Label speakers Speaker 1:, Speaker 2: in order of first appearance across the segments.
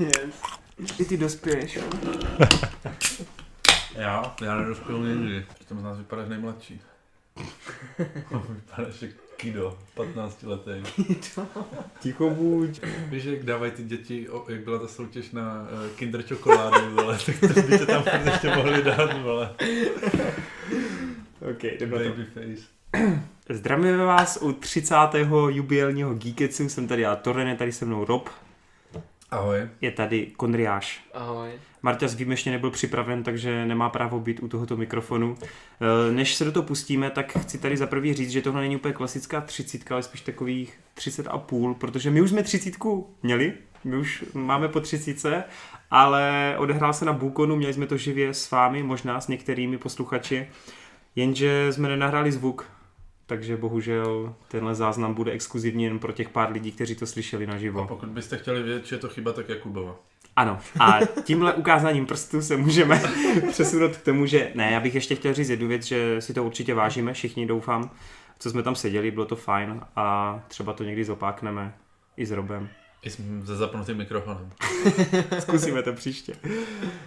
Speaker 1: Yes. I ty dospěješ, jo?
Speaker 2: Já? Já nedospěl nikdy. Přitom z nás vypadáš nejmladší. vypadáš jak kido, 15 letý.
Speaker 3: Ticho buď.
Speaker 2: Víš, jak dávají ty děti, o, jak byla ta soutěž na eh, kinder čokoládu, vole, tak to by tě tam furt ještě mohli dát, vole.
Speaker 3: Ok, jdem na to.
Speaker 2: Babyface.
Speaker 3: Zdravíme vás u 30. jubilního Geekecu, jsem tady já Toren, je tady se mnou Rob,
Speaker 2: Ahoj.
Speaker 3: je tady Konriáš.
Speaker 1: Ahoj.
Speaker 3: Marťas výjimečně nebyl připraven, takže nemá právo být u tohoto mikrofonu. Eh, Než se do toho pustíme, tak chci tady za prvý říct, že tohle není úplně klasická třicítka, ale spíš takových 30 a půl, protože my už jsme třicítku měli, my už máme po třicíce, ale odehrál se na Bukonu, měli jsme to živě s vámi, možná s některými posluchači, jenže jsme nenahráli zvuk, takže bohužel tenhle záznam bude exkluzivní jen pro těch pár lidí, kteří to slyšeli
Speaker 2: A
Speaker 3: naživo.
Speaker 2: pokud byste chtěli vědět, že je to chyba, tak Jakubova.
Speaker 3: Ano, a tímhle ukázáním prstů se můžeme přesunout k tomu, že ne, já bych ještě chtěl říct jednu věc, že si to určitě vážíme, všichni doufám, co jsme tam seděli, bylo to fajn a třeba to někdy zopákneme i s Robem.
Speaker 2: I jsem se zapnutým mikrofonem.
Speaker 3: Zkusíme to příště.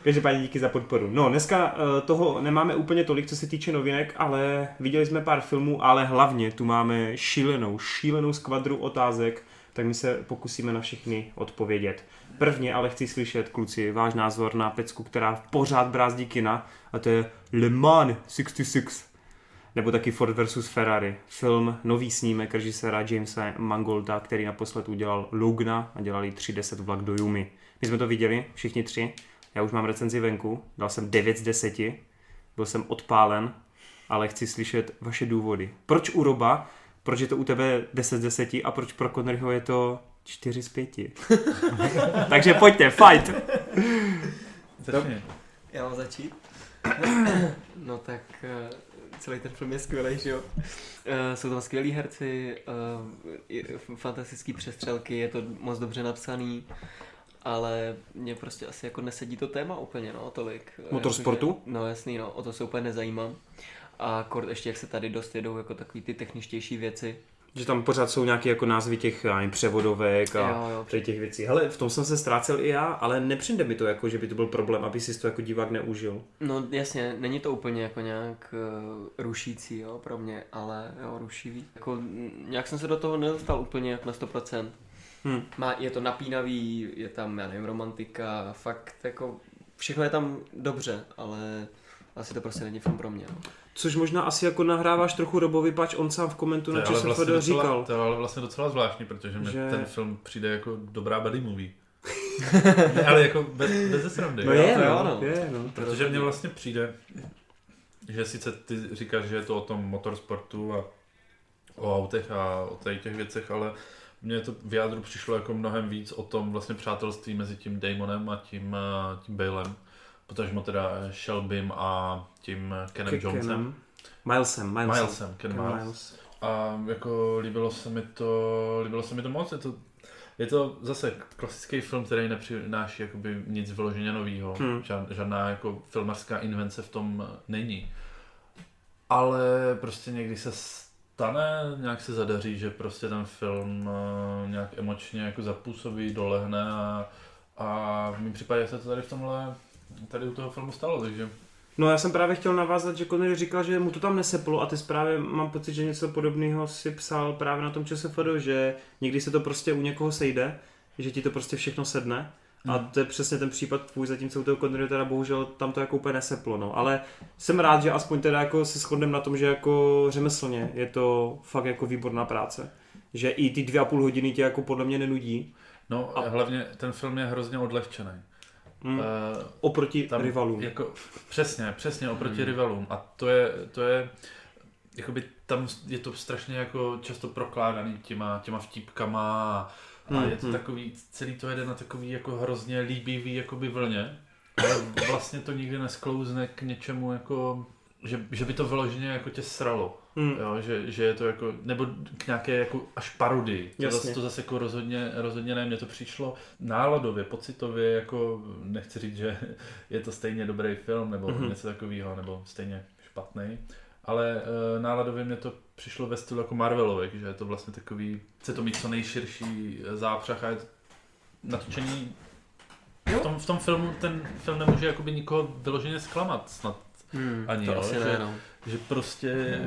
Speaker 3: Každopádně díky za podporu. No, dneska eh, toho nemáme úplně tolik, co se týče novinek, ale viděli jsme pár filmů, ale hlavně tu máme šílenou, šílenou skvadru otázek, tak my se pokusíme na všechny odpovědět. Prvně ale chci slyšet, kluci, váš názor na pecku, která pořád brázdí kina, a to je Le Mans 66. Nebo taky Ford versus Ferrari. Film, nový snímek režiséra Jamesa Mangolda, který naposled udělal Lugna a dělali 3.10 vlak do Jumi. My jsme to viděli, všichni tři. Já už mám recenzi venku, dal jsem 9 z 10, byl jsem odpálen, ale chci slyšet vaše důvody. Proč u Roba, proč je to u tebe 10 z 10 a proč pro Conneryho je to 4 z 5? Takže pojďte, fight!
Speaker 2: Začni.
Speaker 1: Já mám začít? No tak eh, celý ten film je skvělý, že jo? Eh, Jsou tam skvělí herci, eh, je- fantastický přestřelky, je to moc dobře napsaný, ale mě prostě asi jako nesedí to téma úplně, no, tolik. Eh,
Speaker 3: Motorsportu?
Speaker 1: jakože- No jasný, no, o to se úplně nezajímám. A kort ještě, jak se tady dost jedou jako takový ty techničtější věci.
Speaker 3: Že tam pořád jsou nějaké jako názvy těch já nevím, převodovek a
Speaker 1: Jo, jo,
Speaker 3: tady těch věcí. Hele, v tom jsem se ztrácel i já, ale nepřijde mi to jako, že by to byl problém, aby si to jako divák neužil.
Speaker 1: No jasně, není to úplně jako nějak uh, rušící jo, pro mě, ale jo, rušivý. Jako, mm, nějak jsem se do toho nedostal úplně jak na 100%.
Speaker 3: Hm.
Speaker 1: Má, je to napínavý, je tam, já nevím, romantika, fakt jako všechno je tam dobře, ale asi to prostě není film pro mě. No.
Speaker 3: Což možná asi jako nahráváš trochu Robovi, pač on sám v komentu
Speaker 2: To
Speaker 3: na
Speaker 2: je, ale
Speaker 3: ČSFD
Speaker 2: vlastně
Speaker 3: vlastně
Speaker 2: docela,
Speaker 3: říkal.
Speaker 2: to je ale vlastně docela zvláštní, protože mi
Speaker 3: Že-
Speaker 2: ten film přijde jako dobrá buddy movie. ne, ale jako bez, bez srandy.
Speaker 3: No
Speaker 2: jo?
Speaker 3: je,
Speaker 1: to jo,
Speaker 3: no,
Speaker 1: no.
Speaker 3: je, no.
Speaker 2: Protože mně vlastně přijde, že sice ty říkáš, že je to o tom motorsportu a o autech a o tady těch věcech, ale mně to v jádru přišlo jako mnohem víc o tom vlastně přátelství mezi tím Damonem a tím, eh, tím Balem, potažmo teda Shelbym a tím Kenem
Speaker 3: Ke-
Speaker 2: Jonesem.
Speaker 3: Kenem. Milesem, Milesem.
Speaker 2: Milesem, Ken
Speaker 3: Ken
Speaker 2: Miles.
Speaker 3: Miles.
Speaker 2: A jako líbilo se mi to, líbilo se mi to moc, je to, je to zase klasický film, který nepřináší jakoby nic vyloženě nového.
Speaker 3: Hmm.
Speaker 2: Hmm. Žád, žádná jako filmařská invence v tom eh, není. Ale prostě někdy se stane, nějak se zadaří, že prostě ten film eh, nějak emočně jako zapůsobí, dolehne a, a v mém případě se to tady v tomhle, tady u toho filmu stalo, takže
Speaker 3: No já jsem právě chtěl navázat, že Connery říkal, že mu to tam neseplo a ty zprávě mám pocit, že něco podobného si psal právě na tom ČSFD, že někdy se to prostě u někoho sejde, že ti to prostě všechno sedne. A
Speaker 2: Hmm.
Speaker 3: to je přesně ten případ tvůj, zatímco u toho Connery teda bohužel tam to jako úplně neseplo, no. Ale jsem rád, že aspoň teda jako se shodneme na tom, že jako řemeslně je to fakt jako výborná práce. Že i ty dvě a půl hodiny tě jako podle mě nenudí
Speaker 2: no a hlavně ten film je hrozně odlehčený.
Speaker 3: Hmm.
Speaker 2: Eh,
Speaker 3: oproti
Speaker 2: tam
Speaker 3: rivalům.
Speaker 2: Jako, přesně, přesně oproti hmm. rivalům. A to je, to je, jakoby tam je to strašně jako často prokládaný těma, těma vtípkama a, hmm. a
Speaker 3: Hmm,
Speaker 2: je to
Speaker 3: hmm.
Speaker 2: takový, celý to jede na takový jako hrozně líbivý jakoby vlně. Ale vlastně to nikdy nesklouzne k něčemu jako, že, že by to vyloženě jako tě sralo.
Speaker 3: Hmm.
Speaker 2: Jo, že, že je to jako, nebo k nějaké jako až parodii. To
Speaker 3: Jasně.
Speaker 2: zase, to zase jako rozhodně, rozhodně ne, mně to přišlo náladově, pocitově, jako nechci říct, že je to stejně dobrý film, nebo
Speaker 3: Mhm.
Speaker 2: mm-hmm. něco takového, nebo stejně špatný. Ale e, náladově mě to přišlo ve stylu jako Marvelovek, že je to vlastně takový, chce to mít co nejširší eh, zápřah a je to natočení V tom, v tom filmu ten film nemůže jakoby nikoho vyloženě zklamat snad.
Speaker 1: Hmm,
Speaker 2: Ani
Speaker 1: to
Speaker 2: jo,
Speaker 1: asi
Speaker 2: že-
Speaker 1: ne, no.
Speaker 2: Že prostě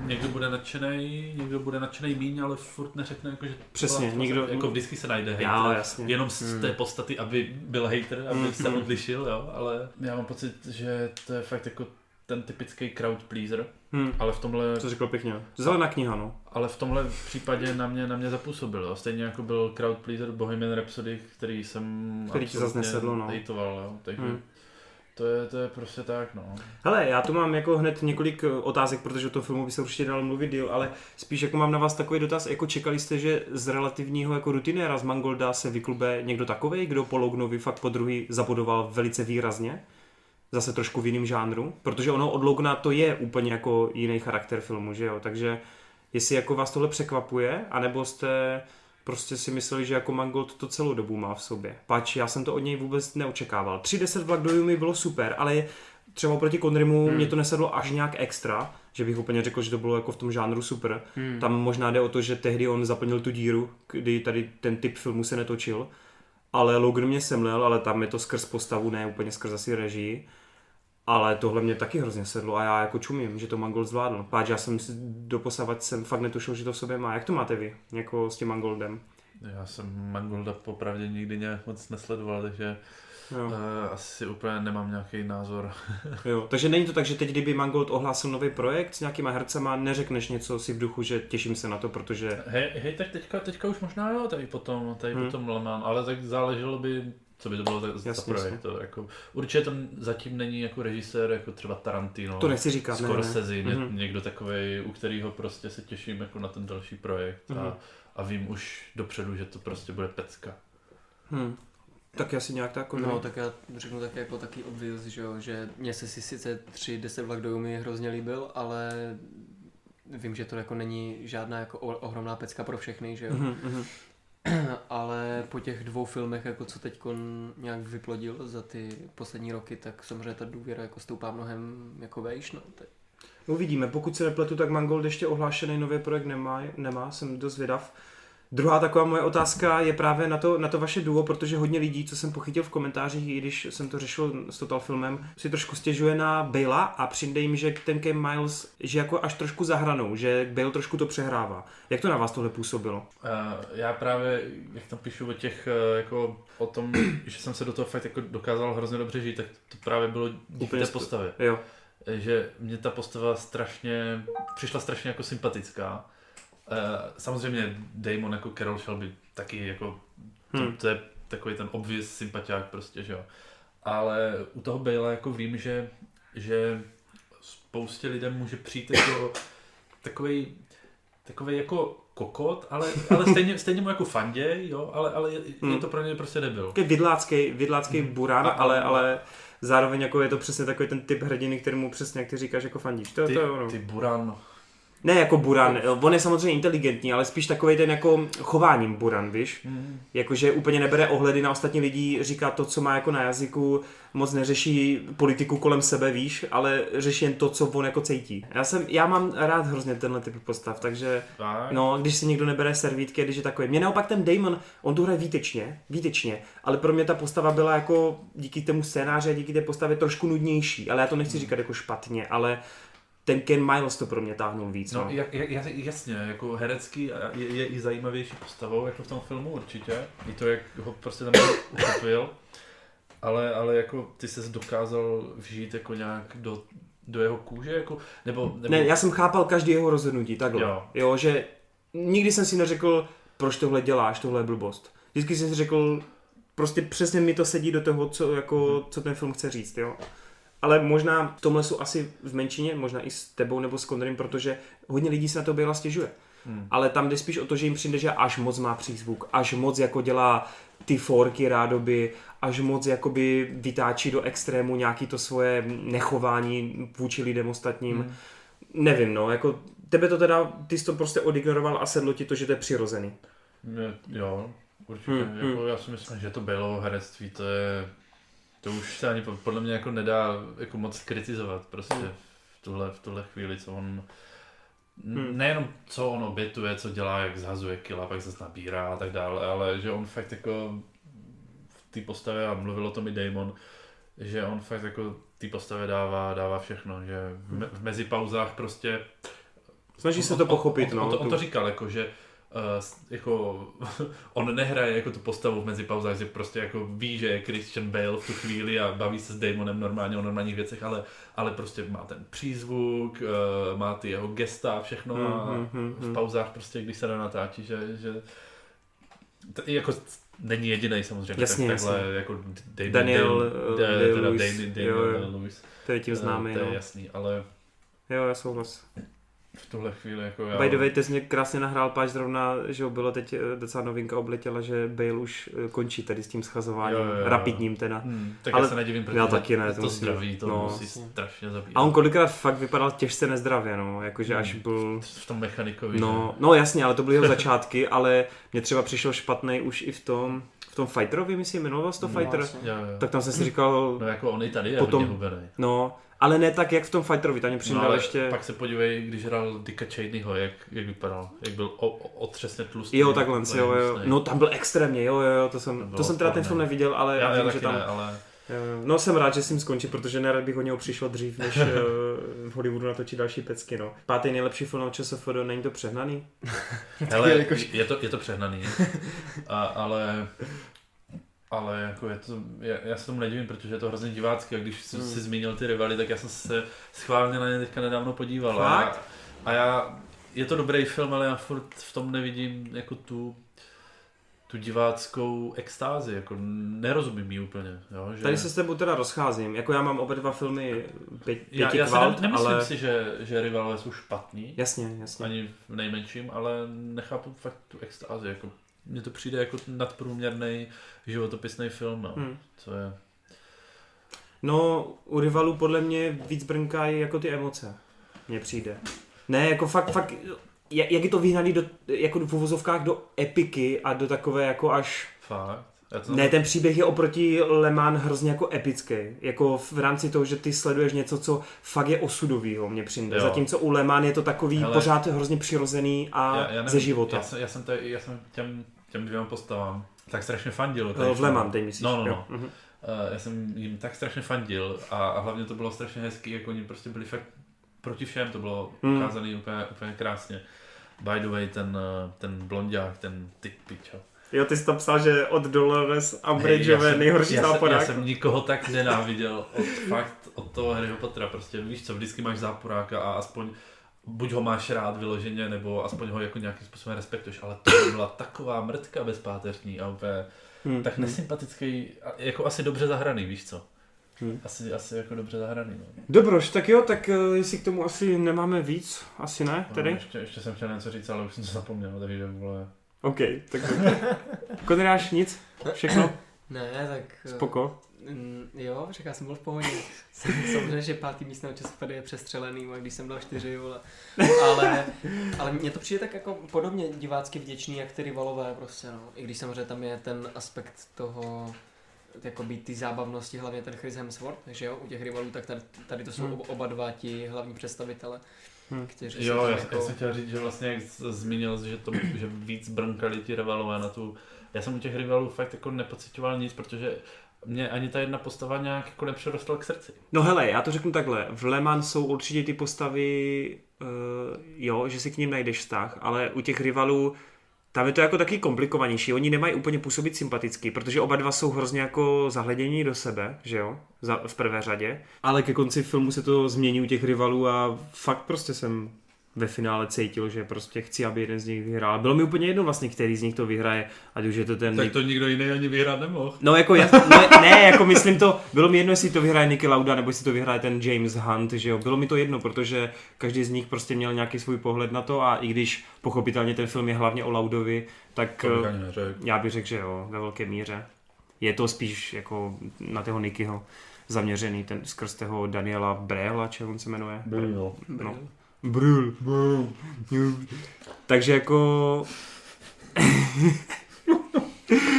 Speaker 2: někdo bude nadšený, někdo bude nadšený míň, ale furt neřekne jako, že...
Speaker 3: Přesně,
Speaker 2: byla-
Speaker 3: někdo-
Speaker 2: Jako vždycky se najde hejter.
Speaker 3: Jo, jasně. Hmm.
Speaker 2: Jenom z té podstaty, aby byl hater, aby
Speaker 3: Mm,
Speaker 2: se
Speaker 3: mm.
Speaker 2: odlišil, jo, ale já mám pocit, že to je fakt jako ten typický crowd pleaser,
Speaker 3: Hm,
Speaker 2: ale v tomhle,
Speaker 3: to řekl pěkně. Zelená kniha, no.
Speaker 2: ale v tomhle případě na mě, na mě zapůsobil, jo. stejně jako byl crowd pleaser Bohemian Rhapsody, který jsem
Speaker 3: Který ti zas
Speaker 2: absolutně
Speaker 3: nesedlo, no.
Speaker 2: hejtoval, jo, takže
Speaker 3: Mm.
Speaker 2: to, je, to je prostě tak, no.
Speaker 3: Hele, já tu mám jako hned několik eh, otázek, protože o tom filmu by se určitě dalo mluvit díl, ale spíš jako mám na vás takový dotaz, jako čekali jste, že z relativního jako rutinéra z Mangolda se vyklube někdo takový, kdo po Lognovi fakt po druhý zabudoval velice výrazně? Zase trošku v jiném žánru, protože ono od Logna to je úplně jako jiný charakter filmu, že jo? Takže jestli jako vás tohle překvapuje, anebo jste prostě si mysleli, že jako Mangold to celou dobu má v sobě. Pač, já jsem to od něj vůbec neočekával. 3.10 Black Doom mi bylo super, ale třeba proti Konrymu hmm. mě to nesedlo až nějak extra, že bych úplně řekl, že to bylo jako v tom žánru super. Hmm. Tam možná jde o to, že tehdy on zaplnil tu díru, kdy tady ten typ filmu se netočil. Ale Logan mě semlel, ale tam je to skrz postavu, ne úplně skrz asi režii. Ale tohle mě taky hrozně sedlo a já jako čumím, že to Mangold zvládl. Páč, já jsem si doposavat jsem fakt netušil, že to v sobě má. Jak to máte vy? Jako s tím Mangoldem?
Speaker 2: Já jsem Mangolda popravdě nikdy nějak moc nesledoval, takže
Speaker 3: Jo.
Speaker 2: eh, asi úplně nemám nějaký názor.
Speaker 3: Jo. Takže není to tak, že teď, kdyby Mangold ohlásil nový projekt s nějakýma hercema, neřekneš něco si v duchu, že těším se na to, protože
Speaker 2: Hej, hej tak teďka, teďka už možná jo, tady potom, tady hmm. potom Leman, ale tak záleželo by, co by to bylo za, za
Speaker 3: Jasně,
Speaker 2: projekt.
Speaker 3: jasně.
Speaker 2: To, jako, určitě to zatím není jako režisér, jako třeba Tarantino,
Speaker 3: to nechci říkat. Ne, ne. Mhm.
Speaker 2: Scorsese, ně, někdo takový, u kterého prostě se těším jako na ten další projekt
Speaker 3: Mhm.
Speaker 2: a, a vím už dopředu, že to prostě bude pecka.
Speaker 3: Hm. Tak asi nějak tak.
Speaker 1: No,
Speaker 3: No,
Speaker 1: tak já řeknu tak jako taky obvious, že jo, že mně se si sice 3 10 vlak do mi hrozně líbil, ale vím, že to jako není žádná jako o- ohromná pecka pro všechny, že jo.
Speaker 3: Mhm, mhm.
Speaker 1: Ale po těch dvou filmech, jako co teď nějak vyplodil za ty poslední roky, tak samozřejmě ta důvěra jako stoupá mnohem jako vejš, no. To je-
Speaker 3: Uvidíme, pokud se nepletu, tak Mangold ještě ohlášený nový projekt nemá, nemá, jsem dost vědav. Druhá taková moje otázka je právě na to, na to vaše duo, protože hodně lidí, co jsem pochytil v komentářích, i když jsem to řešil s Total Filmem, si trošku stěžuje na Bela a přijde jim, že ten Cam Miles, že jako až trošku zahranou, že Bale trošku to přehrává. Jak to na vás tohle působilo?
Speaker 2: Eh, já právě, jak tam píšu o těch, eh, jako o tom, že jsem se do toho fakt jako dokázal hrozně dobře žít, tak to právě bylo díky
Speaker 3: Úplně
Speaker 2: té
Speaker 3: sp-
Speaker 2: postavě.
Speaker 3: Jo,
Speaker 2: Eh, že mě ta postava strašně, přišla strašně jako sympatická. Eh, Samozřejmě Damon jako Carol Shelby taky jako, to,
Speaker 3: Hmm.
Speaker 2: to je takový ten obvěz sympatiák prostě, že jo. Ale u toho Bale jako vím, že, že spoustě lidem může přijít jako takový, takový jako kokot, ale, ale stejně, stejně mu jako fanděj, jo, ale, ale je,
Speaker 3: Hmm.
Speaker 2: je to pro ně prostě nebyl.
Speaker 3: Takový vidlácký, vidlácký burán,
Speaker 2: A-
Speaker 3: ale, ale zároveň jako je to přesně takový ten typ hrdiny, kterému přesně, jak ty říkáš, jako fandíš. To,
Speaker 2: Ty,
Speaker 3: to je ono.
Speaker 2: ty Buran,
Speaker 3: Ne jako Buran, on je samozřejmě inteligentní, ale spíš takový ten jako chováním Buran, víš?
Speaker 2: Mhm.
Speaker 3: Jakože úplně nebere ohledy na ostatní lidi, říká to, co má jako na jazyku, moc neřeší politiku kolem sebe, víš, ale řeší jen to, co on jako cítí. Já, jsem, já mám rád hrozně tenhle typ postav, takže
Speaker 2: tak.
Speaker 3: No, když si někdo nebere servítky, když je takový. Mě naopak ten Damon, on tu hraje výtečně, výtečně, ale pro mě ta postava byla jako díky tomu scénáři a díky té postavě trošku nudnější, ale já to nechci říkat jako špatně, ale ten Ken Miles to pro mě táhnul víc. No,
Speaker 2: No, jak, jak, jas- jasně, jako herecký a- je, je i zajímavější postavou, jako v tom filmu určitě. I to, jak ho prostě tam uchopil. Ale, ale jako ty se dokázal vžít jako nějak do, do jeho kůže, jako, nebo, nebo
Speaker 3: Ne, já jsem chápal každý jeho rozhodnutí, takhle. Jo.
Speaker 2: Jo.
Speaker 3: jo, že nikdy jsem si neřekl, proč tohle děláš, tohle je blbost. Vždycky jsem si řekl, prostě přesně mi to sedí do toho, co, jako, co ten film chce říct, jo. Ale možná v tomhle jsou asi v menšině, možná i s tebou nebo s Conrym, protože hodně lidí se na to byla stěžuje. Hmm. Ale tam jde spíš o to, že jim přijde, že až moc má přízvuk, až moc jako dělá ty forky rádoby, až moc jakoby vytáčí do extrému nějaký to svoje nechování vůči lidem ostatním. Hmm. Nevím, no, jako tebe to teda, ty jsi to prostě odignoroval a sedlo ti to, že to je přirozený.
Speaker 2: Ne, jo, určitě. Hmm, jako, Já si myslím, že to bylo herectví, to je... To už se ani po- podle mě jako nedá jako moc kritizovat prostě v, tuhle, v tuhle chvíli, co on... n- Nejenom co on obětuje, co dělá, jak zhazuje kila, pak zase nabírá a tak dále, ale že on fakt jako té postavě a mluvil o tom i Damon, že on fakt jako té postavě dává, dává všechno, že v, me, v mezipauzách prostě
Speaker 3: Snaží se
Speaker 2: On-
Speaker 3: to
Speaker 2: on-
Speaker 3: pochopit,
Speaker 2: on,
Speaker 3: no.
Speaker 2: On to, on
Speaker 3: tu-
Speaker 2: to říkal, jako, že eh, s- jako, on nehraje jako tu postavu v mezipauzách, že prostě jako ví, že je Christian Bale v tu chvíli a baví se s Damonem normálně o normálních věcech, ale, ale prostě má ten přízvuk, eh, má ty jeho gesta a všechno
Speaker 3: Mhm,
Speaker 2: no, a
Speaker 3: mhm, mhm.
Speaker 2: v pauzách prostě, když se jde natáčí, že, že to i jako není jediný samozřejmě,
Speaker 3: Jasně,
Speaker 2: tak, takhle
Speaker 3: jasně.
Speaker 2: jako Damon,
Speaker 3: Daniel,
Speaker 2: Damon,
Speaker 3: eh,
Speaker 2: eh, teda
Speaker 3: Day-Lewis,
Speaker 2: Damon,
Speaker 3: jo, jo.
Speaker 2: Damon, Day-Lewis,
Speaker 3: To je tím
Speaker 2: eh,
Speaker 3: známý,
Speaker 2: to je
Speaker 3: no.
Speaker 2: jasný, ale
Speaker 3: Jo, já souhlas.
Speaker 2: v tuhle chvíli jako já...
Speaker 3: By the way, teď mě krásně nahrál páč zrovna, že jo, bylo teď eh, docela novinka obletěla, že Bale už eh, končí tady s tím schazováním,
Speaker 2: Jo, jo, jo.
Speaker 3: rapidním teda.
Speaker 2: Hmm, tak
Speaker 3: Ale
Speaker 2: ale já se nedivím, protože
Speaker 3: já taky ne, to
Speaker 2: to, to
Speaker 3: musí-
Speaker 2: zdraví, to
Speaker 3: no.
Speaker 2: no, musí strašně zabít.
Speaker 3: A on kolikrát fakt vypadal těžce nezdravě, no, jakože až
Speaker 2: Hmm.
Speaker 3: byl...
Speaker 2: v tom mechanikovi.
Speaker 3: No, no jasně, ale to byly jeho začátky, ale mě třeba přišel špatný už i v tom, v tom Fighterovi, myslím, jmenoval se to
Speaker 1: No,
Speaker 3: Fighter?
Speaker 1: jasně.
Speaker 2: že? Jo, jo.
Speaker 3: Tak tam jsem si říkal,
Speaker 2: no jako on i tady je
Speaker 3: Potom-
Speaker 2: Potom... hodně hubený.
Speaker 3: no, ale ne tak, jak v tom Fighterovi, tam mě přidal
Speaker 2: No, ale
Speaker 3: ještě...
Speaker 2: pak se podívej, když hrál Dicka Cheneyho, jak, jak vypadal, jak byl o, o, otřesně tlustý.
Speaker 3: Jo, takhle, jo, jo.
Speaker 2: hnusnej.
Speaker 3: No tam byl extrémně, jo, jo, jo, to jsem,
Speaker 2: To
Speaker 3: to,
Speaker 2: bylo
Speaker 3: to jsem teda ten
Speaker 2: odporné.
Speaker 3: film neviděl, ale
Speaker 2: já, já
Speaker 3: vím, že
Speaker 2: taky
Speaker 3: tam...
Speaker 2: ne, ale
Speaker 3: Jo, jo. No jsem rád, že s ním skončí, protože nerad bych od něho přišel dřív, než eh, v Hollywoodu natočí další pecky, no. Pátý nejlepší film od ČSFD, není to přehnaný?
Speaker 2: hele,
Speaker 1: jakož-
Speaker 2: je, to, je to přehnaný, a, ale ale jako je to, já, já se tomu nedivím, protože je to hrozně divácký a když jsi,
Speaker 1: Hmm.
Speaker 2: si zmínil ty rivaly, tak já jsem se schválně na ně teďka nedávno podíval a,
Speaker 3: Fakt?
Speaker 2: a já, je to dobrý film, ale já furt v tom nevidím jako tu tu diváckou extázi, jako nerozumím jí úplně, jo, že...
Speaker 3: Tady se s tebou teda rozcházím, jako já mám oba dva filmy pět,
Speaker 2: já,
Speaker 3: pěti
Speaker 2: já si
Speaker 3: kvalt,
Speaker 2: nem- nemyslím
Speaker 3: ale...
Speaker 2: si, že, že rivalové jsou špatný,
Speaker 3: Jasně, jasně.
Speaker 2: ani v nejmenším, ale nechápu fakt tu extázi, jako mně to přijde jako nadprůměrný životopisný film, no.
Speaker 3: Hm.
Speaker 2: co je.
Speaker 3: No, u rivalů podle mě víc brnkají jako ty emoce. Mně přijde. Ne, jako fakt, fakt, jak jak je to vyhnaný do, jako v uvozovkách do epiky a do takové jako až
Speaker 2: Fakt. Já to
Speaker 3: Ne, ten příběh je oproti Lemán hrozně jako epický. Jako v v rámci toho, že ty sleduješ něco, co fakt je osudovýho, mě přijde.
Speaker 2: Jo.
Speaker 3: Zatímco u Lemán je to takový
Speaker 2: Hele.
Speaker 3: pořád hrozně přirozený a
Speaker 2: já, já nevím,
Speaker 3: ze života.
Speaker 2: Já jsem, já jsem, tady, já jsem těm, těm dvěma postavám tak strašně fandil.
Speaker 3: Eh,
Speaker 2: tady.
Speaker 3: v Lemán, teď myslíš.
Speaker 2: No, no,
Speaker 3: jo.
Speaker 2: no.
Speaker 3: Mhm.
Speaker 2: Eh, Já jsem jim tak strašně fandil a, a hlavně to bylo strašně hezký, jako oni prostě byli fakt proti všem, to bylo
Speaker 3: Hmm.
Speaker 2: ukázané úplně, úplně krásně. By the way, ten, eh, ten blondiák, ten ty pičo.
Speaker 3: Jo, ty jsi tam psal, že od Dolores Umbridge
Speaker 2: Hej, já
Speaker 3: je
Speaker 2: jsem-
Speaker 3: nejhorší
Speaker 2: já jsem-
Speaker 3: záporák.
Speaker 2: Já jsem nikoho tak nenáviděl od, fakt od toho Harryho Pottera. Prostě víš co, vždycky máš záporáka a aspoň buď ho máš rád vyloženě, nebo aspoň ho jako nějakým způsobem respektuješ, ale to byla taková mrtka bezpáteřní a úplně
Speaker 3: Hm,
Speaker 2: tak
Speaker 3: hm.
Speaker 2: nesympatický, a jako asi dobře zahraný, víš co.
Speaker 3: Hmm.
Speaker 2: Asi, asi jako dobře zahraný. No.
Speaker 3: Dobroš, tak jo, tak eh, jestli k tomu asi nemáme víc, asi ne,
Speaker 2: No,
Speaker 3: tedy?
Speaker 2: Ještě, ještě jsem chtěl něco říct, ale už jsem to zapomněl, takže vole.
Speaker 3: OK, tak Konráš, nic, všechno,
Speaker 1: Ne, tak... eh,
Speaker 3: spoko.
Speaker 1: mm, Jo, říká jsem byl v pohodě. Jsem- Samozřejmě, že pátý míst na ČSPD je přestřelený, a když jsem dal čtyři, vole. Ale, ale mně to přijde tak jako podobně divácky vděčný, jak ty rivalové prostě, no. I když samozřejmě tam je ten aspekt toho, jakoby ty zábavnosti, hlavně ten Chris Hemsworth, že jo, u těch rivalů, tak tady, tady to jsou
Speaker 3: Hmm.
Speaker 1: oba, oba dva ti hlavní představitele,
Speaker 3: Hmm.
Speaker 1: kteří
Speaker 2: Jo,
Speaker 1: tam jako
Speaker 2: já, já jsem chtěl říct, že vlastně jak jsi zmínil, že, to, že víc brnkali ti rivalové na tu... Já jsem u těch rivalů fakt jako nepocitoval nic, protože mě ani ta jedna postava nějak jako nepřerostla k srdci.
Speaker 3: No hele, já to řeknu takhle. V Leman jsou určitě ty postavy, uh, jo, že si k ním najdeš vztah, ale u těch rivalů tam je to jako taky komplikovanější. Oni nemají úplně působit sympaticky, protože oba dva jsou hrozně jako zahledění do sebe, že jo, Za, v prvé řadě. Ale ke konci filmu se to změní u těch rivalů a fakt prostě jsem ve finále cítil, že prostě chci, aby jeden z nich vyhrál. Bylo mi úplně jedno vlastně, který z nich to vyhraje, ať už je to ten
Speaker 2: to nikdo jiný ani vyhrát nemohl.
Speaker 3: No jako, jas, ne, ne, jako myslím to, bylo mi jedno, jestli to vyhraje Nicky Lauda, nebo jestli to vyhraje ten James Hunt, že jo, bylo mi to jedno, protože každý z nich prostě měl nějaký svůj pohled na to a i když pochopitelně ten film je hlavně o Laudovi, tak
Speaker 2: To bych
Speaker 3: eh,
Speaker 2: ani neřekl.
Speaker 3: já bych řekl, že jo, ve velké míře. Je to spíš jako na toho Nickyho zaměřený, ten skrz toho Daniela Brela, či jak on se jmenuje.
Speaker 2: Byl.
Speaker 3: No. Brul. Takže jako...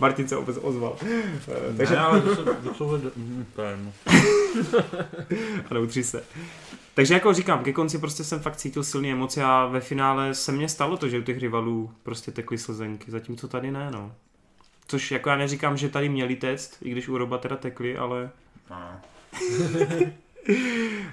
Speaker 3: Martin se vůbec ozval. Eh, Takže,
Speaker 2: Takže... Ne, ale to jsou, to jsou... mm, to je jedno.
Speaker 3: a neutří se. Takže jako říkám, ke konci prostě jsem fakt cítil silné emoce a ve finále se mně stalo to, že u těch rivalů prostě tekly slzenky, zatímco tady ne, no. Což jako já neříkám, že tady měli test, i když u Roba teda tekli, ale,
Speaker 2: No.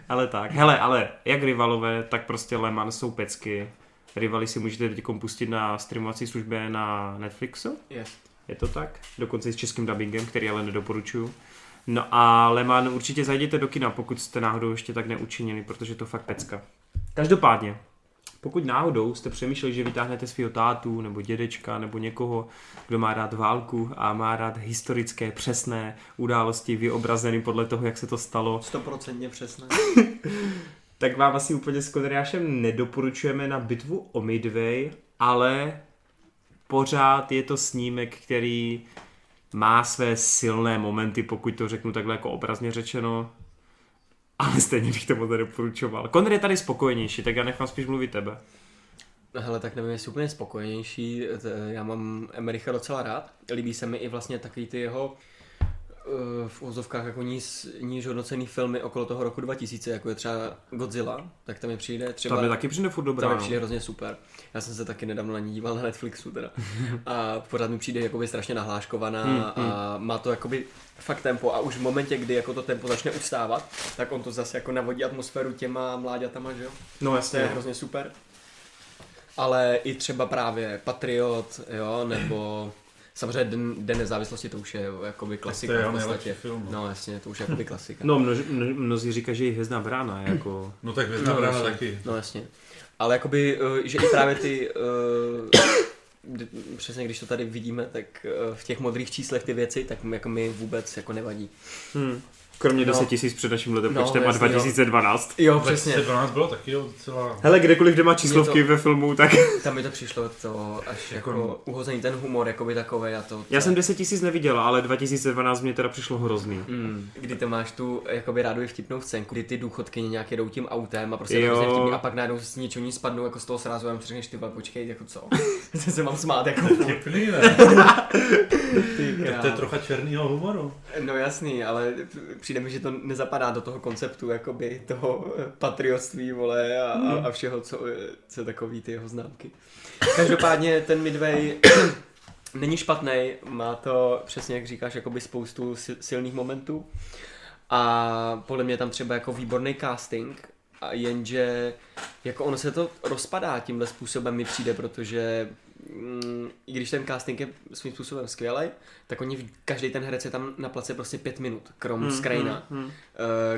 Speaker 3: ale tak. Hele, ale jak rivalové, tak prostě Le Mans jsou pecky. Rivaly si můžete teď pustit na streamovací službě na Netflixu.
Speaker 1: Yes.
Speaker 3: Je to tak? Dokonce i s českým dubbingem, který ale nedoporučuju. No a Leman určitě zajděte do kina, pokud jste náhodou ještě tak neučinili, protože to fakt pecka. Každopádně, pokud náhodou jste přemýšleli, že vytáhnete svého tátu nebo dědečka nebo někoho, kdo má rád válku a má rád historické přesné události vyobrazeny podle toho, jak se to stalo,
Speaker 1: Stoprocentně přesné.
Speaker 3: tak vám asi úplně s Konriášem nedoporučujeme na bitvu o Midway, ale pořád je to snímek, který má své silné momenty, pokud to řeknu takhle jako obrazně řečeno, ale stejně bych to moc nedoporučoval. Konr je tady spokojenější, tak já nechám spíš mluvit tebe.
Speaker 1: Hele, tak nevím, jestli úplně spokojenější. eh, T- Já mám Emericha docela rád. Líbí se mi i vlastně takový ty jeho eh, v úzovkách jako níž, níž hodnocený filmy okolo toho roku 2000, jako je třeba Godzilla, tak tam mi přijde třeba...
Speaker 3: Třeba... Tam je taky přijde furt
Speaker 1: Ta
Speaker 3: dobrá.
Speaker 1: mi
Speaker 3: no.
Speaker 1: přijde hrozně super. Já jsem se taky nedávno na ní díval na Netflixu teda. A pořád mi přijde jakoby strašně nahláškovaná hmm, a má to jakoby fakt tempo a už v momentě, kdy jako to tempo začne ustávat, tak on to zase jako navodí atmosféru těma mláďatama, že jo?
Speaker 3: No
Speaker 1: To je
Speaker 3: jasně.
Speaker 1: hrozně super. Ale i třeba právě Patriot, jo, nebo samozřejmě Den, Den nezávislosti, to už je jakoby klasika
Speaker 2: To je
Speaker 1: v
Speaker 2: jeho
Speaker 1: podstatě.
Speaker 2: nejlepší film, no.
Speaker 1: No jasně, to už je jakoby klasika.
Speaker 3: No, množ, mno- mnozí říkají, že je hvězdná brána, jako...
Speaker 2: no tak Hvězdná
Speaker 1: No,
Speaker 2: brána
Speaker 1: jasně.
Speaker 2: taky.
Speaker 1: No jasně. Ale jakoby, eh, že i právě ty, eh, d- přesně když to tady vidíme, tak eh, v těch modrých číslech ty věci, tak m- jako mi vůbec jako nevadí.
Speaker 3: Hmm. Kromě
Speaker 1: No.
Speaker 3: 10 tisíc před naším letem
Speaker 1: No,
Speaker 3: počtem a
Speaker 1: jasně, jo.
Speaker 3: 2012.
Speaker 1: Jo,
Speaker 2: No,
Speaker 1: přesně.
Speaker 2: 2012 bylo taky jo, docela...
Speaker 3: Hele, kdekoliv, kde má
Speaker 1: číslovky
Speaker 3: číslovky to... ve filmu, tak
Speaker 1: Tam mi to přišlo to až
Speaker 2: Jako-
Speaker 1: jako uhozený ten humor, jakoby takovej a to.
Speaker 3: Já jsem 10 tisíc neviděl, ale 2012 mě teda přišlo hrozný.
Speaker 2: Hmm.
Speaker 1: Mm, kdy tam máš tu jakoby rádovi vtipnou scénku, kdy ty důchodkyně nějak jedou tím autem a prostě je to
Speaker 3: Jo.
Speaker 1: hrozně vtipný a pak najednou s ničení spadnou jako z toho srázu a jim řekneš ty vole, počkej, jako co? Co se mám smát jako furt,
Speaker 2: Vtipný, ne?
Speaker 1: ty
Speaker 2: To je
Speaker 1: král.
Speaker 2: trocha černýho humoru.
Speaker 1: No jasný, ale přijde mi, že to nezapadá do toho konceptu jakoby toho eh, patriotství, vole, a, a- a všeho, co, eh, co takový ty jeho známky. Každopádně ten Midway není špatný, má to přesně, jak říkáš, jakoby spoustu si- silných momentů a podle mě tam třeba jako výborný casting, a jenže jako ono se to rozpadá tímhle způsobem mi přijde, protože mm, i když ten casting je svým způsobem skvělý, tak oni v- každý ten herec je tam na place prostě pět minut, krom mm, Skrajna, mm, mm.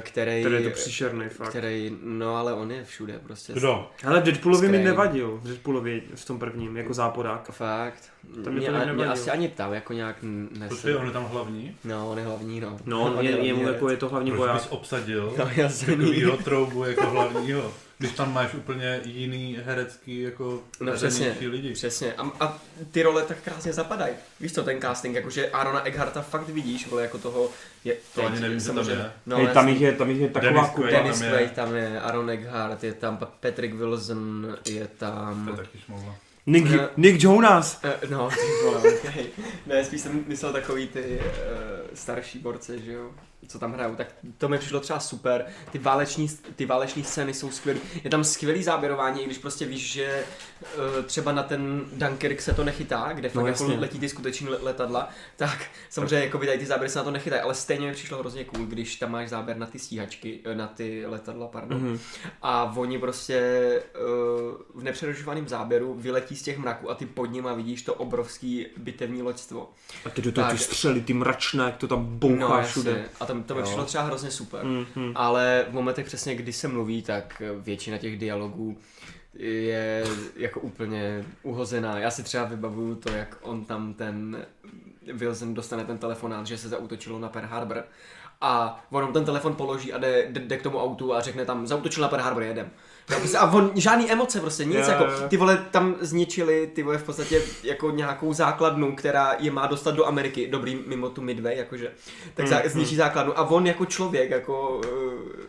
Speaker 1: který,
Speaker 3: Tady Hmm, Mhm, je to příšerný fakt. Které...
Speaker 1: který, no ale on je všude prostě.
Speaker 2: Kdo?
Speaker 3: Hele, v Deadpoolovi mi
Speaker 1: Skrajna.
Speaker 3: nevadil, v Deadpoolovi v tom prvním, jako záporák.
Speaker 1: Fakt.
Speaker 3: To mě
Speaker 1: mě,
Speaker 3: to
Speaker 1: a- mě
Speaker 3: nevadilo.
Speaker 1: asi ani tam jako nějak
Speaker 2: Počkej, on
Speaker 1: nesl.
Speaker 2: je tam hlavní?
Speaker 1: No, on je hlavní, no.
Speaker 3: No,
Speaker 1: On
Speaker 3: on je, je, mu
Speaker 1: hlavní
Speaker 3: jako, je to hlavní
Speaker 2: Proč bys
Speaker 3: voják.
Speaker 2: obsadil
Speaker 1: No, jasný.
Speaker 2: takovýho troubu jako hlavního? Když tam máš úplně jiný herecký jako
Speaker 1: No přesně,
Speaker 2: veřejnější lidi.
Speaker 1: přesně. A, a ty role tak krásně zapadají. Víš co, ten casting, jakože Arona Eckharta fakt vidíš, vole, jako toho... Je,
Speaker 2: To ani nevím, kdo tam je.
Speaker 1: No,
Speaker 3: Hej, tam
Speaker 1: jasný.
Speaker 3: jich je, tam jich je taková
Speaker 2: Dennis
Speaker 3: kupa.
Speaker 2: Quaid.
Speaker 1: Dennis
Speaker 2: tam je.
Speaker 1: Quaid tam je, Aaron Eckhart, je tam Patrick Wilson, je
Speaker 2: To je
Speaker 1: tam...
Speaker 2: taky šmoula.
Speaker 3: Nick,
Speaker 1: Ne.
Speaker 3: Nick Jonas!
Speaker 1: Eh, No, ty vole, okay. Ne, spíš jsem myslel takový ty uh, starší borce, že jo, co tam hrajou, tak to mi přišlo třeba super, ty váleční, ty váleční scény jsou skvělý, je tam skvělý záběrování, i když prostě víš, že uh, třeba na ten Dunkirk se to nechytá, kde fakt
Speaker 3: No,
Speaker 1: no, jako
Speaker 3: jasně.
Speaker 1: letí ty skuteční le- letadla, tak samozřejmě jako by tady ty záběry se na to nechytají, ale stejně mi přišlo hrozně cool, když tam máš záběr na ty stíhačky, eh, na ty letadla, pardon,
Speaker 3: Mhm.
Speaker 1: a oni prostě uh, v nepřerušovaném záběru vyletí z těch mraků a ty pod nima vidíš to obrovský bitevní loďstvo.
Speaker 3: A ty do toho ty
Speaker 1: Tak.
Speaker 3: střely, ty mračné, jak to tam bouchá
Speaker 1: No,
Speaker 3: No,
Speaker 1: jasně.
Speaker 3: všude.
Speaker 1: A tam to mi
Speaker 3: Jo.
Speaker 1: přišlo třeba hrozně super. Mm.
Speaker 3: Mhm.
Speaker 1: Ale v momentech přesně, kdy se mluví, tak většina těch dialogů je jako úplně uhozená. Já si třeba vybavuju to, jak on tam ten Wilson dostane ten telefonát, že se zautočilo na Pearl Harbor a on ten telefon položí a jde, jde, jde k tomu autu a řekne tam zautočil na Pearl Harbor, jedem. Jo, prostě A on, žádný emoce prostě, nic,
Speaker 3: Jo,
Speaker 1: jako
Speaker 3: jo.
Speaker 1: ty vole tam zničili, ty vole v podstatě jako nějakou základnu, která je má dostat do Ameriky, dobrý mimo tu Midway, jakože, tak
Speaker 3: Hmm,
Speaker 1: zá, zničí základnu a on jako člověk, jako... eh,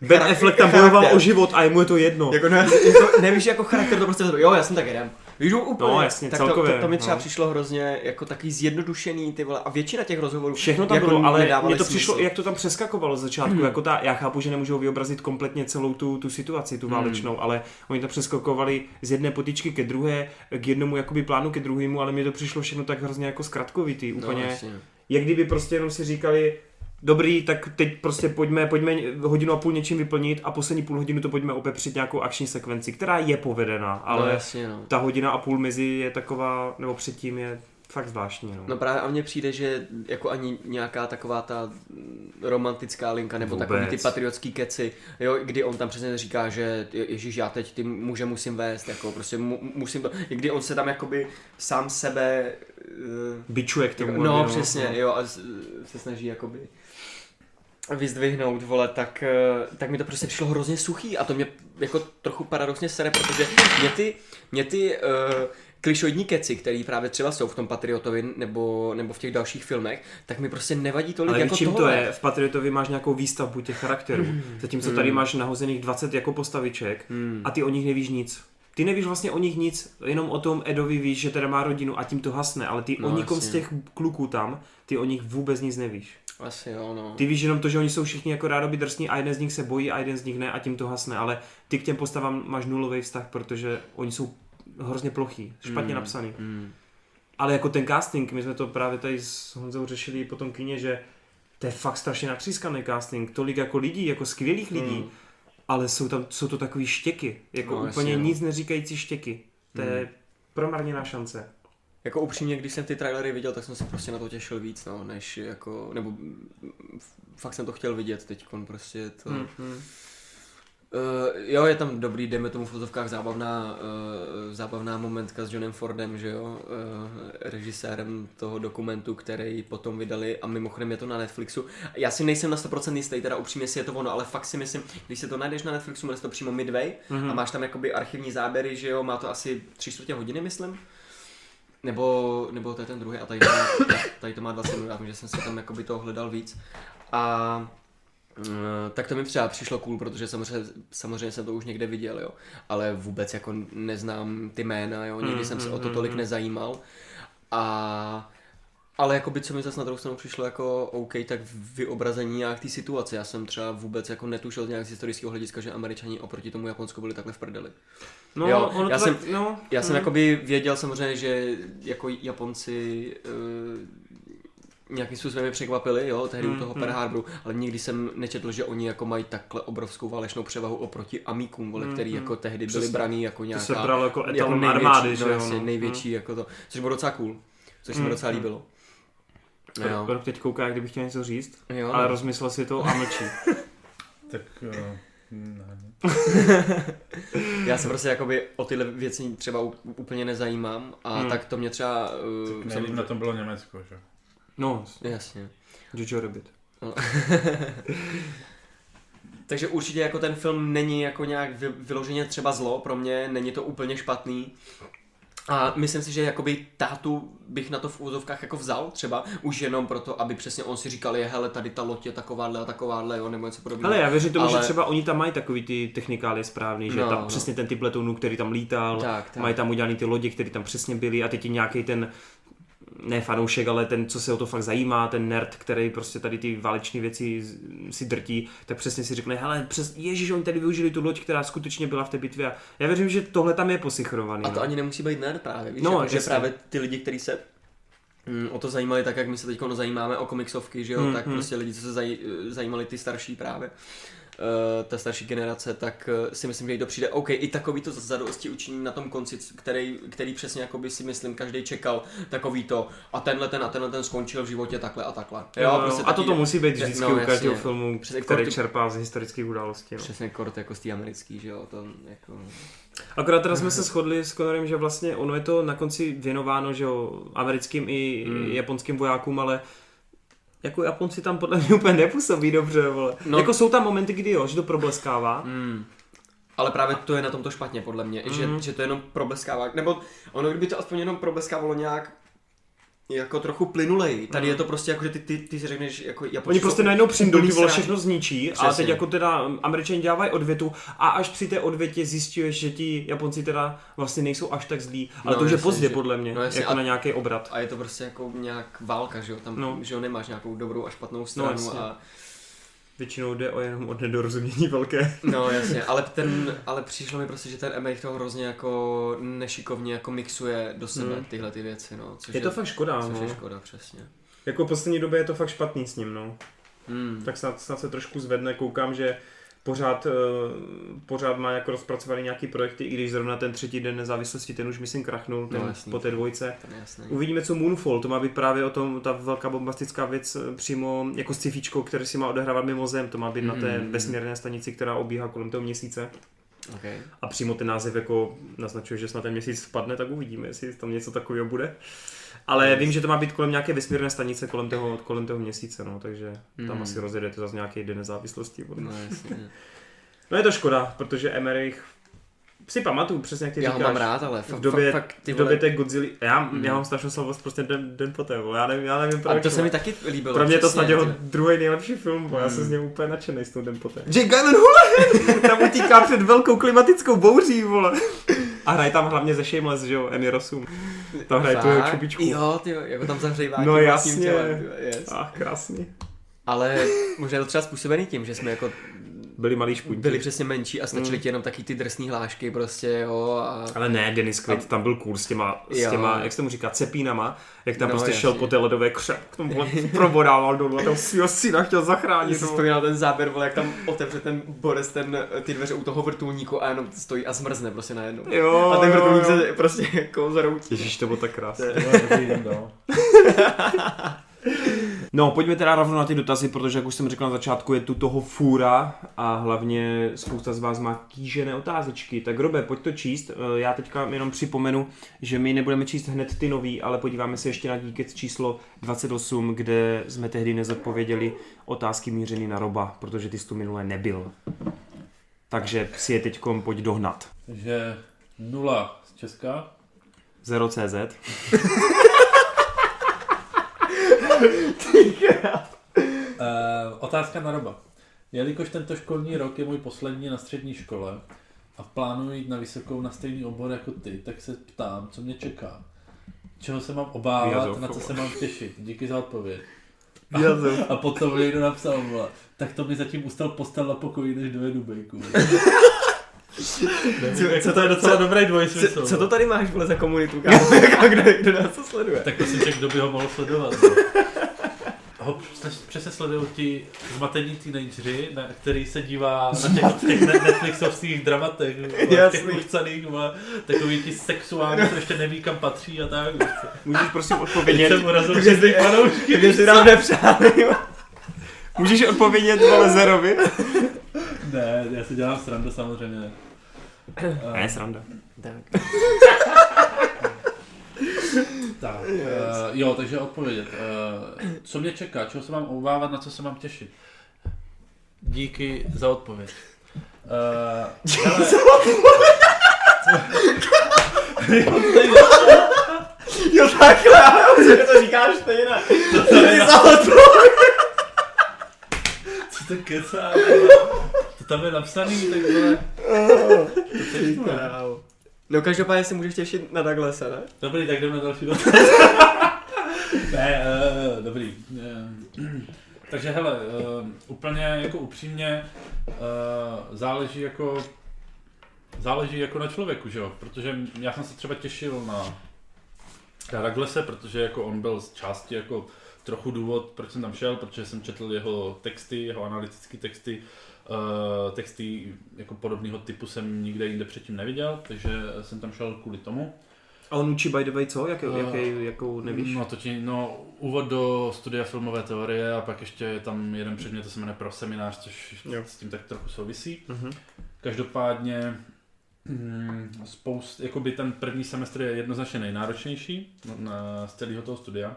Speaker 3: Ben
Speaker 1: charak-
Speaker 3: Affleck tam
Speaker 1: charakter.
Speaker 3: bojoval o život a jemu je to jedno.
Speaker 1: Jako, no, je to, nevíš jako charakter, to prostě, jo, já jsem tak jedem. Jdou úplně.
Speaker 3: No, jasně,
Speaker 1: tak
Speaker 3: celkově,
Speaker 1: To, to, to, mi třeba
Speaker 3: no.
Speaker 1: přišlo hrozně jako takový zjednodušený ty vole. A většina těch rozhovorů
Speaker 3: Všechno tam
Speaker 1: jako
Speaker 3: bylo, ale
Speaker 1: nedávaly
Speaker 3: mně to přišlo,
Speaker 1: smysl. Hmm.
Speaker 3: jak to tam přeskakovalo z začátku, jako ta, já chápu, že nemůžou vyobrazit kompletně celou tu, tu situaci,
Speaker 1: Hmm.
Speaker 3: tu válečnou, ale oni tam přeskakovali z jedné potičky ke druhé, k jednomu jakoby plánu ke druhému, ale mně to přišlo všechno tak hrozně jako zkratkovitý, úplně,
Speaker 1: No,
Speaker 3: no,
Speaker 1: jasně.
Speaker 3: jak kdyby prostě jenom si říkali, dobrý, tak teď prostě pojďme, pojďme hodinu a půl něčím vyplnit a poslední půl hodinu to pojďme opepřit nějakou akční sekvenci, která je povedená,
Speaker 1: no,
Speaker 3: ale
Speaker 1: jasně, no.
Speaker 3: ta hodina a půl mezi je taková, nebo předtím je fakt zvláštní. No.
Speaker 1: No právě a mně přijde, že jako ani nějaká taková ta mm, romantická linka nebo
Speaker 2: Vůbec.
Speaker 1: takový ty patriotský keci, jo, kdy on tam přesně říká, že je- ježíš, já teď ty muže musím vést, jako prostě mu, musím to, kdy on se tam jakoby sám sebe eh,
Speaker 3: Bičuje k tomu.
Speaker 1: no, přesně, jo, a s- se snaží jakoby vyzdvihnout, vole, tak, eh, tak mi to prostě přišlo hrozně suchý a to mě jako trochu paradoxně sere, protože mě ty, mě ty uh, klišoidní keci, který právě třeba jsou v tom Patriotovi nebo, nebo v těch dalších filmech, tak mi prostě nevadí tolik
Speaker 3: Ale
Speaker 1: jako Hmm.
Speaker 3: jako čím
Speaker 1: tohle.
Speaker 3: to je? V Patriotovi máš nějakou výstavbu těch charakterů, zatímco tady máš nahozených 20 jako postaviček
Speaker 1: Hmm,
Speaker 3: a ty o nich nevíš nic. Ty nevíš vlastně o nich nic, jenom o tom Edovi víš, že teda má rodinu a tím to hasne, ale ty
Speaker 1: No,
Speaker 3: o nikom
Speaker 1: jasně.
Speaker 3: z těch kluků tam, ty o nich vůbec nic nevíš.
Speaker 1: Asi jo, no.
Speaker 3: Ty víš jenom to, že oni jsou všichni jako rádoby drsní a jeden z nich se bojí a jeden z nich ne a tím to hasne, ale ty k těm postavám máš nulový vztah, protože oni jsou hrozně plochý, špatně napsaný.
Speaker 1: Mm.
Speaker 3: Ale jako ten casting, my jsme to právě tady s Honzou řešili po tom kyně, že to je fakt strašně natřískaný casting, tolik jako lidí, jako skvělých lidí,
Speaker 1: Mm.
Speaker 3: ale jsou tam, jsou to takový štěky, jako
Speaker 1: No,
Speaker 3: no,
Speaker 1: jasně,
Speaker 3: úplně
Speaker 1: no. Mm.
Speaker 3: nic neříkající štěky. To je promarněná šance.
Speaker 1: Jako upřímně, když jsem ty trailery viděl, tak jsem se prostě na to těšil víc, no, než jako, nebo mm, f- fakt jsem to chtěl vidět teďkon, prostě to...
Speaker 3: Mm-hmm.
Speaker 1: Uh, jo, je tam dobrý, dejme tomu v fotovkách zábavná, uh, zábavná momentka s Johnem Fordem, že jo, uh, režisérem toho dokumentu, který potom vydali a mimochodem je to na Netflixu. Já si nejsem na 100% jistý, teda upřímně si je to ono, ale fakt si myslím, když se to najdeš na Netflixu, máš to přímo midway mm-hmm. a máš tam jakoby archivní záběry, že jo, má to asi tři čtvrtě hodiny, myslím. Nebo, nebo to je ten druhý a tady to má, tady to má 20 minut, já vím, že jsem si tam jakoby toho hledal víc. A Mm, tak to mi třeba přišlo cool, protože samozřejmě, samozřejmě jsem to už někde viděl, jo. Ale vůbec jako neznám ty jména, jo. Nikdy jsem se o to tolik nezajímal. A... Ale jako by co mi zase na druhou stranu přišlo jako OK, tak vyobrazení nějak té situace. Já jsem třeba vůbec jako netušil nějak z historického hlediska, že američani oproti tomu Japonsku byli takhle v prdeli.
Speaker 3: No,
Speaker 1: Jo,
Speaker 3: ono
Speaker 1: já
Speaker 3: to
Speaker 1: jsem-
Speaker 3: tak, no,
Speaker 1: Já jsem
Speaker 3: mm.
Speaker 1: jakoby věděl samozřejmě, že jako Japonci e, nějakým způsobem je překvapili, jo, tehdy
Speaker 3: Hmm,
Speaker 1: u toho Pearl Harboru, ale nikdy jsem nečetl, že oni jako mají takhle obrovskou válečnou převahu oproti Amikům, vole, který jako tehdy byli
Speaker 3: Hmm, Přesně.
Speaker 1: braný jako nějaká...
Speaker 3: se bralo jako etalon
Speaker 1: největší,
Speaker 3: armády,
Speaker 1: no,
Speaker 3: že jo,
Speaker 1: jasně,
Speaker 3: no. Hmm,
Speaker 1: největší jako to, což bylo docela cool, což se mi docela líbilo. Jo.
Speaker 3: Rob teď kouká, jak kdyby chtěl něco říct,
Speaker 1: Jo,
Speaker 3: ale
Speaker 1: no.
Speaker 3: rozmyslel si to a mlčí.
Speaker 2: Tak eh, ne.
Speaker 1: Já se prostě jakoby o tyhle věci třeba u- úplně nezajímám a
Speaker 3: Hmm.
Speaker 1: tak to mě třeba... eh,
Speaker 2: Tak
Speaker 1: jsem-
Speaker 2: nejlíp na tom bylo Německo, že?
Speaker 3: No,
Speaker 1: Jasně.
Speaker 3: Jojo Rabbit.
Speaker 1: Takže určitě jako ten film není jako nějak vy, vyloženě třeba zlo pro mě, není to úplně špatný. A myslím si, že jakoby tátu bych na to v úzovkách jako vzal třeba, už jenom proto, aby přesně on si říkal, je hele, tady ta loď je takováhle a takováhle, jo, nebo něco podobného.
Speaker 3: Ale já věřím tomu, ale...
Speaker 1: No. Ale-
Speaker 3: že třeba oni tam mají takový ty technikály správný, že
Speaker 1: No,
Speaker 3: no, tam
Speaker 1: no.
Speaker 3: no. přesně ten typ letounů, který tam lítal,
Speaker 1: Tak, tak.
Speaker 3: mají tam udělaný ty lodě, které tam přesně byly a teď je nějaký ten ne fanoušek, ale ten, co se o to fakt zajímá, ten nerd, který prostě tady ty váleční věci z- si drtí, tak přesně si řekne, hele, přes, ježíš, oni tady využili tu loď, která skutečně byla v té bitvě. A já věřím, že tohle tam je posichrovaný.
Speaker 1: A to
Speaker 3: no.
Speaker 1: ani nemusí být nerd právě, víš,
Speaker 3: No,
Speaker 1: no, jako, že
Speaker 3: jasně.
Speaker 1: právě ty lidi, kteří se mm, o to zajímali tak, jak my se teď zajímáme o komiksovky, že jo,
Speaker 3: Hmm,
Speaker 1: tak prostě lidi, co se zaj, zajímali ty starší právě, eh, ta starší generace, tak eh, si myslím, že jí to přijde OK. I takový to zadosti učiní na tom konci, c- který, který přesně jako by si myslím, každý čekal takový to a tenhle ten a tenhle ten skončil v životě takhle a takhle. Jo, prostě
Speaker 3: No, a to
Speaker 1: taky-
Speaker 3: to musí být vždycky
Speaker 1: no,
Speaker 3: no, jako u
Speaker 1: jasně.
Speaker 3: každého filmu,
Speaker 1: Přesně,
Speaker 3: který
Speaker 1: korty-
Speaker 3: čerpá z historických událostí. No.
Speaker 1: Přesně kort jako z té americký, že jo, to jako...
Speaker 3: Akorát teda jsme se shodli s Conorem, že vlastně ono je to na konci věnováno, že jo, americkým i mm. japonským vojákům, ale jako Japonci tam podle mě úplně nepůsobí dobře, vole.
Speaker 1: No.
Speaker 3: No. Hmm. Jako jsou tam momenty, kdy jo, že to probleskává.
Speaker 1: Mm. Ale právě to je na tom to špatně,
Speaker 3: Hmm.
Speaker 1: podle mě, mm. že, že to jenom probleskává. Nebo ono, kdyby to aspoň jenom probleskávalo nějak jako trochu plynulej. Tady je to prostě jako, že ty, ty, ty si řekneš, jako já
Speaker 3: Hmm. Oni
Speaker 1: potřebuji-
Speaker 3: prostě najednou přijdou, ty
Speaker 1: Úplně
Speaker 3: vole,
Speaker 1: srát.
Speaker 3: všechno zničí a
Speaker 1: Přesně.
Speaker 3: teď jako teda Američani dělají odvětu a až při té odvětě zjistíš, že ti Japonci teda vlastně nejsou až tak zlí, ale
Speaker 1: No,
Speaker 3: to už je
Speaker 1: jasně,
Speaker 3: pozdě
Speaker 1: že-
Speaker 3: podle mě,
Speaker 1: no, jasně,
Speaker 3: jako
Speaker 1: a-
Speaker 3: na nějaký obrat.
Speaker 1: A je to prostě jako nějak válka, že jo? Tam,
Speaker 3: No.
Speaker 1: no. že jo, nemáš nějakou dobrou a špatnou stranu
Speaker 3: jasně.
Speaker 1: no, a...
Speaker 3: Většinou jde o jenom od nedorozumění velké.
Speaker 1: No jasně, ale ten, ale přišlo mi prostě, že ten Emmerich to hrozně jako nešikovně jako mixuje do sebe
Speaker 3: Hmm.
Speaker 1: hmm. tyhle ty věci, no. Což
Speaker 3: Je to fakt škoda,
Speaker 1: což je
Speaker 3: no.
Speaker 1: škoda, přesně.
Speaker 3: Jako v poslední době je to fakt špatný s ním, no.
Speaker 1: Hmm.
Speaker 3: Tak snad, snad se trošku zvedne, koukám, že pořád, eh, pořád má jako rozpracovaný nějaký projekty, i když zrovna ten třetí den nezávislosti, ten už myslím krachnul, ten
Speaker 1: No,
Speaker 3: no,
Speaker 1: jasný.
Speaker 3: po té dvojce.
Speaker 1: To je jasný.
Speaker 3: Uvidíme, co Moonfall, to má být právě o tom, ta velká bombastická věc eh, přímo jako scifičko, které si má odehrávat mimo zem, to má být na té
Speaker 1: Mm.
Speaker 3: vesmírné stanici, která obíhá kolem toho měsíce
Speaker 1: Okay.
Speaker 3: a přímo ten název jako naznačuje, že snad ten měsíc spadne, tak uvidíme, jestli tam něco takového bude. Ale vím, že to má být kolem nějaké vesmírné stanice, kolem toho, kolem toho měsíce, no, takže tam
Speaker 1: Mm.
Speaker 3: asi rozjede to zase nějaký den nezávislosti. podle mě.
Speaker 1: No jasně.
Speaker 3: No je to škoda, protože Emmerich si pamatuju přesně, jak ty
Speaker 1: Já ho
Speaker 3: říkáš.
Speaker 1: mám rád, ale fakt,
Speaker 3: v době,
Speaker 1: fakt, fakt ty
Speaker 3: v
Speaker 1: vole...
Speaker 3: době té Godzilla, já,
Speaker 1: Mm.
Speaker 3: já mám strašnou slabost prostě den, den poté, vole. já nevím, já nevím
Speaker 1: A
Speaker 3: proč.
Speaker 1: to se mi
Speaker 3: vole.
Speaker 1: taky líbilo.
Speaker 3: Pro mě je to
Speaker 1: přesně,
Speaker 3: snad jeho
Speaker 1: ty-
Speaker 3: druhý nejlepší film, bo já jsem
Speaker 1: Mm.
Speaker 3: z něj úplně nadšený s tou den poté.
Speaker 1: Jake Gyllenhaal!
Speaker 3: Tam utíká před velkou klimatickou bouří, vole. A hraje tam hlavně ze Shameless, že jo, Emmy Rossum. Tam hraje tu jeho
Speaker 1: Fakt?
Speaker 3: čupičku.
Speaker 1: Jo, ty jo, jako tam zahřívá.
Speaker 3: No
Speaker 1: tím vlastním
Speaker 3: jasně.
Speaker 1: tělem, ty vole, yes.
Speaker 3: Ach, krásně.
Speaker 1: Ale možná je to třeba způsobený tím, že jsme jako
Speaker 3: Byli malý špunti.
Speaker 1: byli přesně menší a
Speaker 3: Mm.
Speaker 1: stačily ti jenom taky ty drsné hlášky prostě, jo, a...
Speaker 3: Ale ne, Dennis Quaid tam byl cool s těma, s
Speaker 1: Jo.
Speaker 3: těma jak se mu říká, cepínama, jak tam
Speaker 1: No,
Speaker 3: prostě
Speaker 1: jasně.
Speaker 3: šel po té ledové kře, k tomu vole probodával dolů a toho svého syna chtěl
Speaker 1: Já
Speaker 3: zachránit.
Speaker 1: si
Speaker 3: vole.
Speaker 1: vzpomínal ten záběr, vole, jak tam otevře ten Boris ten, ty dveře u toho vrtulníku a jenom stojí a zmrzne prostě najednou.
Speaker 3: Jo,
Speaker 1: a ten
Speaker 3: jo, jo.
Speaker 1: vrtulník se prostě jako zhroutí.
Speaker 3: Ježíš, to bylo tak krásné.
Speaker 2: no.
Speaker 3: No, pojďme teda rovnou na ty dotazy, protože jak už jsem řekl na začátku, je tu toho fůra a hlavně spousta z vás má kýžené otázečky. Tak Robe, pojď to číst. Eh, Já teďka jenom připomenu, že my nebudeme číst hned ty nový, ale podíváme se ještě na díkec číslo 28, kde jsme tehdy nezodpověděli otázky mířený na Roba, protože ty jsi tu minule nebyl. Takže si je teďkom pojď dohnat.
Speaker 2: Takže nula z Česka.
Speaker 3: 0CZ.
Speaker 2: Eh, otázka na Roba. Jelikož tento školní rok je můj poslední na střední škole a plánuji jít na vysokou na stejný obor jako ty, tak se ptám, co mě čeká. Čeho se mám obávat,
Speaker 3: Jazofova.
Speaker 2: na co se mám těšit. Díky za odpověď.
Speaker 3: Já jsem
Speaker 2: A potom někdo napsal, vole, tak to mi zatím ustal postel na pokoji, než dojedu bejku.
Speaker 1: co to je
Speaker 2: docela
Speaker 1: docela
Speaker 2: dobrý
Speaker 1: Co,
Speaker 2: dvojsmysl.
Speaker 1: co, to tady máš, vole, za komunitu, kámo? Jako, kdo, kdo nás to sleduje?
Speaker 2: Tak to si řekl, kdo by ho mohl sledovat. no? Ho přes- přesně sledují ti zmatení teenageři, na, který se dívá na těch, těch ne- Netflixovských dramatech, vole,
Speaker 1: Jasný.
Speaker 2: těch uchcaných, vole, takový ti sexuální, co ještě neví kam patří a tak.
Speaker 3: Můžeš prosím
Speaker 2: Teď
Speaker 3: odpovědět.
Speaker 2: jsem urazil všechny fanoušky.
Speaker 1: Kdyby si nám nepřáli, jo.
Speaker 3: Můžeš odpovědět vole Zerovi?
Speaker 2: Ne, já si dělám srandu samozřejmě. Ne.
Speaker 3: Ne, sranda.
Speaker 1: Tak.
Speaker 2: Tak, uh, jo, takže odpovědět. Uh, co mě čeká, čeho se mám obávat, na co se mám těšit? Díky za odpověď. Uh, Díky za odpověď!
Speaker 1: Jo, takhle, ale to říkáš stejně.
Speaker 2: to je na-
Speaker 1: Za to.
Speaker 2: co to kecá? vole? To tam je napsaný, tak vole. To teď, vole.
Speaker 1: No každopádně se můžeš těšit na Douglasa, ne?
Speaker 2: Dobrý, tak jdeme na další dotaz. ne, uh, dobrý. Uh, takže hele, uh, úplně jako upřímně uh, záleží jako záleží jako na člověku, že jo? Protože já jsem se třeba těšil na na Douglase, protože jako on byl z části jako trochu důvod, proč jsem tam šel, protože jsem četl jeho texty, jeho analytické texty, eh, texty jako podobného typu jsem nikde jinde předtím neviděl, takže jsem tam šel kvůli tomu.
Speaker 3: A on učí by the way co? Jak,
Speaker 2: Eh,
Speaker 3: jaký, jakou nevíš?
Speaker 2: No to ti, no úvod do studia filmové teorie a pak ještě je tam jeden předmět, to se jmenuje pro seminář, což
Speaker 3: Jo.
Speaker 2: s tím tak trochu souvisí.
Speaker 3: Mhm.
Speaker 2: Každopádně mm, spoust, jakoby ten první semestr je jednoznačně nejnáročnější na- na, z celého toho studia.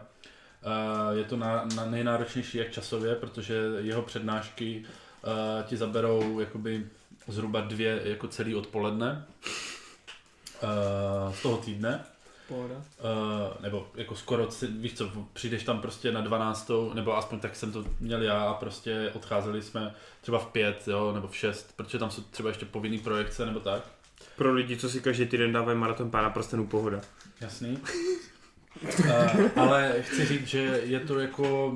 Speaker 2: Eh, Je to na, na nejnáročnější jak časově, protože jeho přednášky eh, ti zaberou jakoby zhruba dvě jako celý odpoledne eh, z toho týdne.
Speaker 1: Pohoda.
Speaker 2: Uh, nebo jako skoro, si- víš co, přijdeš tam prostě na 12, nebo aspoň tak jsem to měl já a prostě odcházeli jsme třeba v pět, jo, nebo v šest, protože tam jsou třeba ještě povinný projekce nebo tak.
Speaker 3: Pro lidi, co si každý týden dávají maraton pána prstenů pohoda.
Speaker 2: Jasný. uh, ale chci říct, že je to jako...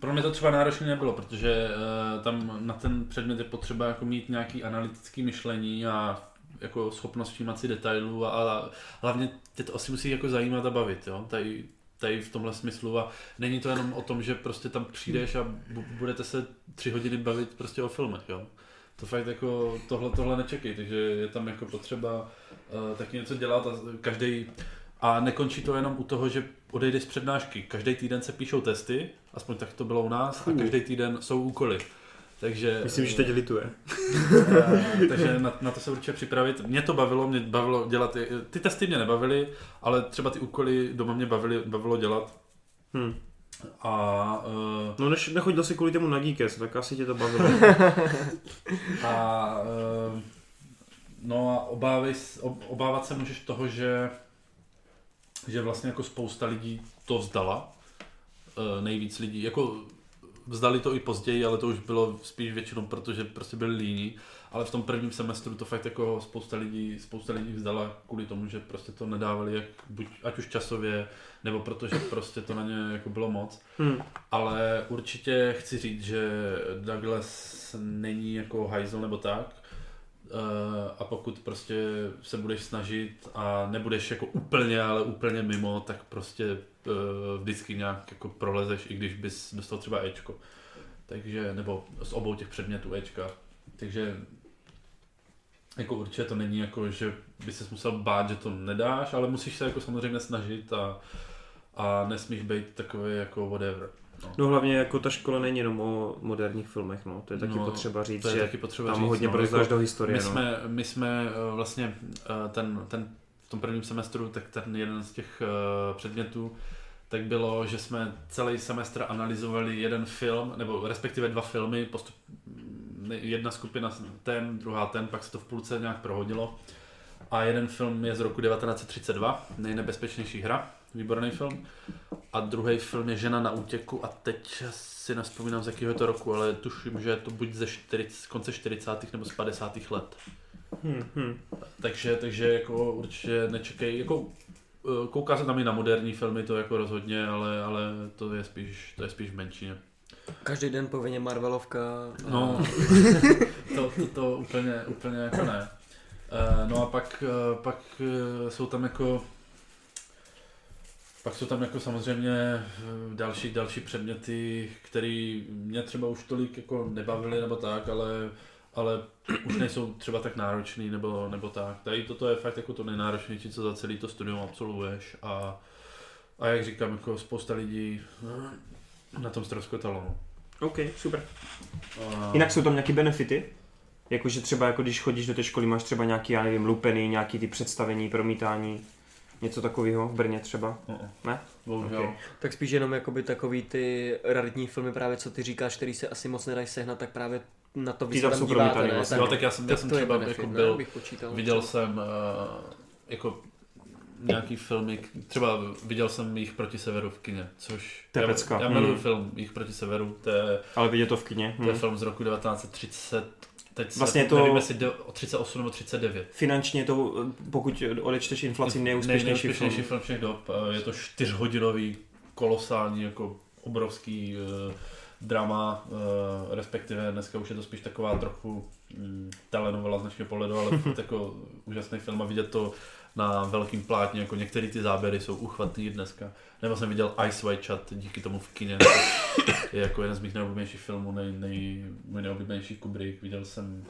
Speaker 2: Pro mě to třeba náročné nebylo, protože uh, tam na ten předmět je potřeba jako mít nějaký analytický myšlení a jako schopnost všímat si detailů a, a hlavně tě to asi musí jako zajímat a bavit, jo? Tady, tady v tomhle smyslu a není to jenom o tom, že prostě tam přijdeš a bu- budete se tři hodiny bavit prostě o filmech, jo? To fakt jako tohle, tohle nečekej, takže je tam jako potřeba uh, taky něco dělat a každý a nekončí to jenom u toho, že odejdeš z přednášky. Každý týden se píšou testy, aspoň tak to bylo u nás, a
Speaker 3: Fů.
Speaker 2: každý týden jsou úkoly. Takže,
Speaker 3: Myslím, že
Speaker 2: eh,
Speaker 3: teď lituje.
Speaker 2: Eh, takže na, na to se určitě připravit. Mě to bavilo, mě bavilo dělat, i- ty testy mě nebavily, ale třeba ty úkoly doma mě bavily, bavilo dělat.
Speaker 3: Hm.
Speaker 2: A, eh,
Speaker 3: No než nechodil si kvůli tomu na Geekes, tak asi tě to bavilo.
Speaker 2: a eh, no a obávej, s- ob- obávat se můžeš toho, že, že vlastně jako spousta lidí to vzdala. Eh, Nejvíc lidí, jako vzdali to i později, ale to už bylo spíš většinou, protože prostě byli líní. Ale v tom prvním semestru to fakt jako spousta lidí, spousta lidí vzdala kvůli tomu, že prostě to nedávali, jak buď, ať už časově, nebo protože prostě to na ně jako bylo moc.
Speaker 3: Hmm.
Speaker 2: Ale určitě chci říct, že Douglas není jako hajzl nebo tak. Eh, A pokud prostě se budeš snažit a nebudeš jako úplně, ale úplně mimo, tak prostě eh, vždycky nějak jako prolezeš, i když bys dostal třeba Ečko. Takže, nebo z obou těch předmětů Ečka. Takže jako určitě to není jako, že by se musel bát, že to nedáš, ale musíš se jako samozřejmě snažit a, a nesmíš být takový jako whatever.
Speaker 3: No hlavně jako ta škola není jenom o moderních filmech, no. To je taky
Speaker 2: No,
Speaker 3: potřeba říct,
Speaker 2: To je
Speaker 3: že
Speaker 2: taky potřeba
Speaker 3: tam
Speaker 2: říct,
Speaker 3: hodně
Speaker 2: no,
Speaker 3: proznáš do historie,
Speaker 2: my
Speaker 3: no.
Speaker 2: jsme, my jsme eh, vlastně eh, ten, ten, v tom prvním semestru, tak ten jeden z těch eh, předmětů, tak bylo, že jsme celý semestr analyzovali jeden film, nebo respektive dva filmy, postup, ne- jedna skupina ten, druhá ten, pak se to v půlce nějak prohodilo. A jeden film je z roku 1932, nejnebezpečnější hra, výborný film. A druhý film je Žena na útěku a teď si nespomínám z jakého je to roku, ale tuším, že je to buď ze 40, z konce 40. nebo z 50. let.
Speaker 3: Hmm, hmm.
Speaker 2: Takže, takže jako určitě nečekej, jako eh, kouká se tam i na moderní filmy, to jako rozhodně, ale, ale to je spíš, to je spíš v menšině.
Speaker 1: Každý den povinně Marvelovka. a-
Speaker 2: No, to, to, to úplně, úplně jako ne. Eh, No a pak, eh, pak eh, jsou tam jako pak jsou tam jako samozřejmě eh, další, další předměty, které mě třeba už tolik jako nebavily nebo tak, ale, ale už nejsou třeba tak náročný nebo, nebo tak. Tady toto je fakt jako to nejnáročnější, co za celý to studium absolvuješ a, a jak říkám, jako spousta lidí eh, na tom ztroskotalo. no.
Speaker 3: OK, super.
Speaker 2: A-
Speaker 3: Jinak jsou tam nějaké benefity? Jakože třeba, jako když chodíš do té školy, máš třeba nějaký, já nevím, lupeny, nějaký ty představení, promítání, něco takového v Brně třeba? Ne?
Speaker 2: Ne? no, Bohužel.
Speaker 3: Ok.
Speaker 2: Okay.
Speaker 1: Tak spíš jenom jakoby takový ty raritní filmy právě, co ty říkáš, který se asi moc nedají sehnat, tak právě na to vy
Speaker 3: Ty
Speaker 1: se
Speaker 3: tam
Speaker 1: tam
Speaker 3: jsou
Speaker 1: díváte,
Speaker 3: promítaný
Speaker 1: ne?
Speaker 3: vlastně.
Speaker 2: Jo, tak já jsem, já jsem
Speaker 1: to je
Speaker 2: třeba
Speaker 1: benefit, no,
Speaker 2: jako
Speaker 1: ne?
Speaker 2: byl,
Speaker 1: Bych počítal.
Speaker 2: viděl jsem uh, jako nějaký filmy, k- třeba viděl jsem jich proti severu v kině, což
Speaker 3: To je
Speaker 2: já,
Speaker 3: pecka.
Speaker 2: já miluju
Speaker 3: Hmm.
Speaker 2: film jich proti severu, to je,
Speaker 3: Ale vidět to v kině.
Speaker 2: to je
Speaker 3: Hmm.
Speaker 2: film z roku 1930, teď
Speaker 3: Vlastně
Speaker 2: se,
Speaker 3: je to-
Speaker 2: nevím jestli jde o 38 nebo 39.
Speaker 3: Finančně je to, eh, pokud odečteš inflaci, nejúspěšnější,
Speaker 2: nejúspěšnější
Speaker 3: film.
Speaker 2: film všech dob. Eh, Je to čtyřhodinový, kolosální, jako obrovský eh, drama, eh, respektive dneska už je to spíš taková trochu mm, telenovela z našeho pohledu, ale furt jako úžasný film a vidět to na velkým plátně, jako některé ty záběry jsou uchvatný dneska. Nebo jsem viděl Ice White Chat díky tomu v kině, což je jako jeden z mých nejoblíbenějších filmů, nej, nej, můj nejoblíbenější Kubrick. Viděl jsem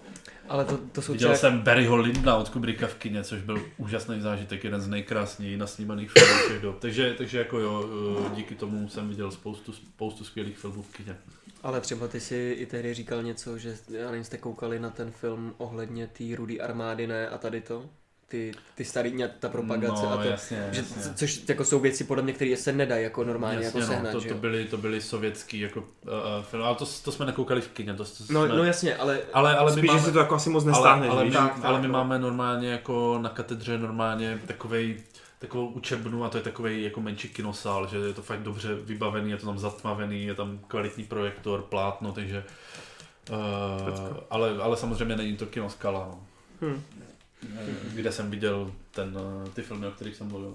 Speaker 1: Ale to, to jsou
Speaker 2: Viděl
Speaker 1: třeba...
Speaker 2: jsem Barryho Lindna od Kubricka v kině, což byl úžasný zážitek, jeden z nejkrásněji nasnímaných filmů všech dob. Takže, takže jako jo, eh, díky tomu jsem viděl spoustu, spoustu skvělých filmů v kině.
Speaker 1: Ale třeba ty si i tehdy říkal něco, že já nevím, jste koukali na ten film ohledně té rudý armády, ne? A tady to? Ty, ty starý, ně- ta propagace
Speaker 2: no,
Speaker 1: a to.
Speaker 2: jasně,
Speaker 1: Že,
Speaker 2: jasně.
Speaker 1: co- což jako jsou věci podle mě, které se nedají jako normálně
Speaker 2: jasně,
Speaker 1: jako
Speaker 2: no,
Speaker 1: sehnat,
Speaker 2: to,
Speaker 1: že
Speaker 2: to,
Speaker 1: jo?
Speaker 2: byly, to byly sovětský jako, uh, uh, film, ale to, to jsme nekoukali v kině. To, to
Speaker 1: No,
Speaker 2: jsme,
Speaker 1: no jasně, ale
Speaker 2: ale, ale my
Speaker 3: Spíš, že
Speaker 2: máme,
Speaker 3: si to jako asi moc
Speaker 2: ale,
Speaker 3: nestáhneš,
Speaker 2: ale, my,
Speaker 3: víš?
Speaker 1: Tak, tak,
Speaker 2: ale my
Speaker 1: no.
Speaker 2: máme normálně jako na katedře normálně takovej takovou učebnu a to je takový jako menší kinosál, že je to fakt dobře vybavený, je to tam zatmavený, je tam kvalitní projektor, plátno, takže... Uh, ale, ale samozřejmě není to kino Skala, no.
Speaker 3: Hmm.
Speaker 2: Eh, kde jsem viděl ten, eh, ty filmy, o kterých jsem mluvil.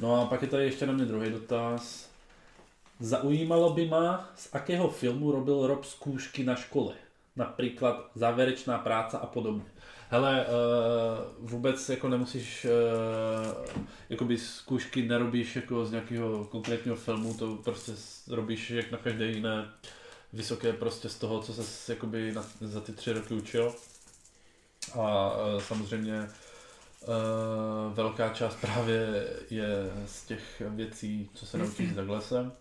Speaker 2: No a pak je tady ještě na mě druhý dotaz. Zaujímalo by ma, z akého filmu robil Rob zkoušky na škole? Například závěrečná práce a podobně. Hele, uh, vůbec jako nemusíš, uh, jakoby zkoušky nerobíš jako z nějakého konkrétního filmu, to prostě s- robíš jak na každé jiné vysoké prostě z toho, co se jakoby na, za ty tři roky učil. A eh, samozřejmě eh, velká část právě je z těch věcí, co se naučíš s Douglasem.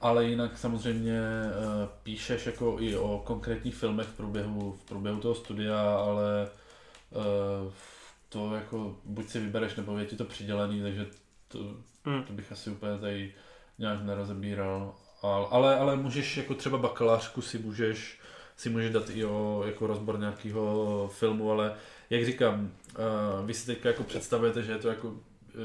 Speaker 2: Ale jinak samozřejmě eh, píšeš jako i o konkrétních filmech v průběhu, v průběhu toho studia, ale eh, to jako buď si vybereš, nebo je ti to přidělený, takže to,
Speaker 3: Hmm.
Speaker 2: to bych asi úplně tady nějak nerozebíral. Ale, ale, ale můžeš jako třeba bakalářku si můžeš si můžeš dát i o jako rozbor nějakého filmu, ale jak říkám, eh, vy si teďka jako představujete, že je to jako,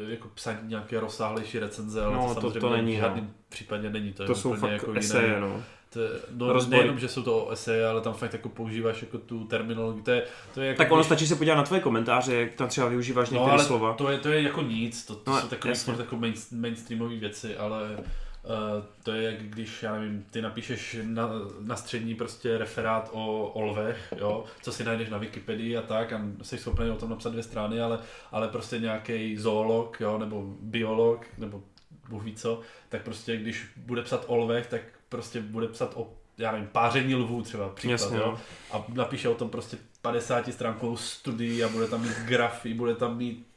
Speaker 2: eh, jako psaní nějaké rozsáhlejší recenze, ale
Speaker 3: No,
Speaker 2: to,
Speaker 3: to-
Speaker 2: samozřejmě
Speaker 3: to není,
Speaker 2: v žádném případě není. To, je
Speaker 3: To jsou
Speaker 2: úplně
Speaker 3: fakt
Speaker 2: jako
Speaker 3: jako
Speaker 2: jiné-
Speaker 3: eseje, no.
Speaker 2: to je, no,
Speaker 3: Rozbory.
Speaker 2: nejenom, že jsou to eseje, ale tam fakt jako používáš jako tu terminologii. To je, to je jako
Speaker 3: Tak ono stačí se podívat na tvoje komentáře, jak tam třeba využíváš
Speaker 2: no,
Speaker 3: některé
Speaker 2: ale
Speaker 3: slova.
Speaker 2: To je, to je jako nic, to, to
Speaker 3: No,
Speaker 2: no, jsou takové
Speaker 3: jasně.
Speaker 2: furt jako main, mainstreamové věci, ale uh, to je jak když, já nevím, ty napíšeš na, na střední prostě referát o, o lvech, jo, co si najdeš na Wikipedii a tak a jsi schopný o tom napsat dvě strany, ale, ale prostě nějaký zoolog, jo, nebo biolog, nebo Bůh ví co, tak prostě když bude psat o lvech, tak prostě bude psat o já nevím, páření lvů třeba příklad,
Speaker 3: Jasně,
Speaker 2: jo
Speaker 3: no.
Speaker 2: a napíše o tom prostě 50 stránkovou studii a bude tam mít grafy, bude tam mít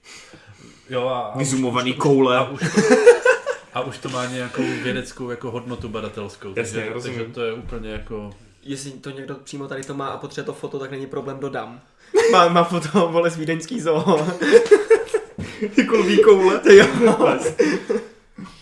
Speaker 2: jo a, a, už,
Speaker 3: Vyzumovaný
Speaker 2: a,
Speaker 3: koule.
Speaker 2: už, a už to má nějakou vědeckou jako hodnotu badatelskou,
Speaker 3: Jasně,
Speaker 2: takže,
Speaker 3: rozumím.
Speaker 2: takže to je úplně jako
Speaker 1: Jestli to někdo přímo tady to má a potřebuje to foto, tak není problém, dodám. Má, má foto, vole, z vídeňský zoo. Jako
Speaker 3: Ty kulví koule.
Speaker 1: Ty jo.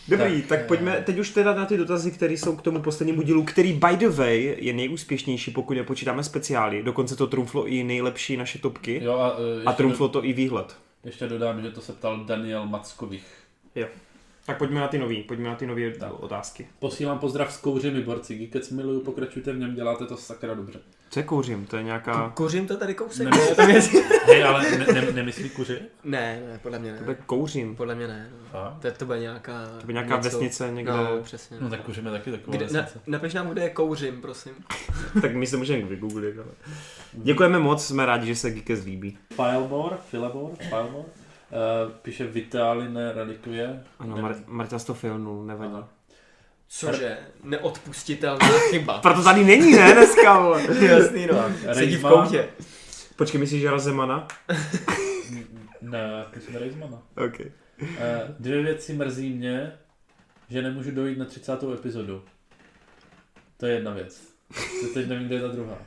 Speaker 3: Dobrý, tak,
Speaker 2: Tak, eh,
Speaker 3: tak pojďme teď už teda na ty dotazy, které jsou k tomu poslednímu dílu, který by the way je nejúspěšnější, pokud nepočítáme speciály. Dokonce to trumflo i nejlepší naše topky.
Speaker 2: jo a, eh,
Speaker 3: A
Speaker 2: ještě, do,
Speaker 3: trumflo to i výhled.
Speaker 2: ještě dodám, že to se ptal Daniel Mackovich.
Speaker 3: Tak pojďme na ty nový, pojďme na ty nové otázky.
Speaker 2: Posílám pozdrav z kouři mi borci, Geekec miluju, pokračujte v něm, děláte to sakra dobře.
Speaker 3: Co je kouřím? To je nějaká...
Speaker 1: Kořím to tady kousek.
Speaker 2: Nemyslí-
Speaker 1: Ne, to je-
Speaker 2: Hej, ale ne, ne, nemyslí kuři?
Speaker 1: ne, ne, podle mě
Speaker 3: To je
Speaker 1: ne.
Speaker 3: kouřím.
Speaker 1: Podle mě ne. No.
Speaker 2: A?
Speaker 1: To, to bude nějaká...
Speaker 3: To by nějaká vesnice někde...
Speaker 1: No, přesně.
Speaker 2: No tak kuříme taky takovou
Speaker 1: Kde, na,
Speaker 2: vesnici.
Speaker 1: napiš nám, kde je kouřím, prosím.
Speaker 3: Tak my se můžeme vygooglit, ale...
Speaker 2: Mm.
Speaker 3: Děkujeme moc, jsme rádi, že se Geekes líbí.
Speaker 2: Filemore, Filemore, Filemore, uh, píše Vitali, ne Relikvie.
Speaker 3: Ano,
Speaker 2: Ne-
Speaker 3: Mar- Marta to filnul, nevadí.
Speaker 2: Aha.
Speaker 1: Cože? Neodpustitelná chyba.
Speaker 3: Proto tady není, ne, dneska, vole.
Speaker 1: Jasný, no. Sedí v
Speaker 2: Rejma.
Speaker 1: koutě.
Speaker 3: Počkej, myslíš Jara Zemana?
Speaker 2: Ne, myslím Reismana.
Speaker 3: OK.
Speaker 2: Eh, Dvě věci mrzí mě, že nemůžu dojít na 30. epizodu. To je jedna věc. To Teď nevím, kde je ta druhá.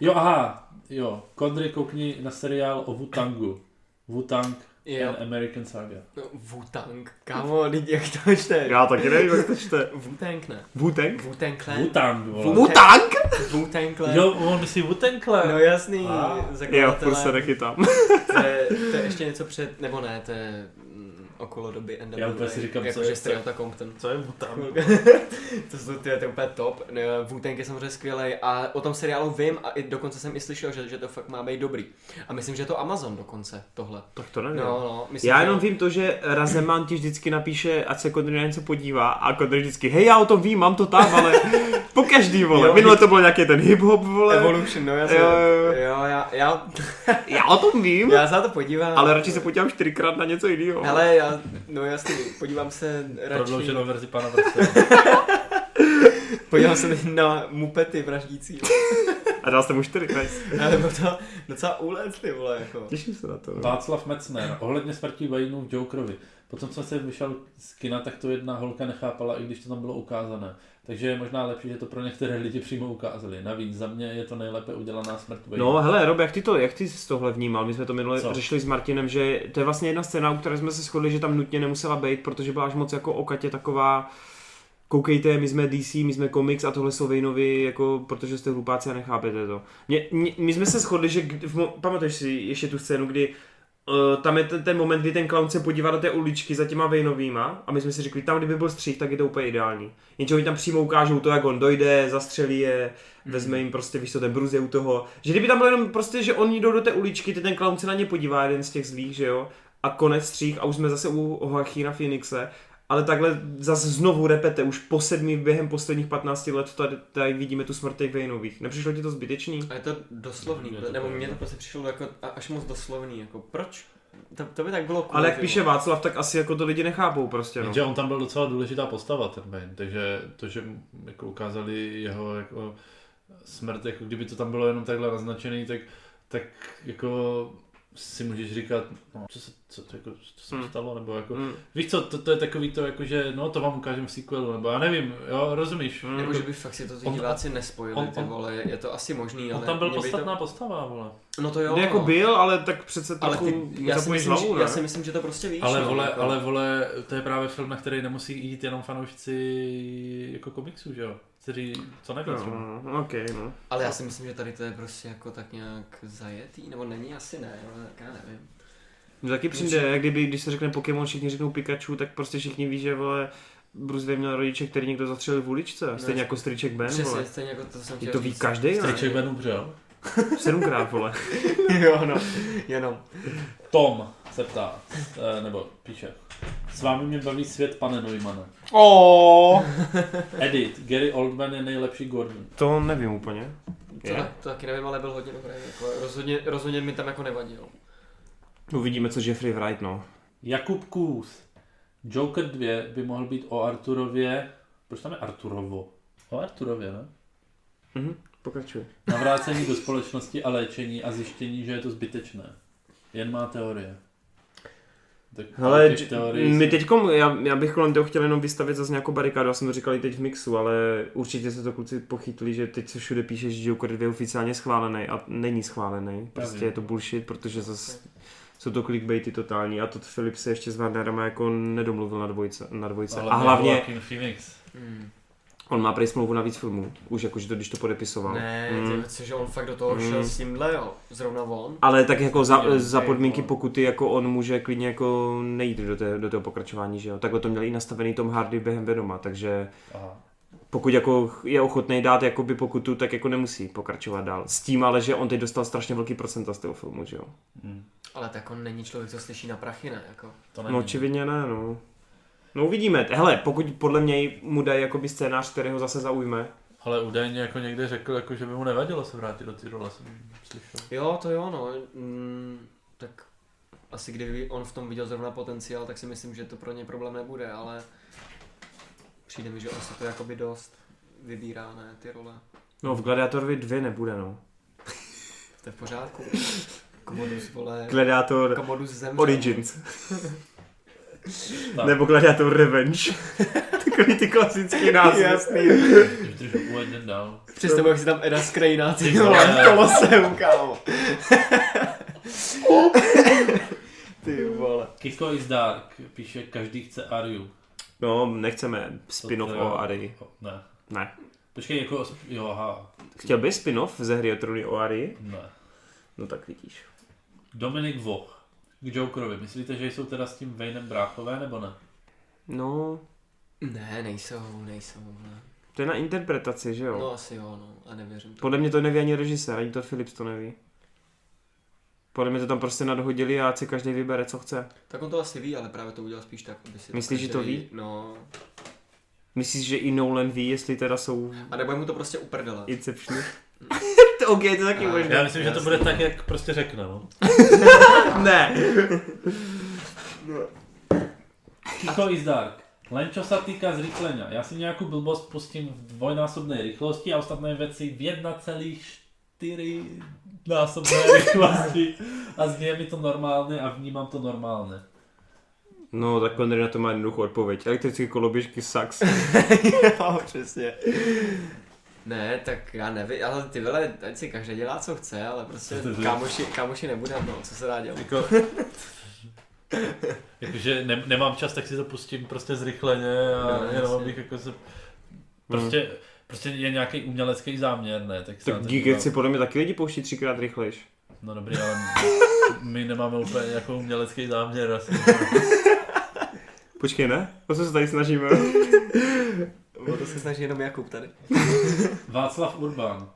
Speaker 2: Jo, aha, jo. Kondry, koukni na seriál o Wutangu. Wutang
Speaker 1: Jo.
Speaker 2: and American Saga.
Speaker 1: No, Wu-Tang. Kámo, lidi, jak to čte?
Speaker 3: Já taky nevím, jak to čte.
Speaker 1: Wu-Tang ne.
Speaker 3: Wu-Tang?
Speaker 1: Wu-Tang Clan.
Speaker 2: Wutang, vole.
Speaker 3: Wu-Tang?
Speaker 1: Wu-Tang Clan.
Speaker 2: Jo, on myslí Wutang Clan.
Speaker 1: No jasný,
Speaker 2: A-
Speaker 3: Jo,
Speaker 1: zakladatelé.
Speaker 3: furt se nechytám.
Speaker 1: To je, to je ještě něco před, nebo ne, to je mm, okolo doby NWA.
Speaker 2: Já úplně si říkám, co
Speaker 1: jako,
Speaker 2: je-
Speaker 1: že Striota Compton.
Speaker 2: Co je Wutang?
Speaker 1: to jsou ty, to je úplně top. Ne, Wu-Tang je samozřejmě skvělý a o tom seriálu vím a i dokonce jsem i slyšel, že, že to fakt má být dobrý. A myslím, že je to Amazon dokonce, tohle.
Speaker 3: Tak to nevím.
Speaker 1: No, no, myslím,
Speaker 3: Já
Speaker 1: že-
Speaker 3: jenom vím to, že Razeman ti vždycky napíše, ať se Kondry na něco podívá a Kondry vždycky, hej, já o tom vím, mám to tam, ale po každý, vole.
Speaker 1: Jo,
Speaker 3: Minule to bylo nějaký ten hip-hop, vole.
Speaker 1: Evolution, no jasně.
Speaker 3: Jo, jo, jo.
Speaker 1: jo já, já,
Speaker 3: Já o tom vím,
Speaker 1: já se na to podívám.
Speaker 3: ale radši se podívám čtyřikrát na něco jiného.
Speaker 1: Hele, já, no jasný, podívám se radši,
Speaker 2: Prodlouženou verzi pana Vrsta.
Speaker 1: podívám se teď na mupety vraždící.
Speaker 3: A dal jsem mu čtyři, nice.
Speaker 1: Ale bylo to docela úlet, ty vole, jako.
Speaker 3: Těším se na to. no.
Speaker 2: Václav Mecner, ohledně smrti Wayneů v Jokerovi. Potom jsem se vyšel z kina, tak to jedna holka nechápala, i když to tam bylo ukázané. Takže je možná lepší, že to pro některé lidi přímo ukázali. Navíc za mě je to nejlépe udělaná smrt Wayne.
Speaker 3: No hele, Rob, jak ty to, jak ty jsi tohle vnímal? My jsme to minule
Speaker 2: Co?
Speaker 3: řešili s Martinem, že to je vlastně jedna scéna, u které jsme se shodli, že tam nutně nemusela být, protože byla až moc jako okatě taková koukejte, my jsme DC, my jsme komiks a tohle jsou Vejnovi, jako, protože jste hlupáci a nechápete to. Mě, mě, my jsme se shodli, že kdy- v, mo- pamatuješ si ještě tu scénu, kdy eh, tam je ten, ten moment, kdy ten clown se podívá do té uličky za těma Vejnovýma a my jsme si řekli, tam kdyby byl střih, tak je to úplně ideální. Jenže oni tam přímo ukážou to, jak on dojde, zastřelí je, vezme jim prostě, víš co, ten bruz je u toho. Že kdyby tam bylo jenom prostě, že oni jdou do té uličky, ty ten clown se na ně podívá, jeden z těch zlých, že jo, a konec střih a už jsme zase u Joachina Phoenixe, ale takhle zase znovu repete, už po sedmi, během posledních 15 let tady, tady vidíme tu smrt těch Vejnových. Nepřišlo ti to zbytečný?
Speaker 1: A je to doslovný,
Speaker 2: Mně to
Speaker 1: nebo
Speaker 2: pravda.
Speaker 1: mně to prostě přišlo jako a- až moc doslovný, jako proč? To, to by tak bylo cool,
Speaker 3: Ale jak
Speaker 1: ty
Speaker 3: píše
Speaker 1: vole.
Speaker 3: Václav, tak asi jako to lidi nechápou prostě, no.
Speaker 2: Jenže on tam byl docela důležitá postava, ten Bane, takže to, že m- jako ukázali jeho jako smrt, jako kdyby to tam bylo jenom takhle naznačený, tak, tak jako si můžeš říkat, no, co se, co, to jako, co se
Speaker 3: Hmm.
Speaker 2: hmm. stalo, nebo jako,
Speaker 3: Mm.
Speaker 2: víš co, to, to je takový to, jako, že no, to vám ukážem v sequelu, nebo já nevím, jo, rozumíš,
Speaker 3: Hmm.
Speaker 1: Jako,
Speaker 2: jako,
Speaker 1: že by fakt si to ty
Speaker 2: On-
Speaker 1: diváci nespojili,
Speaker 2: on-
Speaker 1: ty
Speaker 2: on-
Speaker 1: vole, je to asi možný, ale...
Speaker 2: on tam byl
Speaker 1: mě by
Speaker 2: podstatná postava, vole.
Speaker 1: To... No to jo,
Speaker 3: No, jako
Speaker 1: no.
Speaker 3: byl, ale tak přece
Speaker 1: ale
Speaker 3: trochu
Speaker 1: ty, já, si myslím, že, já si myslím, že to prostě víš.
Speaker 2: Ale
Speaker 1: no,
Speaker 2: vole,
Speaker 1: jako.
Speaker 2: ale vole, to je právě film, na který nemusí jít jenom fanoušci jako komiksů, že jo? Kteří to neví. No.
Speaker 3: No, no, okay, no.
Speaker 1: ale já si myslím, že tady to je prostě jako tak nějak zajetý, nebo není asi ne, ale tak já nevím.
Speaker 3: Mně taky přijde, jak kdyby, když se řekne Pokémon, všichni řeknou Pikachu, tak prostě všichni ví, že vole, Bruce Wayne měl rodiče, který někdo zastřelil v uličce, stejně jako Striček Ben,
Speaker 1: Přesně,
Speaker 3: vole.
Speaker 1: stejně jako to jsem
Speaker 3: Ty
Speaker 1: chtěl
Speaker 3: to ví
Speaker 1: říct.
Speaker 3: každý, ne?
Speaker 2: Striček Ben umřel.
Speaker 3: Sedmkrát, vole.
Speaker 1: jo, no, jenom.
Speaker 2: Tom se ptá, eh, nebo píše. S vámi mě baví svět, pane Neumane.
Speaker 3: Oh.
Speaker 2: Edit, Gary Oldman je nejlepší Gordon.
Speaker 3: To nevím úplně.
Speaker 1: To,
Speaker 3: Je?
Speaker 1: tak, to taky nevím, ale byl hodně dobrý. Jako, rozhodně, rozhodně mi tam jako nevadil.
Speaker 3: Uvidíme, co Jeffrey Wright, no.
Speaker 2: Jakub Kůz. Joker 2 by mohl být o Arturově. Proč tam je Arturovo? O Arturově, ne?
Speaker 3: Mhm. Pokračuj.
Speaker 2: Navrácení do společnosti a léčení a zjištění, že je to zbytečné. Jen má teorie. Tak
Speaker 3: Hele,
Speaker 2: těch
Speaker 3: j-
Speaker 2: teorií
Speaker 3: my
Speaker 2: se-
Speaker 3: teďkom, já, já bych kolem toho chtěl jenom vystavit zase nějakou barikádu, já jsem to říkal i teď v mixu, ale určitě se to kluci pochytli, že teď se všude píše, že Joker 2 je oficiálně schválený a není schválený. Prostě
Speaker 2: Pravda.
Speaker 3: je to bullshit, protože zase jsou to clickbaity totální a to Filip se ještě s Warnerama jako nedomluvil na dvojce. Na dvojce.
Speaker 2: Ale jako-
Speaker 3: a hlavně
Speaker 2: No, Joaquin Phoenix.
Speaker 1: Hmm.
Speaker 3: on má prej smlouvu na víc filmů, už jakože to, když to podepisoval.
Speaker 1: Ne,
Speaker 3: Mm.
Speaker 1: ty ty, že on fakt do toho šel
Speaker 3: Mm.
Speaker 1: s tímhle, jo. Zrovna on.
Speaker 3: Ale tak jako za,
Speaker 2: Jo,
Speaker 3: za
Speaker 2: okay,
Speaker 3: podmínky
Speaker 2: ale-
Speaker 3: pokuty, jako on může klidně jako nejít do, té, do toho pokračování, že jo. Takhle to měl i nastavený Tom Hardy během Venoma, takže
Speaker 2: Aha.
Speaker 3: pokud jako je ochotný dát jakoby pokutu, tak jako nemusí pokračovat dál. S tím ale, že on teď dostal strašně velký procenta z toho filmu, že jo?
Speaker 2: Hm.
Speaker 1: Ale tak on není člověk, co slyší na prachy, ne? Jako.
Speaker 2: To
Speaker 3: No
Speaker 2: nevím.
Speaker 3: očividně ne, no. No uvidíme. Hele, pokud podle mě mu dají jakoby scénář, který ho zase zaujme.
Speaker 2: Ale údajně jako někde řekl, jako, že by mu nevadilo se vrátit do té role, jsem slyšel.
Speaker 1: Jo, to jo, no. Mm, tak asi kdyby on v tom viděl zrovna potenciál, tak si myslím, že to pro ně problém nebude, ale přijde mi, že on se to jakoby dost vybírá, ne, ty role.
Speaker 3: No v Gladiátorovi dvě nebude, no.
Speaker 1: To je v pořádku. Komodus, vole.
Speaker 3: Gladiátor
Speaker 1: Komodus zemřel.
Speaker 3: Origins.
Speaker 2: Tak.
Speaker 3: Nebo Gladiátor Revenge. Takový ty klasický názvy. Jasný.
Speaker 2: Vydrž o jeden dál. Eh,
Speaker 1: Představuji, jak si tam Eda Skrejná, ty
Speaker 2: Ty
Speaker 1: vole,
Speaker 3: Eh.
Speaker 2: vole.
Speaker 1: v
Speaker 3: vlastně-
Speaker 1: koloseum, kámo. ty vole.
Speaker 2: Kiko is Dark píše, každý chce Ariu.
Speaker 3: No, nechceme spin-off
Speaker 2: To teda-
Speaker 3: o Ari.
Speaker 2: O, Ne.
Speaker 3: Ne.
Speaker 2: Počkej, jako, o sp- jo, aha,
Speaker 3: Chtěl bys spin-off ze hry o trůny o Ari?
Speaker 2: ne.
Speaker 3: No tak vidíš.
Speaker 2: Dominik Voch. K Jokerovi. Myslíte, že jsou teda s tím Vejnem bráchové, nebo ne?
Speaker 3: No,
Speaker 1: Ne, nejsou, nejsou, ne.
Speaker 3: To je na interpretaci, že jo?
Speaker 1: No
Speaker 3: No.
Speaker 1: asi jo, no, a nevěřím to.
Speaker 3: Podle mě to neví ani režisér, ani to Philips to neví. Podle mě to tam prostě nadhodili a ať si každý vybere, co chce.
Speaker 1: Tak on to asi ví, ale právě to udělal spíš tak, aby si
Speaker 3: Myslíš, že to
Speaker 1: každej-
Speaker 3: ví?
Speaker 1: No,
Speaker 3: Myslíš, že i Nolan ví, jestli teda jsou
Speaker 1: a nebo mu to prostě uprdele.
Speaker 3: Inception? To OK, to taky
Speaker 1: A-
Speaker 3: možné.
Speaker 2: Já myslím, že to bude tak, jak prostě řekne, no.
Speaker 3: Ne.
Speaker 2: Kiko is Dark. Len čo sa týka zrýchlenia, ja si nejakú blbosť pustím v dvojnásobnej rýchlosti a ostatné veci v 1,4 násobnej rýchlosti a znie mi to normálne a vnímam to normálne.
Speaker 3: No, tak Connery na to má jednoduchou odpověď. Elektrické koloběžky sucks.
Speaker 1: jo, přesně. Ne, tak já nevím, ale ty vole, ať si každý dělá, co chce, ale prostě kámoši, kámoši nebudem, no, co se dá dělat.
Speaker 2: Jako... Jakože ne, nemám čas, tak si to pustím prostě zrychleně a
Speaker 1: No,
Speaker 2: no,
Speaker 1: jasně.
Speaker 2: jenom abych jako se... Prostě, mm. prostě je nějaký umělecký záměr, ne? Tak, se na
Speaker 3: tak
Speaker 2: to
Speaker 3: Geeket
Speaker 2: dívám.
Speaker 3: si podle mě taky lidi pouští třikrát rychlejš.
Speaker 2: No dobrý, ale my nemáme úplně jako umělecký záměr asi.
Speaker 3: Počkej, ne? O co se tady snažíme?
Speaker 1: O to se snaží jenom Jakub tady.
Speaker 2: Václav Urban.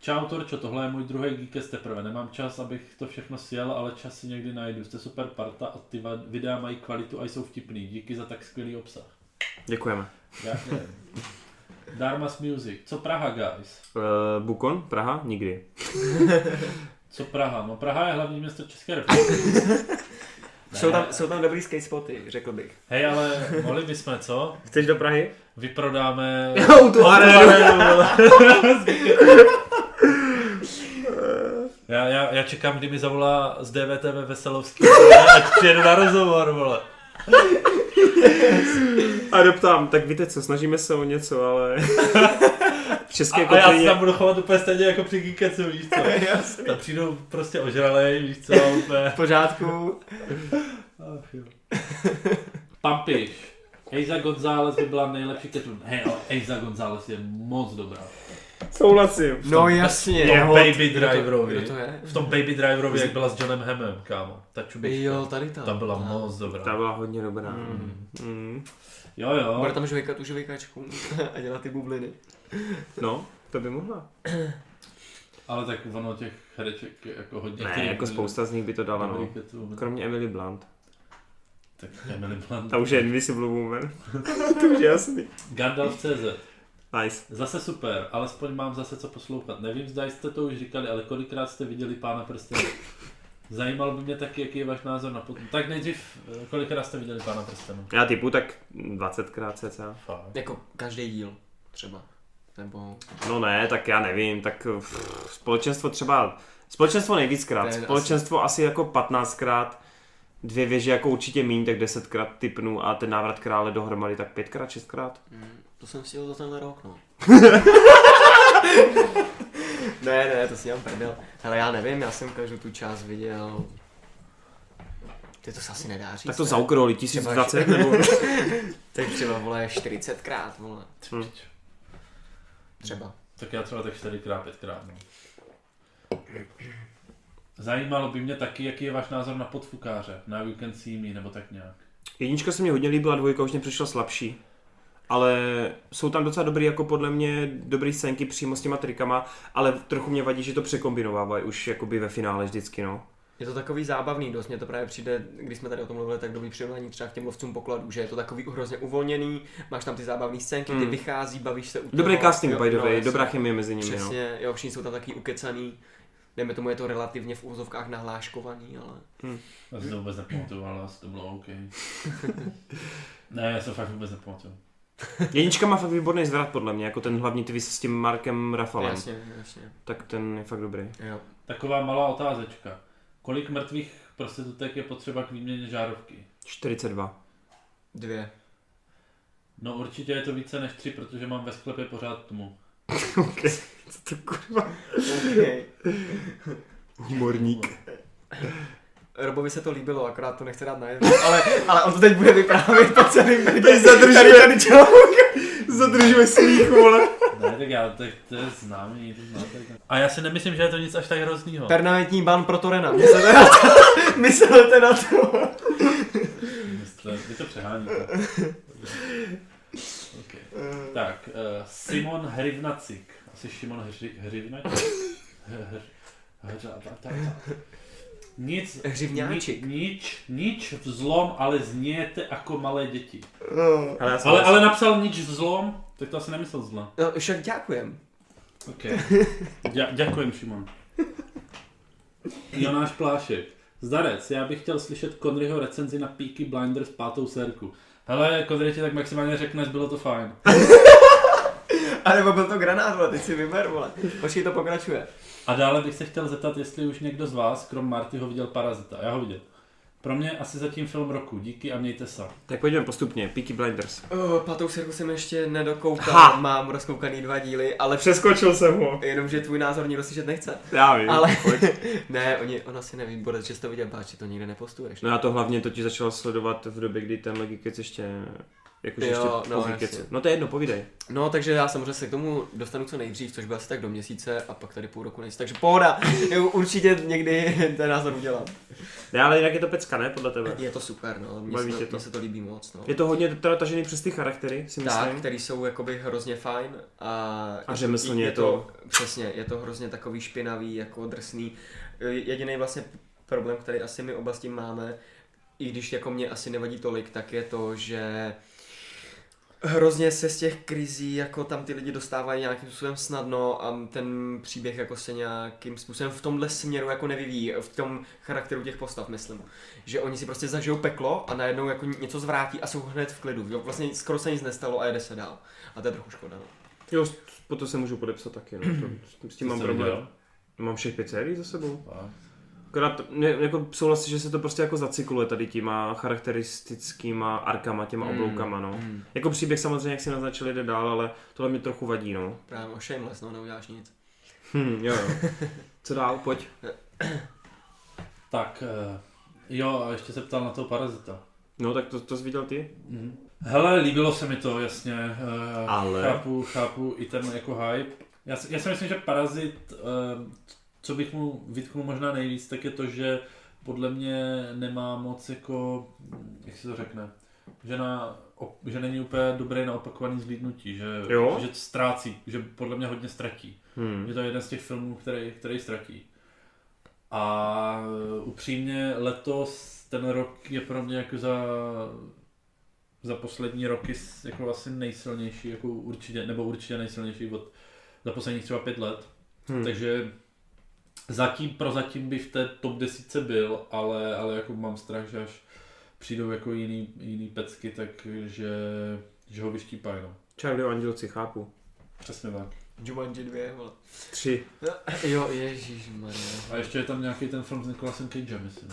Speaker 2: Čau Torčo, tohle je můj druhý Geekest teprve. Nemám čas, abych to všechno sjel, ale čas si někdy najdu. Jste super parta a ty va- videa mají kvalitu a jsou vtipný. Díky za tak skvělý obsah.
Speaker 3: Děkujeme.
Speaker 2: Děkuji. Darmas Music. Co Praha, guys?
Speaker 3: Uh, Bukon? Praha? Nikdy.
Speaker 2: Co Praha? No Praha je hlavní město České republiky. Ne.
Speaker 1: Jsou tam, jsou tam dobrý skate spoty, řekl bych.
Speaker 2: Hej, ale mohli bychom, co?
Speaker 3: Chceš do Prahy?
Speaker 2: Vyprodáme...
Speaker 3: Jo, tu arenu.
Speaker 2: Já, já, já čekám, kdy mi zavolá z DVTV Veselovský, ať přijede na rozhovor, vole.
Speaker 3: A doptám, tak víte co, snažíme se o něco, ale... v
Speaker 2: A,
Speaker 3: české
Speaker 2: a já se
Speaker 3: kotlině...
Speaker 2: tam budu chovat úplně stejně jako při Geekecu, víš co? Tam přijdou prostě ožralej, víš co, a úplně.
Speaker 1: V pořádku.
Speaker 2: Ach jo. Pampiš. Eiza González by byla nejlepší ketun. Hej, ale Eiza González je moc dobrá.
Speaker 3: Souhlasím.
Speaker 1: No jasně.
Speaker 2: V tom
Speaker 3: Jeho-
Speaker 2: Baby
Speaker 1: Kdo to-
Speaker 2: Driverovi.
Speaker 1: Kdo to je?
Speaker 2: V tom Baby Driverovi, jak byla s Johnem Hemem, kámo. Ta čubička.
Speaker 1: Jo, tady ta.
Speaker 2: Ta byla moc dobrá.
Speaker 3: Ta byla hodně dobrá.
Speaker 2: Mm.
Speaker 3: Mm.
Speaker 2: Jo, jo.
Speaker 1: Bude tam žvejkat tu žvejkačku a dělat ty bubliny.
Speaker 3: No, to by mohla.
Speaker 2: Ale tak ono těch hereček je jako hodně.
Speaker 3: Ne,
Speaker 2: který-
Speaker 3: jako spousta z nich by to dala,
Speaker 2: dobrý
Speaker 3: no.
Speaker 2: ketun.
Speaker 3: Kromě Emily Blunt.
Speaker 2: Tak Emily Blunt.
Speaker 3: Ta už je Invisible Woman. to už je jasný.
Speaker 2: Gandalf CZ.
Speaker 3: Nice.
Speaker 2: Zase super, alespoň mám zase co poslouchat. Nevím, zda jste to už říkali, ale kolikrát jste viděli pána prstenů. Zajímalo by mě taky, jaký je váš názor na pod... Tak nejdřív, eh, kolikrát jste viděli pána prstenů?
Speaker 3: Já typu tak 20krát cca.
Speaker 2: Fakt.
Speaker 1: Jako každý díl třeba. Nebo
Speaker 3: No ne, tak já nevím, tak pff, společenstvo třeba, společenstvo nejvíckrát,
Speaker 1: To je
Speaker 3: společenstvo asi jako 15krát, dvě věže jako určitě míň, tak 10krát typnu a ten návrat krále dohromady tak 5krát, 6krát.
Speaker 1: mm, to jsem stihl za tenhle rok, no. ne, ne, to si dělám prdel. Ale já nevím, já jsem každou tu část viděl. Ty to se asi nedá říct.
Speaker 3: Tak to
Speaker 1: ne?
Speaker 3: zaukroli, 1020 nebo...
Speaker 1: Tak třeba vole 40krát, vole.
Speaker 3: Hm.
Speaker 1: Třeba.
Speaker 2: Tak já třeba tak 4krát, 5krát. No. Zajímalo by mě taky, jaký je váš názor na podfukáře, na You Can See Me, nebo tak nějak.
Speaker 3: Jednička se mě hodně líbila, dvojka už mě přišla slabší. Ale jsou tam docela dobrý, jako podle mě, dobrý scénky přímo s těma trikama, ale trochu mě vadí, že to překombinovávají už jakoby ve finále vždycky, no.
Speaker 1: Je to takový zábavný dost, mně to právě přijde, když jsme tady o tom mluvili, tak dobrý přirovnání třeba k těm lovcům pokladů, že je to takový hrozně uvolněný, máš tam ty zábavné scénky, ty
Speaker 3: Mm.
Speaker 1: vychází, bavíš se u toho.
Speaker 3: Dobrý casting,
Speaker 1: jo,
Speaker 3: by the
Speaker 1: no,
Speaker 3: way,
Speaker 1: jasně.
Speaker 3: dobrá chemie mezi nimi, no.
Speaker 1: Přesně, jo, všichni jsou tam taky ukecaný, dejme tomu je to relativně v úzovkách nahláškovaný, ale
Speaker 2: Já si to vůbec nepamatuju, ale asi to bylo OK. ne, já se fakt vůbec nepamatuju.
Speaker 3: Jednička má fakt výborný zvrat podle mě, jako ten hlavní twist s tím Markem Rafalem. Jasně.
Speaker 1: jasně, jasně,
Speaker 3: Tak ten je fakt dobrý.
Speaker 1: jo.
Speaker 2: Taková malá otázečka. Kolik mrtvých prostitutek je potřeba k výměně žárovky?
Speaker 3: 42.
Speaker 1: Dvě.
Speaker 2: No určitě je to více než tři, protože mám ve sklepě pořád tmu.
Speaker 3: okay. Co to kurva?
Speaker 1: Okay.
Speaker 3: Humorník.
Speaker 1: Robovi se to líbilo, akorát to nechce dát najednou, ale, ale on to teď bude vyprávět po celém
Speaker 3: Teď zadržuje, tady zadržuje smích, vole.
Speaker 2: Ne, tak já, tak to je známý, to znáte. A já si nemyslím, že je to nic až tak hroznýho.
Speaker 1: Permanentní ban pro Torena, myslete na to, myslete na to.
Speaker 2: Myslel, Vy to přeháníte. okay. Tak, uh, Simon Hrivnacik. Asi Šimon Hři, Hrivnacik. Hr- hr- hř- a ta- ta- ta. Nic,
Speaker 1: Hřivňáčik.
Speaker 2: ni- nič, nič vzlom, ale znějete jako malé děti.
Speaker 3: Ale, já jsem-
Speaker 2: Ale, ale napsal nič vzlom, tak to asi nemyslel zle.
Speaker 1: No, však děkujem.
Speaker 2: Okay. Dě, děkujem, Šimon. Jonáš Plášek. Zdarec, já bych chtěl slyšet Conryho recenzi na Peaky Blinders pátou sérku. Hele, Conry ti tak maximálně řekneš, bylo to fajn.
Speaker 1: A nebo byl to granát, vole, teď si vyber, vole. Počkej, to pokračuje.
Speaker 2: A dále bych se chtěl zeptat, jestli už někdo z vás, krom Marty, ho viděl Parazita. Já ho viděl. Pro mě asi zatím film roku. Díky a mějte se.
Speaker 3: Tak pojďme postupně, Peaky Blinders.
Speaker 1: Oh, patou sirku jsem ještě nedokoukal,
Speaker 3: Ha!
Speaker 1: mám rozkoukaný dva díly, ale přes...
Speaker 3: Přeskočil jsem ho.
Speaker 1: Jenomže tvůj názor nikdo slyšet nechce.
Speaker 3: Já vím.
Speaker 1: Ale ne, oni, ona si neví, bude, že jsi to viděl, páči, to nikde nepostuješ.
Speaker 3: No já to hlavně totiž začal sledovat v době, kdy ten Logikec ještě Jakože
Speaker 1: Jo,
Speaker 3: ještě
Speaker 1: no,
Speaker 3: no, po
Speaker 1: jasně.
Speaker 3: víkendu. No to je jedno, povídej.
Speaker 1: No, takže já samozřejmě se k tomu dostanu co nejdřív, což bude asi tak do měsíce a pak tady půl roku nejsi. Takže pohoda, určitě někdy ten názor udělám.
Speaker 3: Ne, ale jinak je to pecka, ne, podle tebe?
Speaker 1: Je to super, no. Mně
Speaker 3: Baví
Speaker 1: se,
Speaker 3: tě
Speaker 1: to,
Speaker 3: to?
Speaker 1: mně se to líbí moc, no.
Speaker 3: Je to hodně teda tažený přes ty charaktery, si myslím.
Speaker 1: tak, který jsou jakoby hrozně fajn a, je to-
Speaker 3: řemeslně je
Speaker 1: Přesně, je to hrozně takový špinavý, jako drsný. Jediný vlastně problém, který asi my oba s tím máme, i když jako mě asi nevadí tolik, tak je to, že hrozně se z těch krizí, jako tam ty lidi dostávají nějakým způsobem snadno a ten příběh jako se nějakým způsobem v tomhle směru jako nevyvíjí, v tom charakteru těch postav, myslím. Že oni si prostě zažijou peklo a najednou jako něco zvrátí a jsou hned v klidu. Jo, Vlastně skoro se nic nestalo a jede se dál. A to je trochu škoda. No.
Speaker 3: Jo, potom se můžu podepsat taky, no. To, s tím
Speaker 2: Co
Speaker 3: mám
Speaker 2: jsi
Speaker 3: problém.
Speaker 2: viděl?
Speaker 3: Mám všech pět sérií za sebou.
Speaker 2: A,
Speaker 3: Akorát ne, jako souhlasím, že se to prostě jako zacykluje tady těma charakteristickýma arkama, těma
Speaker 1: Mm,
Speaker 3: obloukama, no.
Speaker 1: mm.
Speaker 3: Jako příběh samozřejmě, jak si naznačili, jde dál, ale tohle mě trochu vadí, no.
Speaker 1: Právě o shameless, no neuděláš nic.
Speaker 3: Hm, jo, jo. Co dál, pojď.
Speaker 2: tak eh, jo, a ještě se ptal na toho parazita.
Speaker 3: No, tak to, to jsi viděl ty?
Speaker 2: Mhm. Hele, líbilo se mi to, jasně. eh,
Speaker 3: Ale?
Speaker 2: Chápu, chápu i ten jako hype. Já si, já si myslím, že Parazit, eh, co bych mu vytknul možná nejvíc, tak je to, že podle mě nemá moc jako, jak se to řekne, že, na, op- že není úplně dobré na opakovaný zhlídnutí, že,
Speaker 3: Jo?
Speaker 2: že ztrácí, že podle mě hodně ztratí.
Speaker 3: Hm.
Speaker 2: Je to jeden z těch filmů, který, který ztratí. A upřímně letos ten rok je pro mě jako za, za poslední roky s- jako asi nejsilnější, jako určitě, nebo určitě nejsilnější od za posledních třeba pět let.
Speaker 3: Hm.
Speaker 2: Takže zatím, prozatím by v té top 10 byl, ale, ale jako mám strach, že až přijdou jako jiný, jiný pecky, takže že ho vyštípají. No.
Speaker 3: Charlie Andělci, chápu.
Speaker 2: Přesně tak.
Speaker 1: Jumanji 2, vole.
Speaker 3: Tři.
Speaker 1: Jo, ježíš, Maria.
Speaker 2: A ještě je tam nějaký ten film s Nikolasem Cagem, myslím.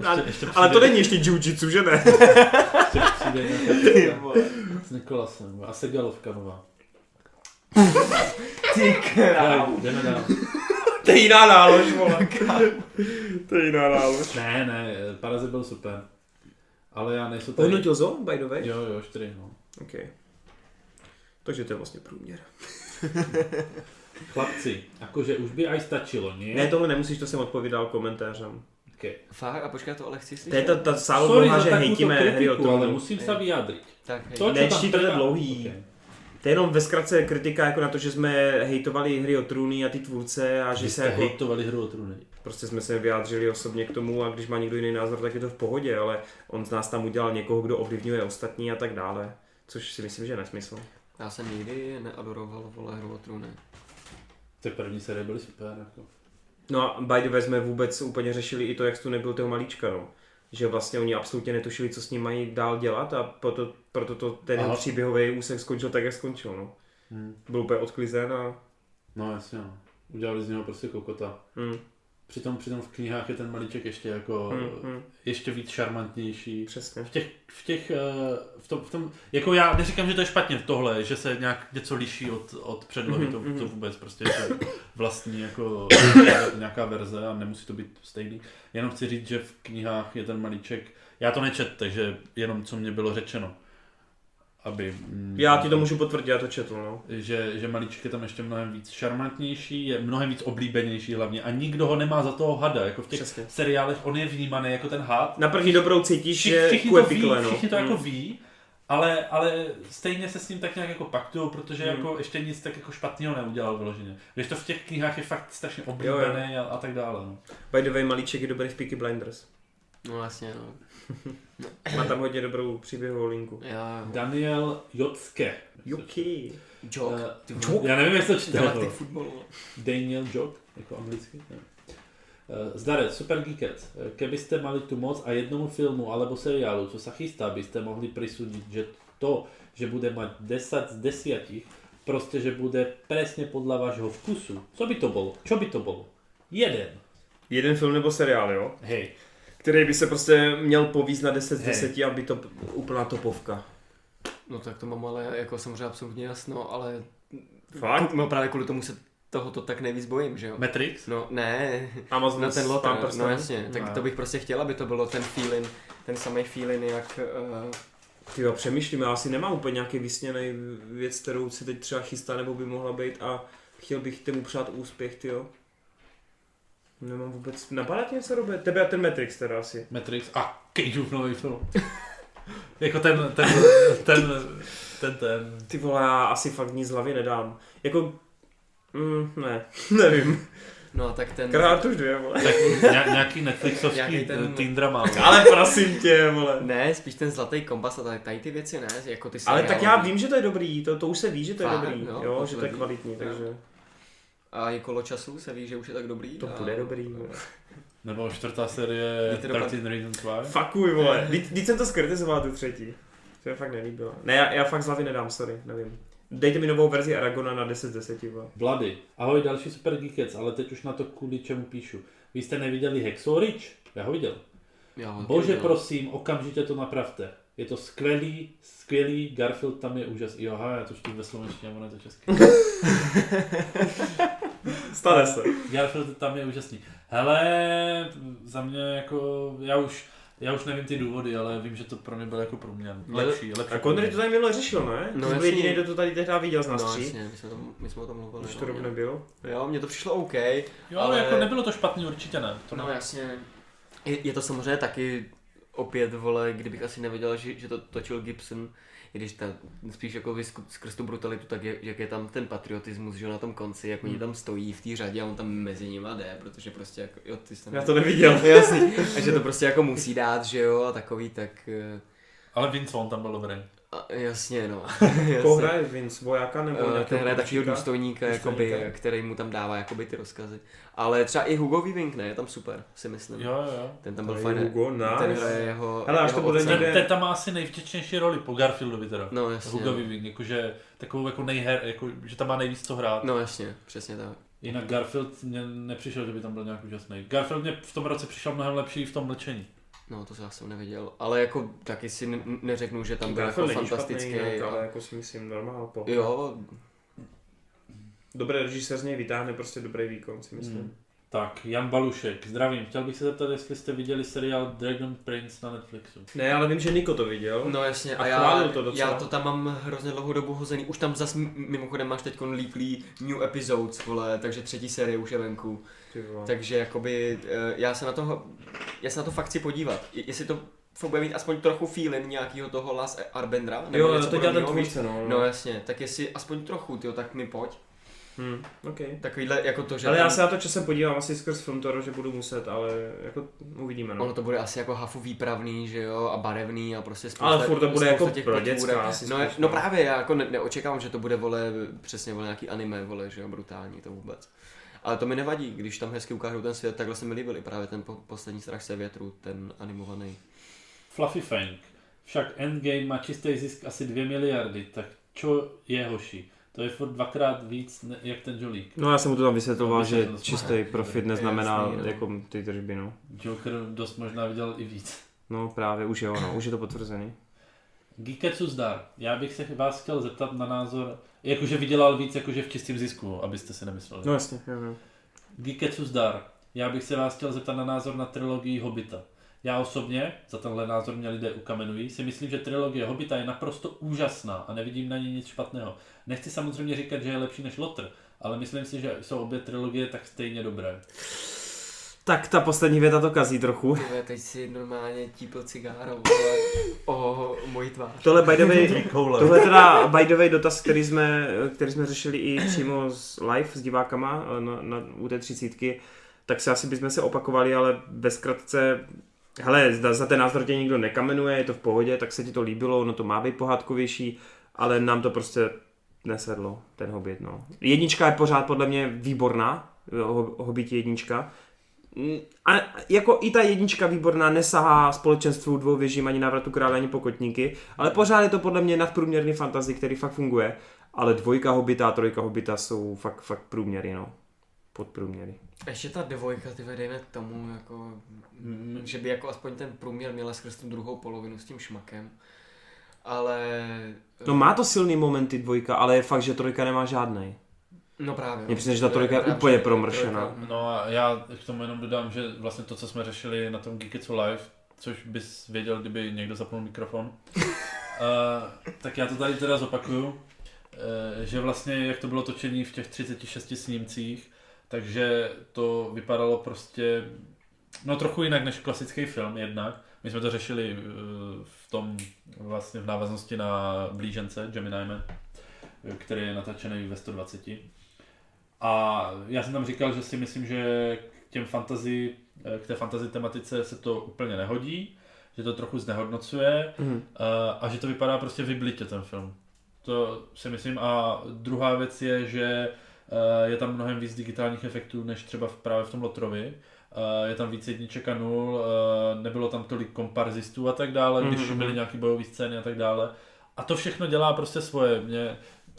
Speaker 3: No, Ale,
Speaker 2: ještě
Speaker 3: ale to
Speaker 2: přijde-
Speaker 3: není ještě jiu-jitsu, že ne?
Speaker 2: Ještě přijde
Speaker 3: Ty
Speaker 2: nějaká
Speaker 3: vole.
Speaker 2: s Nikolasem a Segalovka nová.
Speaker 1: Ty
Speaker 2: Ale jdeme dál.
Speaker 3: To je jiná nálož, vole. To je jiná nálož.
Speaker 2: Ne, ne, Parazit byl super. Ale já nejsou tady.
Speaker 3: Hodnotil zo, by the way?
Speaker 2: Jo, jo, čtyři, no.
Speaker 3: OK. Takže to je vlastně průměr.
Speaker 2: Chlapci, jakože už by aj stačilo, nie?
Speaker 3: Ne, tohle nemusíš, to jsem odpovídal komentářem.
Speaker 2: okay.
Speaker 1: Fakt? A počkej, to ale chci slyšet.
Speaker 3: To je ta, ta
Speaker 2: Sorry
Speaker 3: sálová,
Speaker 2: za
Speaker 3: že
Speaker 2: takovou
Speaker 3: hejtíme hry o
Speaker 2: kritiku, ale
Speaker 3: tom.
Speaker 2: musím se vyjádřit.
Speaker 1: Tak, hej.
Speaker 2: co
Speaker 3: Ne,
Speaker 2: tam
Speaker 3: čtí to je
Speaker 2: teda-
Speaker 3: dlouhý.
Speaker 2: Ok.
Speaker 3: To je jenom ve zkratce kritika jako na to, že jsme hejtovali hry o trůny a ty tvůrce a že
Speaker 2: Vy
Speaker 3: se
Speaker 2: jste
Speaker 3: jako...
Speaker 2: hejtovali hru o trůny.
Speaker 3: Prostě jsme se vyjádřili osobně k tomu a když má někdo jiný názor, tak je to v pohodě, ale on z nás tam udělal někoho, kdo ovlivňuje ostatní a tak dále. Což si myslím, že je nesmysl.
Speaker 1: Já jsem nikdy neadoroval vole hru o trůny.
Speaker 2: Ty první série byly super, jako.
Speaker 3: No a by the way jsme vůbec úplně řešili i to, jak tu nebyl toho malíčka, no. Že vlastně oni absolutně netušili, co s ním mají dál dělat a proto, proto to ten Aha.
Speaker 2: Aha.
Speaker 3: příběhový úsek skončil tak, jak skončil, no.
Speaker 2: Hmm.
Speaker 3: Byl úplně odklizen a...
Speaker 2: No jasně, no. Udělali z něho prostě kokota.
Speaker 3: Hm,
Speaker 2: Přitom, přitom v knihách je ten malíček ještě jako,
Speaker 3: hm, hm,
Speaker 2: ještě víc šarmantnější.
Speaker 3: přesně.
Speaker 2: V těch, v těch, eh, v tom, v tom, jako já neříkám, že to je špatně v tohle, že se nějak něco liší od, od předlohy,
Speaker 3: Mhm,
Speaker 2: to, to vůbec prostě je to vlastní jako nějaká verze a nemusí to být stejný. Jenom chci říct, že v knihách je ten malíček, já to nečet, takže jenom co mě bylo řečeno, aby... mm,
Speaker 3: Já ti to můžu potvrdit, já to četl, no.
Speaker 2: že, že malíček je tam ještě mnohem víc šarmantnější, je mnohem víc oblíbenější hlavně a nikdo ho nemá za toho hada, jako v těch
Speaker 3: Přesně.
Speaker 2: seriálech on je vnímaný jako ten had
Speaker 3: Na první dobrou cítíš,
Speaker 2: Všichni,
Speaker 3: že
Speaker 2: všichni
Speaker 3: kuje
Speaker 2: to ví,
Speaker 3: pikle, no.
Speaker 2: všichni to
Speaker 3: Hm.
Speaker 2: jako ví, ale, ale stejně se s ním tak nějak jako paktují, protože jako ještě nic tak jako špatného neudělal vyloženě. Když to v těch knihách je fakt strašně oblíbené a, a tak dále. No.
Speaker 3: By the way, malíček je dobrý v Peaky Blinders.
Speaker 1: No vlastně, no.
Speaker 3: Má tam hodně dobrou příběhovou linku.
Speaker 1: Já...
Speaker 2: Daniel Jotke.
Speaker 3: Juky.
Speaker 1: Jok.
Speaker 2: Eh,
Speaker 1: Ty
Speaker 3: Jok?
Speaker 1: vole.
Speaker 2: Já nevím, jak se to čte.
Speaker 1: Galactic
Speaker 2: jako.
Speaker 1: football, vole.
Speaker 2: Daniel Jok, jako anglicky. Ne. Eh, Zdarec, super geekec. Eh, Kebyste mali tu moc a jednomu filmu alebo seriálu, co se chystá, byste mohli prisudit, že to, že bude mať 10 z 10, prostě, že bude presne podle vášho vkusu. Co by to bylo? Čo by to bylo? Jeden.
Speaker 3: Jeden film nebo seriál, jo?
Speaker 2: Hej.
Speaker 3: Který by se prostě měl povíz na 10 z
Speaker 2: Hej.
Speaker 3: 10, aby to úplná topovka.
Speaker 1: No tak to mám ale jako samozřejmě absolutně jasno, ale...
Speaker 3: Fakt?
Speaker 1: No právě kvůli tomu se tohoto tak nejvíc bojím, že jo?
Speaker 2: Matrix?
Speaker 1: No ne,
Speaker 3: Amazon
Speaker 1: na ten lot,
Speaker 3: Pán
Speaker 1: no
Speaker 3: prstenů.
Speaker 1: jasně, tak
Speaker 2: No.
Speaker 1: to bych prostě chtěl, aby to bylo ten feeling, ten samý feeling, jak uh,
Speaker 3: Ty jo, přemýšlím, já asi nemám úplně nějaký vysněný věc, kterou si teď třeba chystá nebo by mohla být a chtěl bych temu přát úspěch, ty jo. Nemám vůbec, napadá ti něco, Robe? Tebe a ten Matrix teda asi.
Speaker 4: Matrix a Kejžův nový film. jako ten, ten, ten, ten, ten.
Speaker 3: Ty vole, já asi fakt nic z hlavy nedám. Jako, mm, ne, nevím.
Speaker 1: No a tak ten...
Speaker 3: Krát už dvě, vole.
Speaker 4: Tak ně- nějaký Netflixovský
Speaker 1: Nějaký ten-
Speaker 4: ten... teen drama. no.
Speaker 3: Ale prosím tě, vole.
Speaker 1: Ne, spíš ten zlatý kompas a tady, tady ty věci, ne? Jako ty
Speaker 3: Ale
Speaker 1: seriály.
Speaker 3: tak já vím, že to je dobrý, to, to už se ví, že to je
Speaker 1: Fakt,
Speaker 3: dobrý,
Speaker 1: jo,
Speaker 3: jo,
Speaker 1: to
Speaker 3: že
Speaker 1: se
Speaker 3: to je
Speaker 1: ví.
Speaker 3: kvalitní,
Speaker 1: Jo.
Speaker 3: takže
Speaker 1: A i kolo času se ví, že už je tak dobrý.
Speaker 3: to
Speaker 1: a...
Speaker 3: bude dobrý. vole.
Speaker 4: Nebo čtvrtá série
Speaker 1: Víte, dopadne.
Speaker 4: 13 Reasons Why.
Speaker 3: Fakuj, vole. Když jsem to skritizoval tu třetí. To mi fakt nelíbilo. Ne, já, já fakt z hlavy nedám, sorry, nevím. Dejte mi novou verzi Aragona na 10 z 10, vole.
Speaker 2: Vlady. Ahoj, další super geekec, ale teď už na to kvůli čemu píšu. Vy jste neviděli Hexo Rich? Já ho viděl.
Speaker 1: Já no, ho taky
Speaker 2: Bože,
Speaker 1: viděl.
Speaker 2: prosím, okamžitě to napravte. Je to skvělý, skvělý, Garfield tam je úžas. Jo, aha, já to čtu ve slovenštině, ono je to česky.
Speaker 3: Stane se.
Speaker 2: Garfield tam je úžasný. Hele, za mě jako, já už, já už nevím ty důvody, ale vím, že to pro mě byl jako průměr. Lepší, lepší.
Speaker 3: A Connery to
Speaker 2: průměr.
Speaker 3: tady minule řešil, ne?
Speaker 1: No,
Speaker 3: No, to byl
Speaker 1: jasně.
Speaker 3: jediný, kdo to tady tehdy viděl z nás
Speaker 1: No
Speaker 3: tří.
Speaker 1: jasně, my jsme, tam, my jsme o tom mluvili.
Speaker 3: Už
Speaker 1: no.
Speaker 3: to Rob nebyl.
Speaker 1: Jo, mně to přišlo OK.
Speaker 2: Jo, ale,
Speaker 1: ale-
Speaker 2: jako nebylo to špatný, určitě ne. To
Speaker 1: To no
Speaker 2: ne.
Speaker 1: jasně. Je, je to samozřejmě taky opět, vole, kdybych asi nevěděl, že, že to točil Gibson, i když ta, spíš jako vysku, skrz tu brutalitu, tak je, jak je tam ten patriotismus, že jo, na tom konci, jak
Speaker 3: Hmm.
Speaker 1: oni tam stojí v té řadě a on tam mezi nimi jde, protože prostě jako, jo, ty jsi tam...
Speaker 3: Já to neviděl.
Speaker 1: Jasný. A že to prostě jako musí dát, že jo, a takový, tak... eh,
Speaker 2: Ale Vince Vaughn tam byl dobrý.
Speaker 1: A, jasně, no.
Speaker 3: Koho
Speaker 1: Jasně.
Speaker 3: Jako hraje Vince? Vojáka nebo
Speaker 1: Eh, ten hraje takového
Speaker 3: klučíka?
Speaker 1: důstojníka, jakoby,
Speaker 3: Důstojníka.
Speaker 1: který mu tam dává jakoby, ty rozkazy. Ale třeba i Hugo Weaving, ne, je tam super, si myslím.
Speaker 2: Jo, jo.
Speaker 1: Ten tam byl
Speaker 3: Tady
Speaker 1: fajn.
Speaker 3: Hugo,
Speaker 1: Ten
Speaker 3: nice.
Speaker 1: hraje jeho,
Speaker 3: Hele, No, až
Speaker 1: jeho
Speaker 3: to bude
Speaker 1: otce.
Speaker 2: Ten,
Speaker 3: někde-
Speaker 2: ten tam má asi nejvděčnější roli po Garfieldovi teda.
Speaker 1: No jasně.
Speaker 2: Hugo Weaving, jakože takovou jako nejher, jako, že tam má nejvíc co hrát.
Speaker 1: No jasně, přesně tak.
Speaker 2: Jinak Garfield mě nepřišel, že by tam byl nějak úžasný. Garfield mě v tom roce přišel mnohem lepší v tom mlčení.
Speaker 1: No to já jsem neviděl, ale jako taky si n- neřeknu, že tam byl jako
Speaker 3: Garfield není
Speaker 1: fantastický.
Speaker 3: špatný, jinak,
Speaker 1: jo.
Speaker 3: ale jako si myslím normál. Po.
Speaker 1: Jo,
Speaker 3: Dobrý režisér z něj vytáhne prostě dobrý výkon, si myslím.
Speaker 2: Hmm. Tak, Jan Balušek, zdravím. Chtěl bych se zeptat, jestli jste viděli seriál Dragon Prince na Netflixu.
Speaker 3: Ne, ale vím, že Niko to viděl.
Speaker 1: no jasně, a,
Speaker 3: A
Speaker 1: já,
Speaker 3: chválil to docela.
Speaker 1: já to tam mám hrozně dlouhou dobu hozený. Už tam zas m- mimochodem máš teď líplý new episodes, vole, takže třetí série už je venku.
Speaker 3: Ty vole.
Speaker 1: Takže jakoby, eh, já se na to, já se na to fakt chci podívat. Je- Jestli to fakt bude mít aspoň trochu feeling nějakého toho Las Arbendra, nebo
Speaker 3: jo,
Speaker 1: něco
Speaker 3: to dělá ten
Speaker 1: podobného, víš?
Speaker 3: tvůrce, no.
Speaker 1: No jasně, tak jestli aspoň trochu, tyjo, tak mi pojď.
Speaker 3: Hmm. Okay.
Speaker 1: Takovýhle jako to, že...
Speaker 3: Ale já
Speaker 1: tam-
Speaker 3: se na to časem podívám asi skrz Frontoro, že budu muset, ale jako uvidíme, no.
Speaker 1: Ono to bude asi jako hafu výpravný, že jo, a barevný a prostě spousta,
Speaker 3: Ale furt to bude
Speaker 1: spousta
Speaker 3: jako
Speaker 1: těch
Speaker 3: pro
Speaker 1: potůrek.
Speaker 3: děcka asi
Speaker 1: No,
Speaker 3: spíš,
Speaker 1: no, právě, já jako ne, neočekávám, že to bude, vole, přesně, vole, nějaký anime, vole, že jo, brutální to vůbec. Ale to mi nevadí, když tam hezky ukážou ten svět, takhle se mi líbil i právě ten po, poslední strach se větru, ten animovaný.
Speaker 2: Fluffy Fang. Však Endgame má čistý zisk asi 2 miliardy, tak čo je hoši? To je furt dvakrát víc, ne, jak ten Jolík.
Speaker 3: No já jsem mu to tam vysvětloval, že
Speaker 2: Vysvětlil jsem.
Speaker 3: čistý profit neznamená
Speaker 1: Jasný, no.
Speaker 3: jako ty tržby, no.
Speaker 2: Joker dost možná viděl i víc.
Speaker 3: No právě, už jo, no, už je to potvrzený.
Speaker 2: Geeketsu zdar. Já bych se vás chtěl zeptat na názor, jakože vydělal víc, jakože v čistém zisku, abyste si nemysleli.
Speaker 3: No jasně, jo, jo.
Speaker 2: Geeketsu zdar. Já bych se vás chtěl zeptat na názor na trilogii Hobita. Já osobně, za tenhle názor mě lidé ukamenují, si myslím, že trilogie Hobita je naprosto úžasná a nevidím na ní nic špatného. Nechci samozřejmě říkat, že je lepší než Lotr, ale myslím si, že jsou obě trilogie tak stejně dobré.
Speaker 3: Tak ta poslední věta to kazí trochu.
Speaker 1: Tyhle, teď si normálně típil cigáro, vole, o moji tvář.
Speaker 3: Tohle by the way,
Speaker 4: Koule.
Speaker 3: tohle je teda by the way dotaz, který jsme, který jsme řešili i přímo z live s divákama eh, na, na, u té třicítky, tak se asi bychom se opakovali, ale ve zkratce, hele, za, za ten názor tě nikdo nekamenuje, je to v pohodě, tak se ti to líbilo, no to má být pohádkovější, ale nám to prostě nesedlo, ten hobit, no. Jednička je pořád podle mě výborná, eh, ho- hobit jednička, Mm, a jako i ta jednička výborná nesahá společenstvu dvou věžím ani návratu krále ani pokotníky, ale pořád je to podle mě nadprůměrný fantasy, který fakt funguje. Ale dvojka hobita a trojka hobita jsou fakt, fakt průměry, no. Podprůměry.
Speaker 1: Ještě ta dvojka, ty vedejme k tomu, jako,
Speaker 2: Mm.
Speaker 1: že by jako aspoň ten průměr měla skrz tu druhou polovinu s tím šmakem. Ale...
Speaker 3: No má to silný momenty dvojka, ale je fakt, že trojka nemá žádnej.
Speaker 1: No právě.
Speaker 3: Mně přijde, že ta trojka je úplně promršená.
Speaker 2: No a já k tomu jenom dodám, že vlastně to, co jsme řešili na tom Geeketsu Live, což bys věděl, kdyby někdo zapnul mikrofon, Eh, tak já to tady teda zopakuju, eh, že vlastně jak to bylo točení v těch 36 snímcích, takže to vypadalo prostě no trochu jinak než klasický film jednak. My jsme to řešili eh, v tom vlastně v návaznosti na Blížence, Gemini Man, eh, který je natačený ve 120. A já jsem tam říkal, že si myslím, že k těm fantasy, eh, k té fantasy tematice se to úplně nehodí, že to trochu znehodnocuje,
Speaker 3: Mhm.
Speaker 2: Eh, a že to vypadá prostě vyblitě ten film. To si myslím. A druhá věc je, že eh, je tam mnohem víc digitálních efektů, než třeba v, právě v tom Lotrovi. Eh, Je tam víc jedniček a nul, eh, nebylo tam tolik komparzistů a tak dále, když
Speaker 3: Mhm, mhm.
Speaker 2: byly nějaké bojové scény a tak dále. A to všechno dělá prostě svoje. Mně,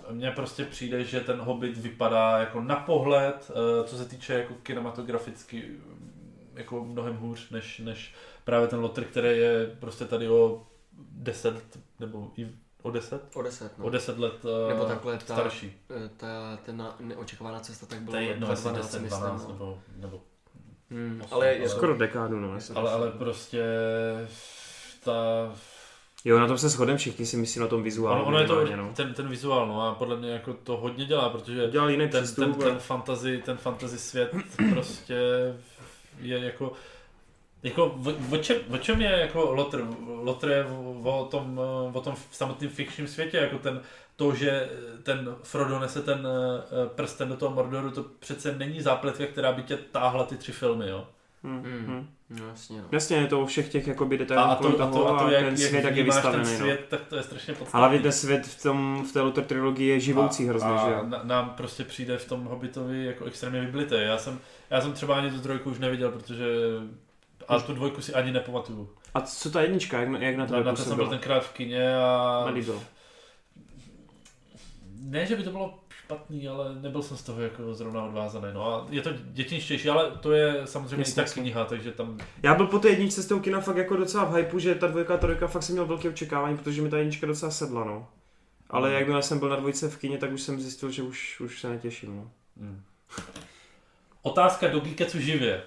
Speaker 2: mně prostě přijde, že ten Hobbit vypadá jako na pohled, eh, co se týče jako kinematograficky, mm, jako mnohem hůř, než, než právě ten Lotr, který je prostě tady o 10 nebo i o 10?
Speaker 1: O 10, no.
Speaker 2: O 10 let eh,
Speaker 1: Nebo takhle ta-
Speaker 2: starší.
Speaker 1: Eh, Ta, ten na- neočekávaná cesta tak
Speaker 2: To
Speaker 1: byla
Speaker 2: je no, jedno, jestli
Speaker 1: 12,
Speaker 2: 10,
Speaker 1: myslím.
Speaker 2: 12
Speaker 1: no.
Speaker 2: nebo, nebo
Speaker 1: Hmm,
Speaker 2: osm,
Speaker 1: ale je to, vlastně-
Speaker 3: Skoro dekádu, no. Jasně.
Speaker 2: ale, ale prostě ta...
Speaker 3: Jo, na tom se shodem všichni si myslí na tom vizuálu.
Speaker 2: Ono, ono je to
Speaker 3: minimálně, no.
Speaker 2: ten, ten vizuál, no a podle mě jako to hodně dělá, protože
Speaker 3: Dělal jiný
Speaker 2: ten, ten,
Speaker 3: přístup.
Speaker 2: ten, fantasy, ten fantasy svět prostě je jako jako v, o, čem, o čem je jako Lotr? Lotr je o- o tom, eh, o tom samotném fikčním světě, jako ten, to, že ten Frodo nese ten eh, prsten do toho Mordoru, to přece není zápletka, která by tě táhla ty tři filmy, jo?
Speaker 3: Hmm,
Speaker 1: Hmm.
Speaker 3: hmm.
Speaker 1: no jasně, no.
Speaker 3: Jasně, je to o všech těch jakoby
Speaker 2: A,
Speaker 3: detailů
Speaker 2: a, to, a, to, a to, jak,
Speaker 3: ten svět,
Speaker 2: jak,
Speaker 3: jak je
Speaker 2: vnímáš ten
Speaker 3: vystavený. no.
Speaker 2: svět, tak to je strašně podstatné.
Speaker 3: Ale ten svět v, tom, v té Luther trilogii je živoucí hrozně,
Speaker 2: a
Speaker 3: že jo?
Speaker 2: na- nám prostě přijde v tom Hobbitovi jako extrémně vyblité. Já jsem, já jsem třeba ani tu trojku už neviděl, protože a tu dvojku si ani nepamatuju.
Speaker 3: A co ta jednička, jak, na- jak na
Speaker 2: Na,
Speaker 3: to
Speaker 2: na to jsem byl
Speaker 3: působila?
Speaker 2: tenkrát v kině a...
Speaker 3: Nelíbilo.
Speaker 2: Ne, že by to bylo špatný, ale nebyl jsem z toho jako zrovna odvázaný. No a je to dětinštější, ale to je samozřejmě
Speaker 3: Jasně,
Speaker 2: i tak
Speaker 3: jasně.
Speaker 2: kniha, takže tam...
Speaker 3: Já byl po té jedničce z toho kina fakt jako docela v hypeu, že ta dvojka a trojka fakt jsem měl velké očekávání, protože mi ta jednička docela sedla, no. Ale
Speaker 2: Mm.
Speaker 3: jakmile jsem byl na dvojce v kině, tak už jsem zjistil, že už, už se netěším, no.
Speaker 2: Hmm. Otázka do Geekecu živě.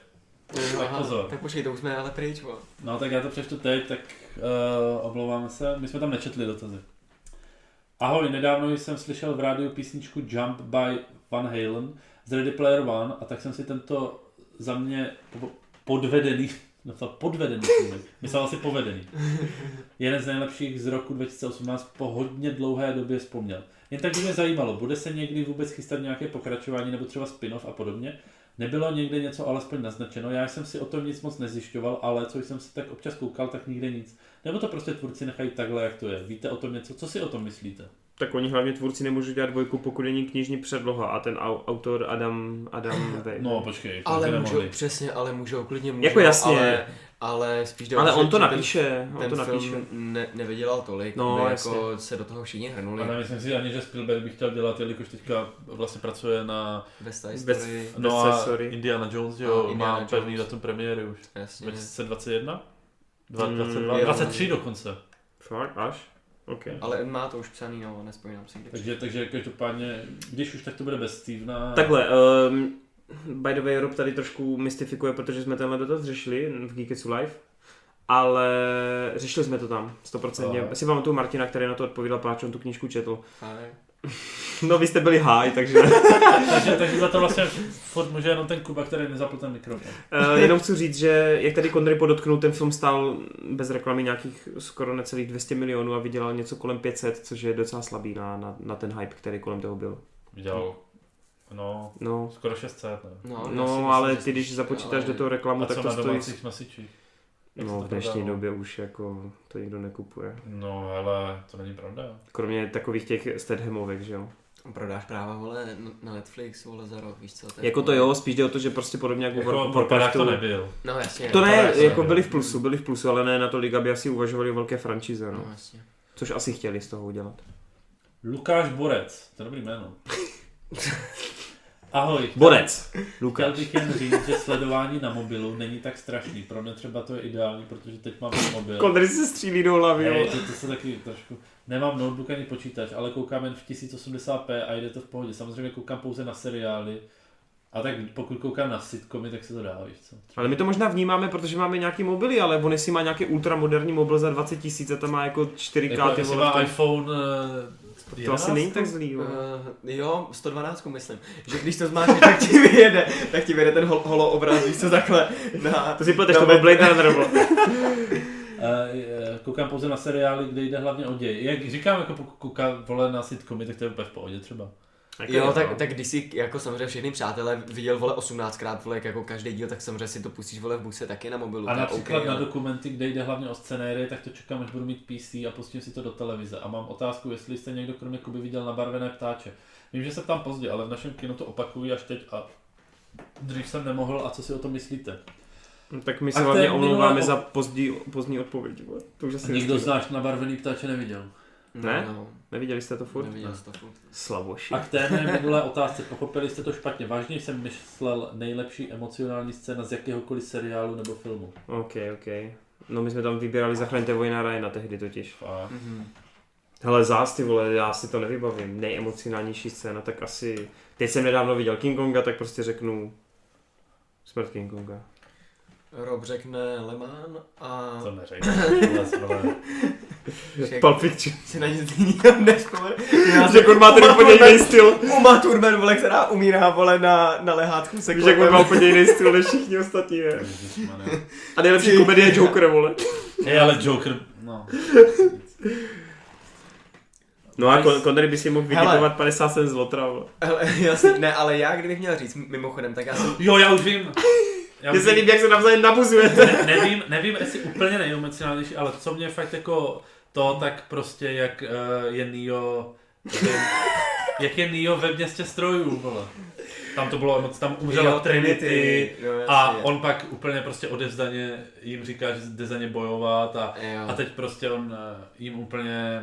Speaker 2: Tak pozor.
Speaker 1: tak počkej, to už jsme Eh, ale pryč, bo.
Speaker 2: No tak já to přečtu teď, tak uh, omlouvám se, my jsme tam nečetli dotazy. Ahoj, nedávno jsem slyšel v rádiu písničku Jump by Van Halen z Ready Player One a tak jsem si tento za mě po- podvedený, napsal podvedený člověk, myslel asi povedený. Jeden z nejlepších z roku 2018 po hodně dlouhé době vzpomněl. Jen tak by mě zajímalo, bude se někdy vůbec chystat nějaké pokračování nebo třeba spin-off a podobně? Nebylo někde něco alespoň naznačeno, já jsem si o tom nic moc nezjišťoval, ale co jsem si tak občas koukal, tak nikde nic. Nebo to prostě tvůrci nechají takhle, jak to je. Víte o tom něco? Co si o tom myslíte?
Speaker 3: Tak oni hlavně tvůrci nemůžou dělat dvojku, pokud není knižní předloha a ten au- autor Adam, Adam Wade.
Speaker 2: No, počkej, to
Speaker 1: Ale
Speaker 2: by
Speaker 1: můžou,
Speaker 2: nemohli.
Speaker 1: přesně, ale můžou, klidně můžou.
Speaker 3: Jako jasně.
Speaker 1: Ale, ale spíš jde o
Speaker 3: Ale
Speaker 1: že-
Speaker 3: on to
Speaker 1: že ten-
Speaker 3: napíše, on
Speaker 1: Ten
Speaker 3: to napíše.
Speaker 1: film ne, nevydělal tolik,
Speaker 3: No,
Speaker 1: no, aby
Speaker 3: jasně.
Speaker 1: jako se do toho všichni hrnuli.
Speaker 2: A nemyslím si ani, že Spielberg by chtěl dělat, jelikož teďka vlastně pracuje na
Speaker 1: Bez té
Speaker 3: Bez-
Speaker 1: historii,
Speaker 2: no a
Speaker 3: Sorry.
Speaker 2: Indiana Jones, že
Speaker 1: A,
Speaker 2: jo,
Speaker 1: No, Indiana
Speaker 2: má
Speaker 1: Jones.
Speaker 2: pevný datum premiéry už.
Speaker 1: jasně.
Speaker 2: 2021? Dva-
Speaker 3: Mm,
Speaker 2: 22?
Speaker 1: jo.
Speaker 2: 23 dokonce.
Speaker 3: Fakt, až? OK.
Speaker 1: Ale má to už psaný, no, nespomínám si kdy.
Speaker 2: Takže, takže každopádně, když už tak to bude bez Stevena.
Speaker 3: Takhle, um, by the way, Rob tady trošku mystifikuje, protože jsme tenhle dotaz řešili v Geeketsu Live, ale řešili jsme to tam, stoprocentně.
Speaker 2: Aha.
Speaker 3: Si pamatuju Martina, který na to odpovídal, proč on tu knížku četl.
Speaker 1: Fajn.
Speaker 3: No vy jste byli háj, takže
Speaker 2: takže, takže za to vlastně furt může jenom ten Kuba, který nezapl ten mikrofon.
Speaker 3: Eh, jenom chci říct, že jak tady Kondry podotknul, ten film stál bez reklamy nějakých skoro necelých 200 milionů a vydělal něco kolem 500, což je docela slabý na, na, na ten hype, který kolem toho byl.
Speaker 2: Dělal, no,
Speaker 3: No,
Speaker 2: Skoro 600, ne?
Speaker 1: No, já
Speaker 3: no,
Speaker 1: si myslím,
Speaker 3: ale
Speaker 1: že
Speaker 3: ty když
Speaker 1: spíš-
Speaker 3: započítáš
Speaker 1: ale-
Speaker 3: do toho reklamu,
Speaker 2: A
Speaker 3: tak
Speaker 2: co
Speaker 3: to
Speaker 2: na
Speaker 3: stojí...
Speaker 2: domácích nosičích? Jak se
Speaker 3: No,
Speaker 2: to
Speaker 3: v dnešní
Speaker 2: prodávalo?
Speaker 3: době už jako to nikdo nekupuje.
Speaker 2: No, ale to není pravda.
Speaker 3: Kromě takových těch Stedhamovek, že jo?
Speaker 1: Prodáš práva, vole, n- na Netflix, vole, za rok, víš co? je
Speaker 3: Jako to
Speaker 1: vole.
Speaker 3: jo, spíš jde o to, že prostě podobně jako,
Speaker 2: Jako
Speaker 3: jako
Speaker 2: Warcraft to
Speaker 3: Warcraftu...
Speaker 2: nebyl.
Speaker 1: No jasně.
Speaker 3: To ne,
Speaker 2: Warcraft to
Speaker 3: jako
Speaker 2: nebyl.
Speaker 3: byli v plusu, byli v plusu, ale ne natolik, aby asi uvažovali o velké franšíze,
Speaker 1: No
Speaker 3: no.
Speaker 1: jasně.
Speaker 3: Což asi chtěli z toho udělat.
Speaker 2: Lukáš Borec, to je dobrý jméno. Ahoj.
Speaker 3: Borec!
Speaker 2: Chtěl
Speaker 3: Lukáš.
Speaker 2: bych jen říct, že sledování na mobilu není tak strašný. Pro mě třeba to je ideální, protože teď mám mobil.
Speaker 3: Kondry se střílí do hlavy,
Speaker 2: Hej,
Speaker 3: jo.
Speaker 2: to, to se taky trošku... Nemám notebook ani počítač, ale koukám jen v 1080p a jde to v pohodě. Samozřejmě koukám pouze na seriály A tak pokud koukám na sitcomy, tak se to dá, víš co.
Speaker 3: Ale my to možná vnímáme, protože máme nějaký mobily, ale on si má nějaký ultramoderní mobil za 20 tisíc a tam má jako 4K
Speaker 2: Jako,
Speaker 3: ty
Speaker 2: jestli
Speaker 3: vole. v
Speaker 2: má
Speaker 3: tom-
Speaker 2: iPhone no. eh,
Speaker 3: To asi
Speaker 2: 11?
Speaker 3: není tak zlý, jo.
Speaker 1: Uh, jo, 112 myslím, že když to zmáš, tak ti vyjede, tak ti vyjede ten hol- holo obraz, víš co, takhle na...
Speaker 3: To si pleteš,
Speaker 1: na
Speaker 2: No,
Speaker 3: to byl
Speaker 1: web.
Speaker 3: Blade Runner, vole.
Speaker 2: Eh, eh, koukám pouze na seriály, kde jde hlavně o děj. Jak říkám, jako pokud koukám vole na sitcomy, tak to je úplně v pohodě třeba.
Speaker 1: Jo,
Speaker 3: no.
Speaker 1: tak, tak když si jako samozřejmě všechny přátelé viděl vole 18krát, vole jak jako každý díl, tak samozřejmě si to pustíš vole v buse taky na mobilu.
Speaker 2: A
Speaker 1: to je
Speaker 2: například
Speaker 1: OK,
Speaker 2: na
Speaker 1: ale-
Speaker 2: dokumenty, kde jde hlavně o scenéry, tak to čekám, až budu mít PC a pustím si to do televize. A mám otázku, jestli jste někdo kromě Kuby viděl nabarvené ptáče. Vím, že se tam pozdě, ale v našem kinu to opakují až teď a dřív jsem nemohl a co si o tom myslíte?
Speaker 3: No, tak my
Speaker 2: A
Speaker 3: se
Speaker 2: to
Speaker 3: hlavně
Speaker 2: je minulá
Speaker 3: omlouváme
Speaker 2: op-
Speaker 3: za pozdní, pozdní odpověď, vole. To už asi
Speaker 2: Nikdo
Speaker 3: nestihne.
Speaker 2: znáš nabarvený ptáče neviděl.
Speaker 3: Ne?
Speaker 1: No,
Speaker 3: Neviděli jste to
Speaker 1: no,
Speaker 3: furt?
Speaker 1: neviděl jsi to furt.
Speaker 3: Slavoši.
Speaker 2: A k té mé minulé otázce, pochopili jste to špatně. Vážně jsem myslel nejlepší emocionální scéna z jakéhokoliv seriálu nebo filmu.
Speaker 3: Ok, ok. No my jsme tam vybírali Zachraňte vojna Ryana tehdy totiž.
Speaker 2: Fakt.
Speaker 1: Mhm.
Speaker 3: Hele, zás ty vole, já si to nevybavím. Nejemocionálnější scéna, tak asi... Teď jsem nedávno viděl King Konga, tak prostě řeknu... Smrt King Konga.
Speaker 1: Rob řekne Lemán a
Speaker 2: To neřekneš, vole.
Speaker 1: Však-
Speaker 3: Pulp Fiction.
Speaker 1: si na nic jiného nevzpomenu. Já
Speaker 3: Že on má ten
Speaker 1: Uma
Speaker 3: úplně
Speaker 1: Thurman-
Speaker 3: jiný styl.
Speaker 1: Uma Thurman, vole, která umírá, vole, na, na lehátku se
Speaker 3: Víš, jak on má úplně jiný styl než všichni ostatní, ne?
Speaker 2: Ježišmarja.
Speaker 3: A nejlepší komedie je Joker, vole.
Speaker 2: Hej, ale Joker, no.
Speaker 3: No a
Speaker 2: Nice.
Speaker 3: Con- Connery by si mohl
Speaker 1: Hele.
Speaker 3: vydipovat 50 cent z Lotra, vole.
Speaker 1: Hele, jasně, ne, ale já, kdybych měl říct, mimochodem, tak já jsem...
Speaker 2: Jo, já už vím. Já
Speaker 3: Mně
Speaker 2: už
Speaker 3: se
Speaker 2: vím.
Speaker 3: líbí, jak se navzájem nabuzujete.
Speaker 2: Ne, nevím, nevím, jestli úplně nejemocionálnější, ale co mě fakt jako to, tak prostě jak eh, je Neo, ve- jak je Neo ve městě strojů, vole. Tam to bylo moc, tam umřela
Speaker 1: Jo,
Speaker 2: Trinity
Speaker 1: Jo, jasně.
Speaker 2: a on pak úplně prostě odevzdaně jim říká, že jde za ně bojovat a
Speaker 1: Jo.
Speaker 2: a teď prostě on eh, jim úplně,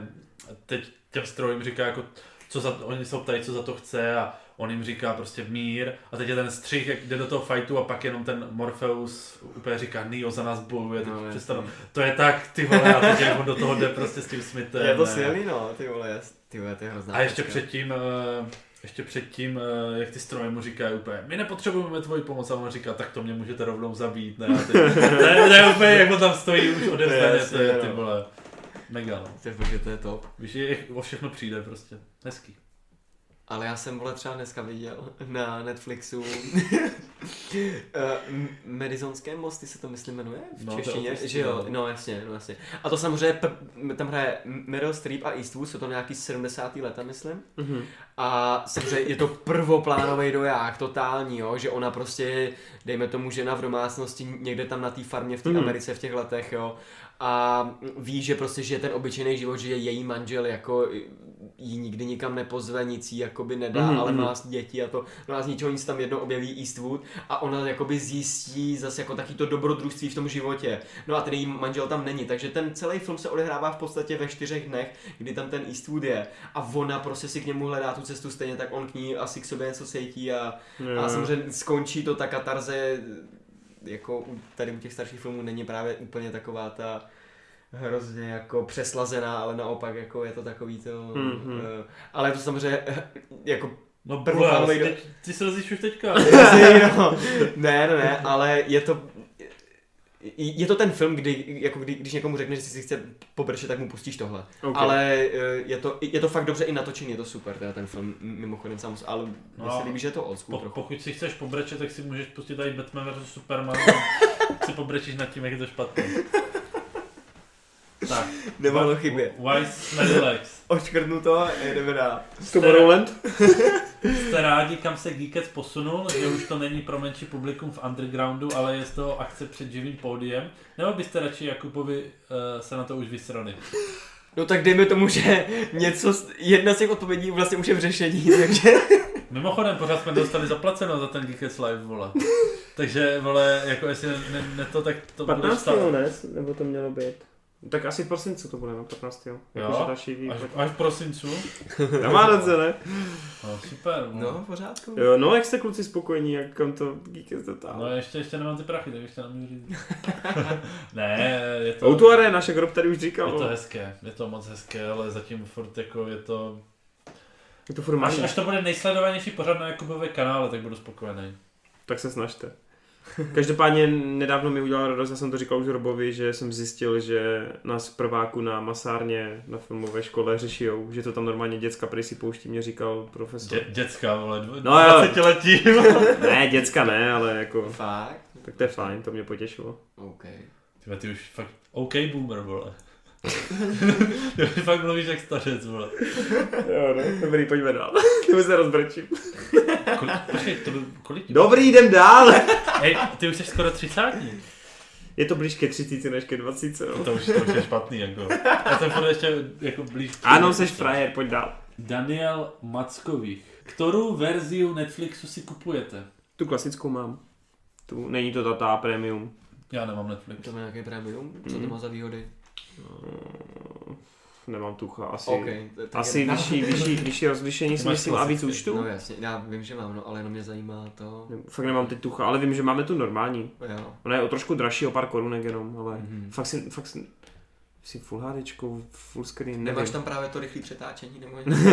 Speaker 2: teď těm strojům říká jako, co za, oni se ho ptají, co za to chce a on jim říká prostě mír a teď je ten střih, jak jde do toho fajtu a pak jenom ten Morpheus úplně říká Neo za nás bojuje,
Speaker 1: No,
Speaker 2: no,
Speaker 1: jasně.
Speaker 2: přestanu, to je tak ty vole a teď jak on do toho jde prostě s tím Smithem.
Speaker 1: Je to
Speaker 2: eh,
Speaker 1: silný, no, ty vole, jas- ty vole, to je hrozná.
Speaker 2: A ještě
Speaker 1: pecka.
Speaker 2: předtím, eh, ještě předtím, eh, jak ty stroje mu říkají úplně, my nepotřebujeme tvoji pomoc a on říká, tak to mě můžete rovnou zabít, ne? A teď, to, je, to je úplně, jak on tam stojí už odevzdaně, to je ty
Speaker 1: no.
Speaker 2: vole. Mega, no.
Speaker 1: Ty vole, že to je top.
Speaker 2: Víš, jak o všechno přijde prostě. Hezký.
Speaker 1: Ale já jsem, vole, třeba dneska viděl na Netflixu eh, Madisonské mosty se to myslím jmenuje v
Speaker 2: No, to je
Speaker 1: češtině,
Speaker 2: o to
Speaker 1: že jo,
Speaker 2: stejné.
Speaker 1: no jasně, no jasně. A to samozřejmě, pr- tam hraje Meryl Streep a Eastwood, jsou to nějaký 70. leta, myslím.
Speaker 3: Mhm.
Speaker 1: A samozřejmě je to prvoplánový doják, totální, jo? že ona prostě, dejme tomu, žena v domácnosti někde tam na té farmě v té
Speaker 3: Mhm.
Speaker 1: Americe v těch letech, jo. A ví, že prostě žije ten obyčejný život, že je její manžel, jako jí nikdy nikam nepozve, nic jí jakoby nedá,
Speaker 3: Mhm,
Speaker 1: mm-hmm. ale
Speaker 3: mhm.
Speaker 1: má děti a to, no a z ničeho nic tam jednou objeví Eastwood a ona jakoby zjistí zase jako taky to dobrodružství v tom životě. No a ten její manžel tam není, takže ten celý film se odehrává v podstatě ve čtyřech dnech, kdy tam ten Eastwood je a ona prostě si k němu hledá tu cestu stejně, tak on k ní asi k sobě něco cítí a,
Speaker 3: Mm.
Speaker 1: a samozřejmě skončí to ta katarze, jako u- tady u těch starších filmů není právě úplně taková ta hrozně jako přeslazená, ale naopak jako je to takový to,
Speaker 3: Mhm.
Speaker 1: mm-hmm. ale je to samozřejmě jako
Speaker 2: No
Speaker 1: První
Speaker 2: bro, ale
Speaker 1: pánový do-
Speaker 2: teď, ty se rozjíš už teďka.
Speaker 1: Jasně, no. Ne, ne, ne, ale je to... Je to ten film, kdy, jako kdy, když někomu řekneš, že si chce pobrčet, tak mu pustíš tohle. Okay. Ale eh, je to, je to fakt dobře i natočený, je to super, teda ten film, m- mimochodem sám, ale mně
Speaker 2: No.
Speaker 1: se líbí, že je to old school
Speaker 2: Po,
Speaker 1: trochu.
Speaker 2: pokud si chceš pobrečet, tak si můžeš pustit tady Batman vs Superman. a si pobrečíš nad tím, jak je to špatně. Tak.
Speaker 1: Nemohlo chybět.
Speaker 2: Wise Medalex.
Speaker 1: Očkrtnu to a jdeme dál.
Speaker 3: Tomorrowland?
Speaker 2: Jste rádi, kam se Geekec posunul, že už to není pro menší publikum v undergroundu, ale je z toho akce před živým pódiem? Nebo byste radši Jakubovi uh, se na to už vysrali?
Speaker 1: No tak dejme tomu, že něco, z- jedna z těch odpovědí vlastně už je v řešení, takže...
Speaker 2: Mimochodem, pořád jsme dostali zaplaceno za ten Geekets Live, vole. Takže, vole, jako jestli ne, ne, ne to, tak to budeš
Speaker 3: 15.
Speaker 2: stát.
Speaker 3: ne? Nebo to mělo být? Tak asi v prosinci to bude, no 15. Jo. Jakože další
Speaker 2: Až,
Speaker 3: výpad.
Speaker 2: až v prosincu.
Speaker 3: Na Vánoce, ne?
Speaker 2: No, super. vole.
Speaker 1: No, v pořádku.
Speaker 3: Jo, no jak jste kluci spokojení, jak kam to díky to
Speaker 2: No,
Speaker 3: tam.
Speaker 2: ještě, ještě nemám ty prachy, tak ještě nemůžu říct. ne, je to,
Speaker 3: Auto Arena, naše grob tady už
Speaker 2: je to
Speaker 3: říkal.
Speaker 2: hezké, je to moc hezké, ale zatím furt jako je to...
Speaker 3: Je to furt
Speaker 2: Až,
Speaker 3: malý.
Speaker 2: až to bude nejsledovanější pořad na Jakubově kanále, tak budu spokojený.
Speaker 3: Tak se snažte. Každopádně nedávno mi udělal radost, já jsem to říkal už Robovi, že jsem zjistil, že nás v prváku na masárně na filmové škole řešijou, že to tam normálně děcka prý si pouští, mě říkal profesor.
Speaker 5: Dě, děcka, vole, dv-
Speaker 3: No jo.
Speaker 5: 20 letí.
Speaker 3: ne, děcka ne, ale jako,
Speaker 1: Fakt?
Speaker 3: tak to je fajn, to mě potěšilo.
Speaker 1: OK.
Speaker 2: Tyve, ty už fakt OK boomer, vole. ty už fakt mluvíš jak starec, vole.
Speaker 3: Jo, ne? Dobrý, pojďme dál. Nebo se rozbrčím.
Speaker 2: Kolik, počkej, to byl, kolik?
Speaker 3: Dobrý, jdem dál.
Speaker 2: Hej, ty už jsi skoro třicátník.
Speaker 3: Je to blíž ke 30 než ke 20. No.
Speaker 5: To už, to už je špatný, jako.
Speaker 2: Já jsem pořád ještě jako blíž. k
Speaker 3: Ano,
Speaker 2: tomu.
Speaker 3: seš frajer, pojď dál.
Speaker 2: Daniel Mackových. Kterou verzi Netflixu si kupujete?
Speaker 3: Tu klasickou mám. Tu, není to tatá premium.
Speaker 2: Já nemám Netflix.
Speaker 1: To má nějaké premium? Co to má za výhody?
Speaker 3: Nemám tucha, asi.
Speaker 1: OK. tak
Speaker 3: Asi
Speaker 1: jdem dál.
Speaker 3: vyšší, vyšší, vyšší rozlišení si
Speaker 2: máš
Speaker 3: myslím a víc
Speaker 2: klasický.
Speaker 3: účtu.
Speaker 1: No jasně, já vím, že mám, no, ale jenom mě zajímá to.
Speaker 3: Ne- Fakt nemám teď tucha, ale vím, že máme tu normální.
Speaker 1: Jo.
Speaker 3: Ona je o trošku dražší, o pár korunek jenom, ale
Speaker 1: Mhm.
Speaker 3: fakt si, fakt si, si full HDčko, full screen, nevím.
Speaker 1: Nemáš tam právě to rychlé přetáčení nebo něco?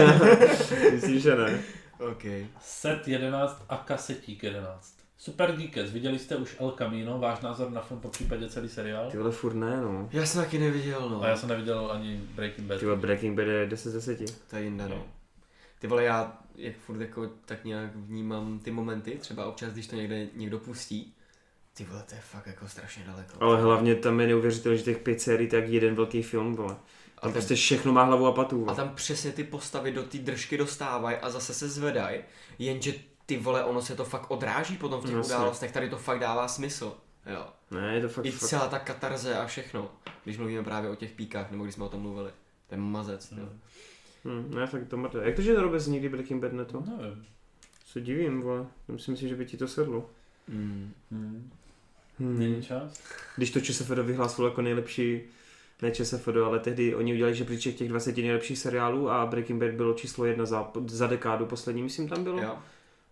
Speaker 3: Myslíš, že ne?
Speaker 1: OK.
Speaker 2: Set 11 a kasetík 11. Super Geekes, viděli jste už El Camino, váš názor na film, po případě celý seriál?
Speaker 3: Ty vole, furt ne, no.
Speaker 1: Já jsem taky neviděl, no.
Speaker 2: A já jsem neviděl ani Breaking Bad.
Speaker 3: Ty vole, Breaking Bad je 10 z 10.
Speaker 1: To je jinde, no.
Speaker 2: No.
Speaker 1: Ty vole, já jak furt jako tak nějak vnímám ty momenty, třeba občas, když to někde někdo pustí, ty vole, to je fakt jako strašně daleko.
Speaker 3: Ale hlavně tam je neuvěřitelné, že těch pět sérií, tak jeden velký film, vole.
Speaker 1: a,
Speaker 3: Tam
Speaker 1: tam,
Speaker 3: prostě všechno má hlavu a patu,
Speaker 1: a
Speaker 3: vole.
Speaker 1: tam přesně ty postavy do té držky dostávají a zase se zvedají, jenže ty vole, ono se to fakt odráží potom v těch
Speaker 3: No, jasně.
Speaker 1: událostech, tady to fakt dává smysl. Jo.
Speaker 3: Ne, je to fakt,
Speaker 1: I
Speaker 3: fakt
Speaker 1: celá ta katarze a všechno, když mluvíme právě o těch píkách, nebo když jsme o tom mluvili. To je mazec.
Speaker 3: No.
Speaker 2: Hmm.
Speaker 1: Jo.
Speaker 3: Hm, ne, fakt to mrdé. Jak to, že Robes nikdy Breaking Bad neto?
Speaker 2: No, Nevím.
Speaker 3: Se divím, vole. Já si myslím, že by ti to sedlo.
Speaker 1: Mm.
Speaker 2: Hmm. Není
Speaker 3: Hmm.
Speaker 2: čas?
Speaker 3: Když to ČSFD vyhlásilo jako nejlepší, ne ČSFD, ale tehdy oni udělali žebříček těch 20 nejlepších seriálů a Breaking Bad bylo číslo jedna za, za dekádu poslední, myslím tam bylo. Jo.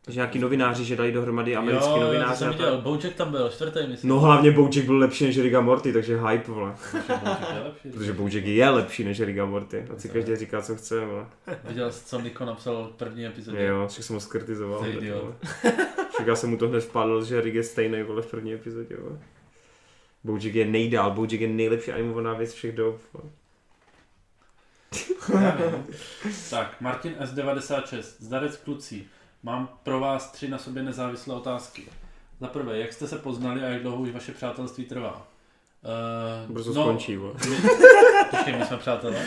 Speaker 1: Jo.
Speaker 3: Že nějaký novináři, že dali dohromady americký
Speaker 2: jo, to
Speaker 3: novináři.
Speaker 2: jsem
Speaker 3: a tak.
Speaker 2: viděl, Bojack tam byl, čtvrtý myslím.
Speaker 3: No hlavně Bojack byl lepší než Riga Morty, takže hype, vole.
Speaker 2: Bojack je lepší.
Speaker 3: No. Protože Bojack je lepší než Riga Morty. A si každý říká, co chce, vole.
Speaker 2: Viděl jsi, co Niko napsal v první epizodě.
Speaker 3: Jo, však jsem ho skritizoval.
Speaker 2: Ty
Speaker 3: tak,
Speaker 2: idiot.
Speaker 3: vole. Však já jsem mu to hned vpálil, že Rig je stejný, vole, v první epizodě, vole. Bojack je nejdál, Bojack je nejlepší animovaná věc všech dob. vole.
Speaker 2: Já nevím. tak, Martin S96. Zdarec kluci, mám pro vás tři na sobě nezávislé otázky. Za prvé, jak jste se poznali a jak dlouho už vaše přátelství trvá? Uh,
Speaker 3: Brzo no. skončí, vole.
Speaker 2: My, počkej, my jsme přátelé.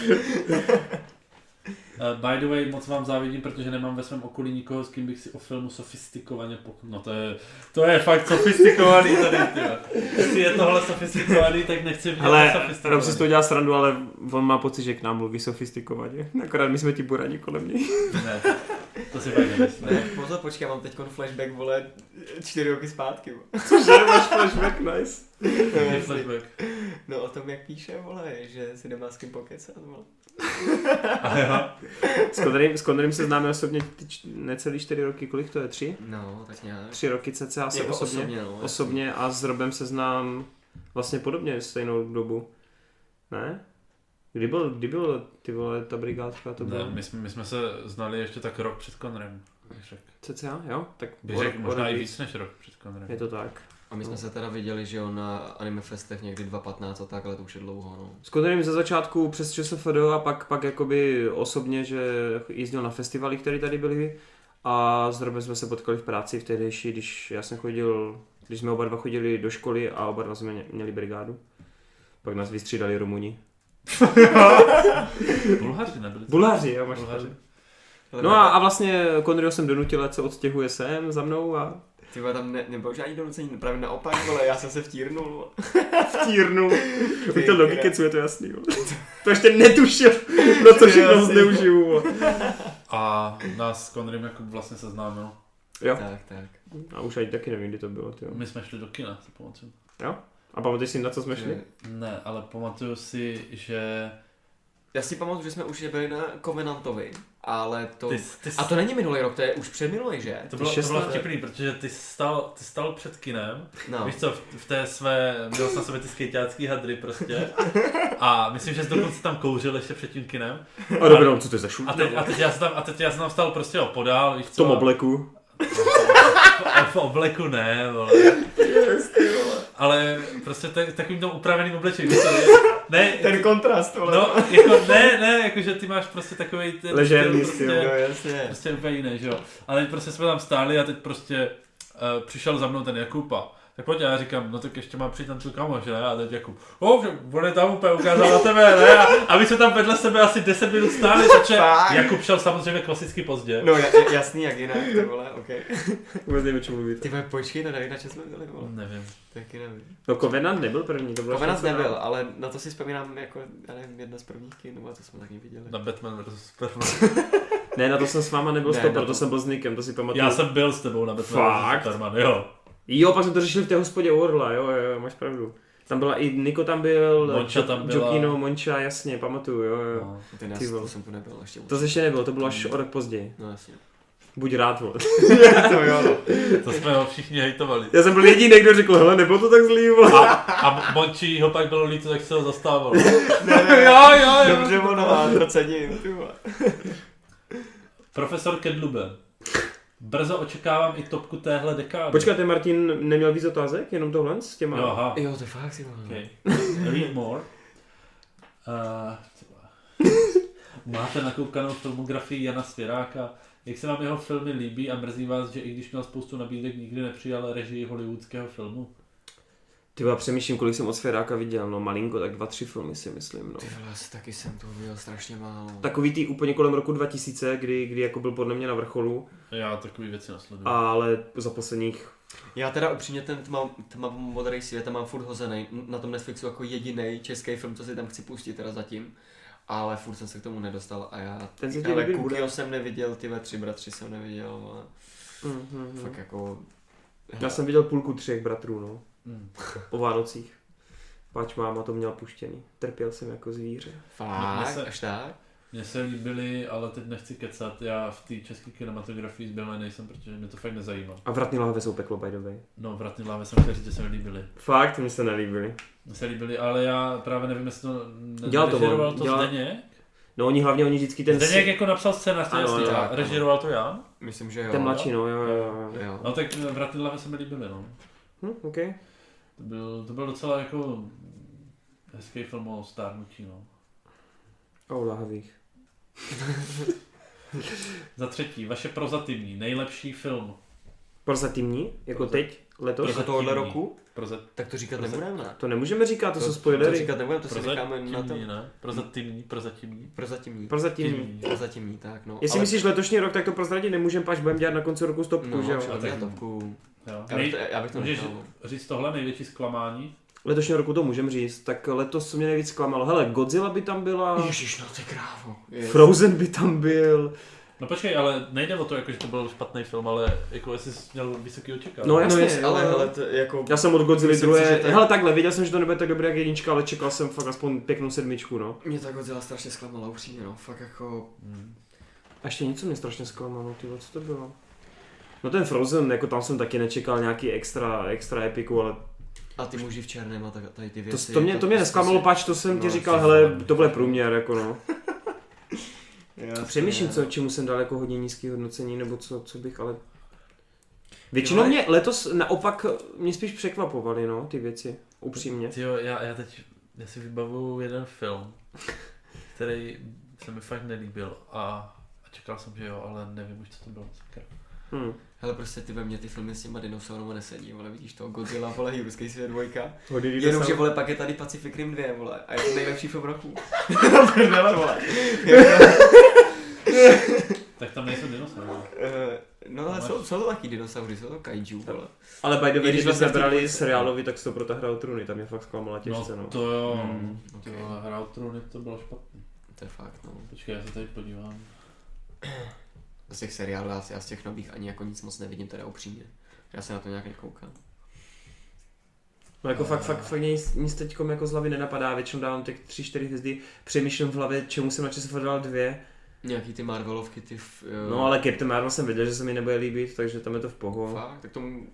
Speaker 2: Eh, By the way, moc vám závidím, protože nemám ve svém okolí nikoho, s kým bych si o filmu sofistikovaně pokud... No to je, to je fakt sofistikovaný tady, tyhle. Jestli je tohle sofistikovaný, tak nechci vidět
Speaker 3: Ale Rob si
Speaker 2: sofistikovaný.
Speaker 3: to udělá srandu, ale on má pocit, že k nám mluví sofistikovaně. Akorát my jsme ti burani kolem něj.
Speaker 2: Ne, to si fakt nemyslím.
Speaker 1: Ne, pozor, počkej, já mám teď flashback, vole, čtyři roky zpátky. vole.
Speaker 3: Cože, máš flashback, nice.
Speaker 2: Je flashback.
Speaker 1: No o tom, jak píše, vole, že si nemá s kým pokecat, vole.
Speaker 3: S Connerym, s Connerym se známe osobně ty č- necelý čtyři roky, kolik to je? Tři?
Speaker 1: No, tak nějak.
Speaker 3: Tři roky cca asi
Speaker 1: Jako
Speaker 3: osobně.
Speaker 1: osobně, no.
Speaker 3: osobně a s Robem se znám vlastně podobně stejnou dobu. Ne? Kdy byl, kdy byl ty vole, ta brigádka, to
Speaker 5: Ne,
Speaker 3: bylo?
Speaker 5: my, jsme, my jsme se znali ještě tak rok před Conrem. Bych řekl,
Speaker 3: CCA, jo? Tak
Speaker 5: bych
Speaker 3: o-
Speaker 5: řekl
Speaker 3: o
Speaker 5: možná
Speaker 3: rok
Speaker 5: i
Speaker 3: víc.
Speaker 5: víc než rok před Conrem.
Speaker 3: Je to tak.
Speaker 1: A my jsme se teda viděli, že jo, na anime festech někdy 2.15 a tak, ale to už je dlouho, no.
Speaker 3: S Konrem ze začátku přes ČSFD a pak, pak jakoby osobně, že jezdil na festivaly, které tady byly. A s Robem jsme se potkali v práci v tehdejší, když já jsem chodil, když jsme oba dva chodili do školy a oba dva jsme ně- měli brigádu. Pak nás vystřídali Rumuni.
Speaker 2: Bulhaři nebyli.
Speaker 3: Bulhaři, jo, máš
Speaker 2: Bulhaři.
Speaker 3: pravdu. No a, a vlastně Konryho jsem donutil, ať se odstěhuje sem za mnou a
Speaker 1: Ty vole, tam ne, nebylo žádný donucení, právě naopak, vole, já jsem se vtírnul, vole.
Speaker 3: vtírnu.
Speaker 1: Ty
Speaker 3: U té logiky,
Speaker 1: krás.
Speaker 3: co je to jasný. jo. To ještě netušil, no co
Speaker 1: Ty
Speaker 3: všechno
Speaker 1: jasný.
Speaker 3: zneužiju. jo.
Speaker 5: A nás s Conrem jako vlastně seznámil.
Speaker 3: Jo,
Speaker 1: Tak, tak.
Speaker 3: a už ani taky nevím, kdy to bylo. Tyjo.
Speaker 2: My jsme šli do kina, si pamatuju.
Speaker 3: A pamatuješ si, na co jsme šli?
Speaker 2: Ne, ale pamatuju si, že
Speaker 1: Já si pamatuju, že jsme už byli na Covenantovi, ale to...
Speaker 2: Ty,
Speaker 1: Ty,
Speaker 2: jsi- ty,
Speaker 1: a
Speaker 2: jsi-
Speaker 1: to není minulý rok, to je už předminulý, že?
Speaker 2: to, bylo, to bylo
Speaker 3: 16.
Speaker 2: vtipný, protože ty jsi stal, ty jsi stal před kinem
Speaker 1: No.
Speaker 2: Víš co, v, v té své, měl jsem na sobě ty skejťácký hadry prostě. A myslím, že jsi dokonce tam kouřil ještě před tím kinem.
Speaker 3: A dobrou, co to je za šut?
Speaker 2: A teď, a teď, já, jsem tam, a teď já jsem tam vstal prostě opodál, víš
Speaker 3: V
Speaker 2: co.
Speaker 3: tom obleku.
Speaker 2: A v obleku ne, vole. Ale prostě te, takovým tom upraveným oblečením. víš co, Ne,
Speaker 1: Ten kontrast, vole.
Speaker 2: no, jako ne, ne, jakože ty máš prostě takový ten
Speaker 3: Ležérní
Speaker 2: prostě-
Speaker 3: styl,
Speaker 1: no jasně.
Speaker 2: Prostě úplně jiné, že jo. Ale prostě jsme tam stáli a teď prostě uh, přišel za mnou ten Jakuba. Tak pojď, já říkám, no tak ještě mám přijít tam tu kamoš, ne? A teď Jakub, o, že on je tam úplně ukázal na tebe, ne? A, a my jsme tam vedle sebe asi 10 minut stáli, takže
Speaker 1: Fakt?
Speaker 2: Jakub šel samozřejmě klasicky pozdě.
Speaker 1: No ja- jasný, jak jinak, ty vole, ok.
Speaker 3: Vůbec nevím, o čem mluvíte.
Speaker 1: Ty vole, počkej, no nevím, na čem jsme byli, vole.
Speaker 2: Nevím.
Speaker 1: Taky nevím.
Speaker 3: No Covenant nebyl první, to bylo
Speaker 1: Covenant nebyl, ale na to si vzpomínám jako, já nevím, jedna z prvních kin, nebo to jsme taky viděli.
Speaker 2: Na Batman vs. Superman.
Speaker 3: Ne, na to jsem s váma nebyl
Speaker 1: Ne,
Speaker 3: ne, to,
Speaker 1: na
Speaker 3: proto
Speaker 1: to-
Speaker 3: jsem byl s Nikem, to si pamatuju.
Speaker 2: Já jsem byl s tebou na Batman vs.
Speaker 3: Fakt?
Speaker 2: Superman, jo.
Speaker 3: Jo, pak jsme to řešili v té hospodě u Orla, jo, jo, jo, máš pravdu. Tam byla i Niko tam byl,
Speaker 2: Monča tam byla.
Speaker 3: Jokino, Monča, jasně, pamatuju, jo, jo.
Speaker 2: No.
Speaker 1: Ten
Speaker 3: Ty
Speaker 1: nás,
Speaker 3: vole.
Speaker 1: to jsem tu nebyl ještě.
Speaker 3: To ještě nebylo, to bylo až o rok později.
Speaker 1: No jasně.
Speaker 3: Buď rád, vole.
Speaker 1: to jo, no.
Speaker 2: To jsme ho všichni hejtovali.
Speaker 3: Já jsem byl jediný, kdo řekl, hele, nebylo to tak zlý, vole.
Speaker 2: A, a Mončí ho pak bylo líto, tak se ho zastával.
Speaker 1: Ne, ne, ne.
Speaker 2: Jo, jo, jo.
Speaker 1: Dobře, ono, to cením, ty vole.
Speaker 2: Profesor Kedlube. Brzo očekávám i topku téhle dekády.
Speaker 3: Počkáte, Martin neměl víc otázek, jenom tohle s těma?
Speaker 2: Jo, aha.
Speaker 1: Jo, to je fakt, ty vole.
Speaker 2: Okay. Read more. Uh, máte nakoukanou filmografii Jana Svěráka. Jak se vám jeho filmy líbí a mrzí vás, že i když měl spoustu nabídek, nikdy nepřijal režii hollywoodského filmu?
Speaker 3: Ty já přemýšlím, kolik jsem od Sféráka viděl, no malinko, tak dva, tři filmy si myslím, no.
Speaker 1: Ty vole, asi taky jsem to viděl strašně málo.
Speaker 3: Takový ty úplně kolem roku 2000, kdy, kdy jako byl podle mě na vrcholu,
Speaker 2: Já takový věci nesleduju. A...
Speaker 3: ale za posledních...
Speaker 1: Já teda upřímně ten tma, tma modrý svět mám furt hozený na tom Netflixu jako jediný český film, co si tam chci pustit teda zatím. Ale furt jsem se k tomu nedostal a já...
Speaker 3: Ten se ti
Speaker 1: ale
Speaker 3: líbit
Speaker 1: Kukio jsem neviděl, ty ve tři bratři jsem neviděl a
Speaker 3: Mm-hmm.
Speaker 1: fakt jako...
Speaker 3: Já jsem viděl půlku třech bratrů, no.
Speaker 2: Hmm.
Speaker 3: O Vánocích. Pač máma to měla puštěný. Trpěl jsem jako zvíře.
Speaker 1: Fakt?
Speaker 2: Mně se-
Speaker 1: Až tak?
Speaker 2: Mně se líbily, ale teď nechci kecat. Já v té české kinematografii zběhlé nejsem, protože mě to fakt nezajímá.
Speaker 3: A vratný lahve jsou peklo, by the way.
Speaker 2: No, vratný láve jsem chtěl říct, že se mi líbily.
Speaker 3: Fakt, mi se nelíbily.
Speaker 2: Mně se líbily, ale já právě nevím, jestli to... ne-
Speaker 3: Dělal to on,
Speaker 2: režíroval to
Speaker 3: dělal-
Speaker 2: Zdeněk?
Speaker 3: No oni hlavně, oni vždycky ten...
Speaker 2: Zdeněk jako napsal scénář, to je
Speaker 3: Ano,
Speaker 2: jasný,
Speaker 3: jo,
Speaker 2: a
Speaker 1: tak,
Speaker 2: režíroval to já?
Speaker 1: Myslím, že jo.
Speaker 3: Ten mladší, no, jo, jo, jo. jo.
Speaker 1: Jo.
Speaker 2: No tak Vratný lave se mi líbily, no.
Speaker 3: Hm, okay.
Speaker 2: To byl, to byl docela jako hezký film o stárnutí, no.
Speaker 3: O lahvích.
Speaker 2: Za třetí, vaše prozatímní, nejlepší film.
Speaker 3: Prozatímní, jako
Speaker 2: Proza-
Speaker 3: teď, letos.
Speaker 1: Jako tohohle
Speaker 2: Prozatímní.
Speaker 1: roku?
Speaker 2: Prozat,
Speaker 1: Tak to říkat
Speaker 2: Proza-
Speaker 1: nebudeme, ne?
Speaker 3: To nemůžeme říkat, to,
Speaker 1: To-
Speaker 3: jsou
Speaker 1: To
Speaker 3: spoilery.
Speaker 1: říkat nebudeme, to si necháme na to.
Speaker 2: prozatímní, ne? Prozatímní, prozatímní.
Speaker 1: Prozatímní.
Speaker 3: Prozatímní.
Speaker 2: Tímní.
Speaker 1: Prozatímní, tak no.
Speaker 3: Jestli myslíš letošní rok, tak to prozradit nemůžeme, až budeme dělat na konci roku stopku,
Speaker 1: No,
Speaker 3: že jo?
Speaker 1: jo,
Speaker 2: tak-
Speaker 1: topku.
Speaker 2: Jo.
Speaker 1: Já bych to, já bych to
Speaker 2: Můžeš
Speaker 1: nechal.
Speaker 2: říct tohle největší zklamání?
Speaker 3: Letošního roku to můžeme říct, tak letos co mě nejvíc zklamalo. Hele, Godzilla by tam byla,
Speaker 1: Ježíš, no ty krávo. Je-
Speaker 3: Frozen by tam byl.
Speaker 2: No počkej, ale nejde o to, jako, že to byl špatný film, ale jako jestli jsi měl vysoký očekávání.
Speaker 3: No,
Speaker 1: No
Speaker 3: jasně,
Speaker 1: jasně, ale
Speaker 3: jo.
Speaker 1: hele, to jako...
Speaker 3: Já jsem od Godzilla
Speaker 1: Myslím si,
Speaker 3: druhé,
Speaker 1: že to je-
Speaker 3: hele takhle, věděl jsem, že to nebude tak dobré jak jednička, ale čekal jsem fakt aspoň pěknou sedmičku, no.
Speaker 1: Mě ta Godzilla strašně zklamala upřímně, no. Fakt jako...
Speaker 2: Hmm.
Speaker 3: A ještě něco mě strašně zklamalo, ty co to bylo? No ten Frozen, jako tam jsem taky nečekal nějaký extra, extra epiku, ale
Speaker 1: A ty muži v černém a tak- tady ty
Speaker 3: to,
Speaker 1: věci. jako prostě
Speaker 3: to, mě, to mě nesklamalo, pač to jsem ti
Speaker 1: No,
Speaker 3: říkal,
Speaker 1: to-
Speaker 3: hele, to bude průměr, jako no.
Speaker 1: Jasně,
Speaker 3: Přemýšlím,
Speaker 1: no.
Speaker 3: co, čemu jsem dal jako hodně nízký hodnocení, nebo co, co bych ale... Většinou
Speaker 1: Jo,
Speaker 3: mě letos naopak mě spíš překvapovaly, no, ty věci, upřímně.
Speaker 2: Tyjo, já, já teď já si vybavuju jeden film, který se mi fakt nelíbil a, a čekal jsem, že jo, ale nevím už, co to bylo. Sakra.
Speaker 3: Hm.
Speaker 1: Hele, prostě ty ve mně ty filmy s těma dinosaurama nesedí, vole, vidíš to? Godzilla, vole, Jurský svět dvojka. Jenomže, vole, pak je tady Pacific Rim 2, vole, a je to nejlepší film roku. Prdele, vole.
Speaker 2: Tak tam nejsou dinosaury.
Speaker 1: Eh, No ale jsou, jsou to taky dinosaury, jsou to kaiju, vole.
Speaker 3: Ale by the way, když
Speaker 1: I když
Speaker 3: jsme
Speaker 1: byste
Speaker 3: brali seriálovi, tak se to protahral Truny, tam mě fakt zklamala těžce, no.
Speaker 2: No to jo.
Speaker 1: Hmm,
Speaker 2: Hmm,
Speaker 1: ok.
Speaker 2: okay. Hra o trůny to bylo špatný.
Speaker 1: To je fakt, no.
Speaker 2: Počkej, já se tady podívám.
Speaker 1: Z těch seriálů, já, já z těch nových ani jako nic moc nevidím, teda upřímně. Já se na to nějak nekoukám.
Speaker 3: No jako fakt, fakt, fakt nic, nic teď jako z hlavy nenapadá, většinou dávám těch tři, čtyři hvězdy, přemýšlím v hlavě, čemu jsem na ČSFD dal dvě,
Speaker 1: Nějaký ty Marvelovky, ty... f- eh, jo.
Speaker 3: no ale Captain Marvel jsem věděl, že se mi nebude líbit, takže tam je to v poho.
Speaker 1: Fakt, tak tomu...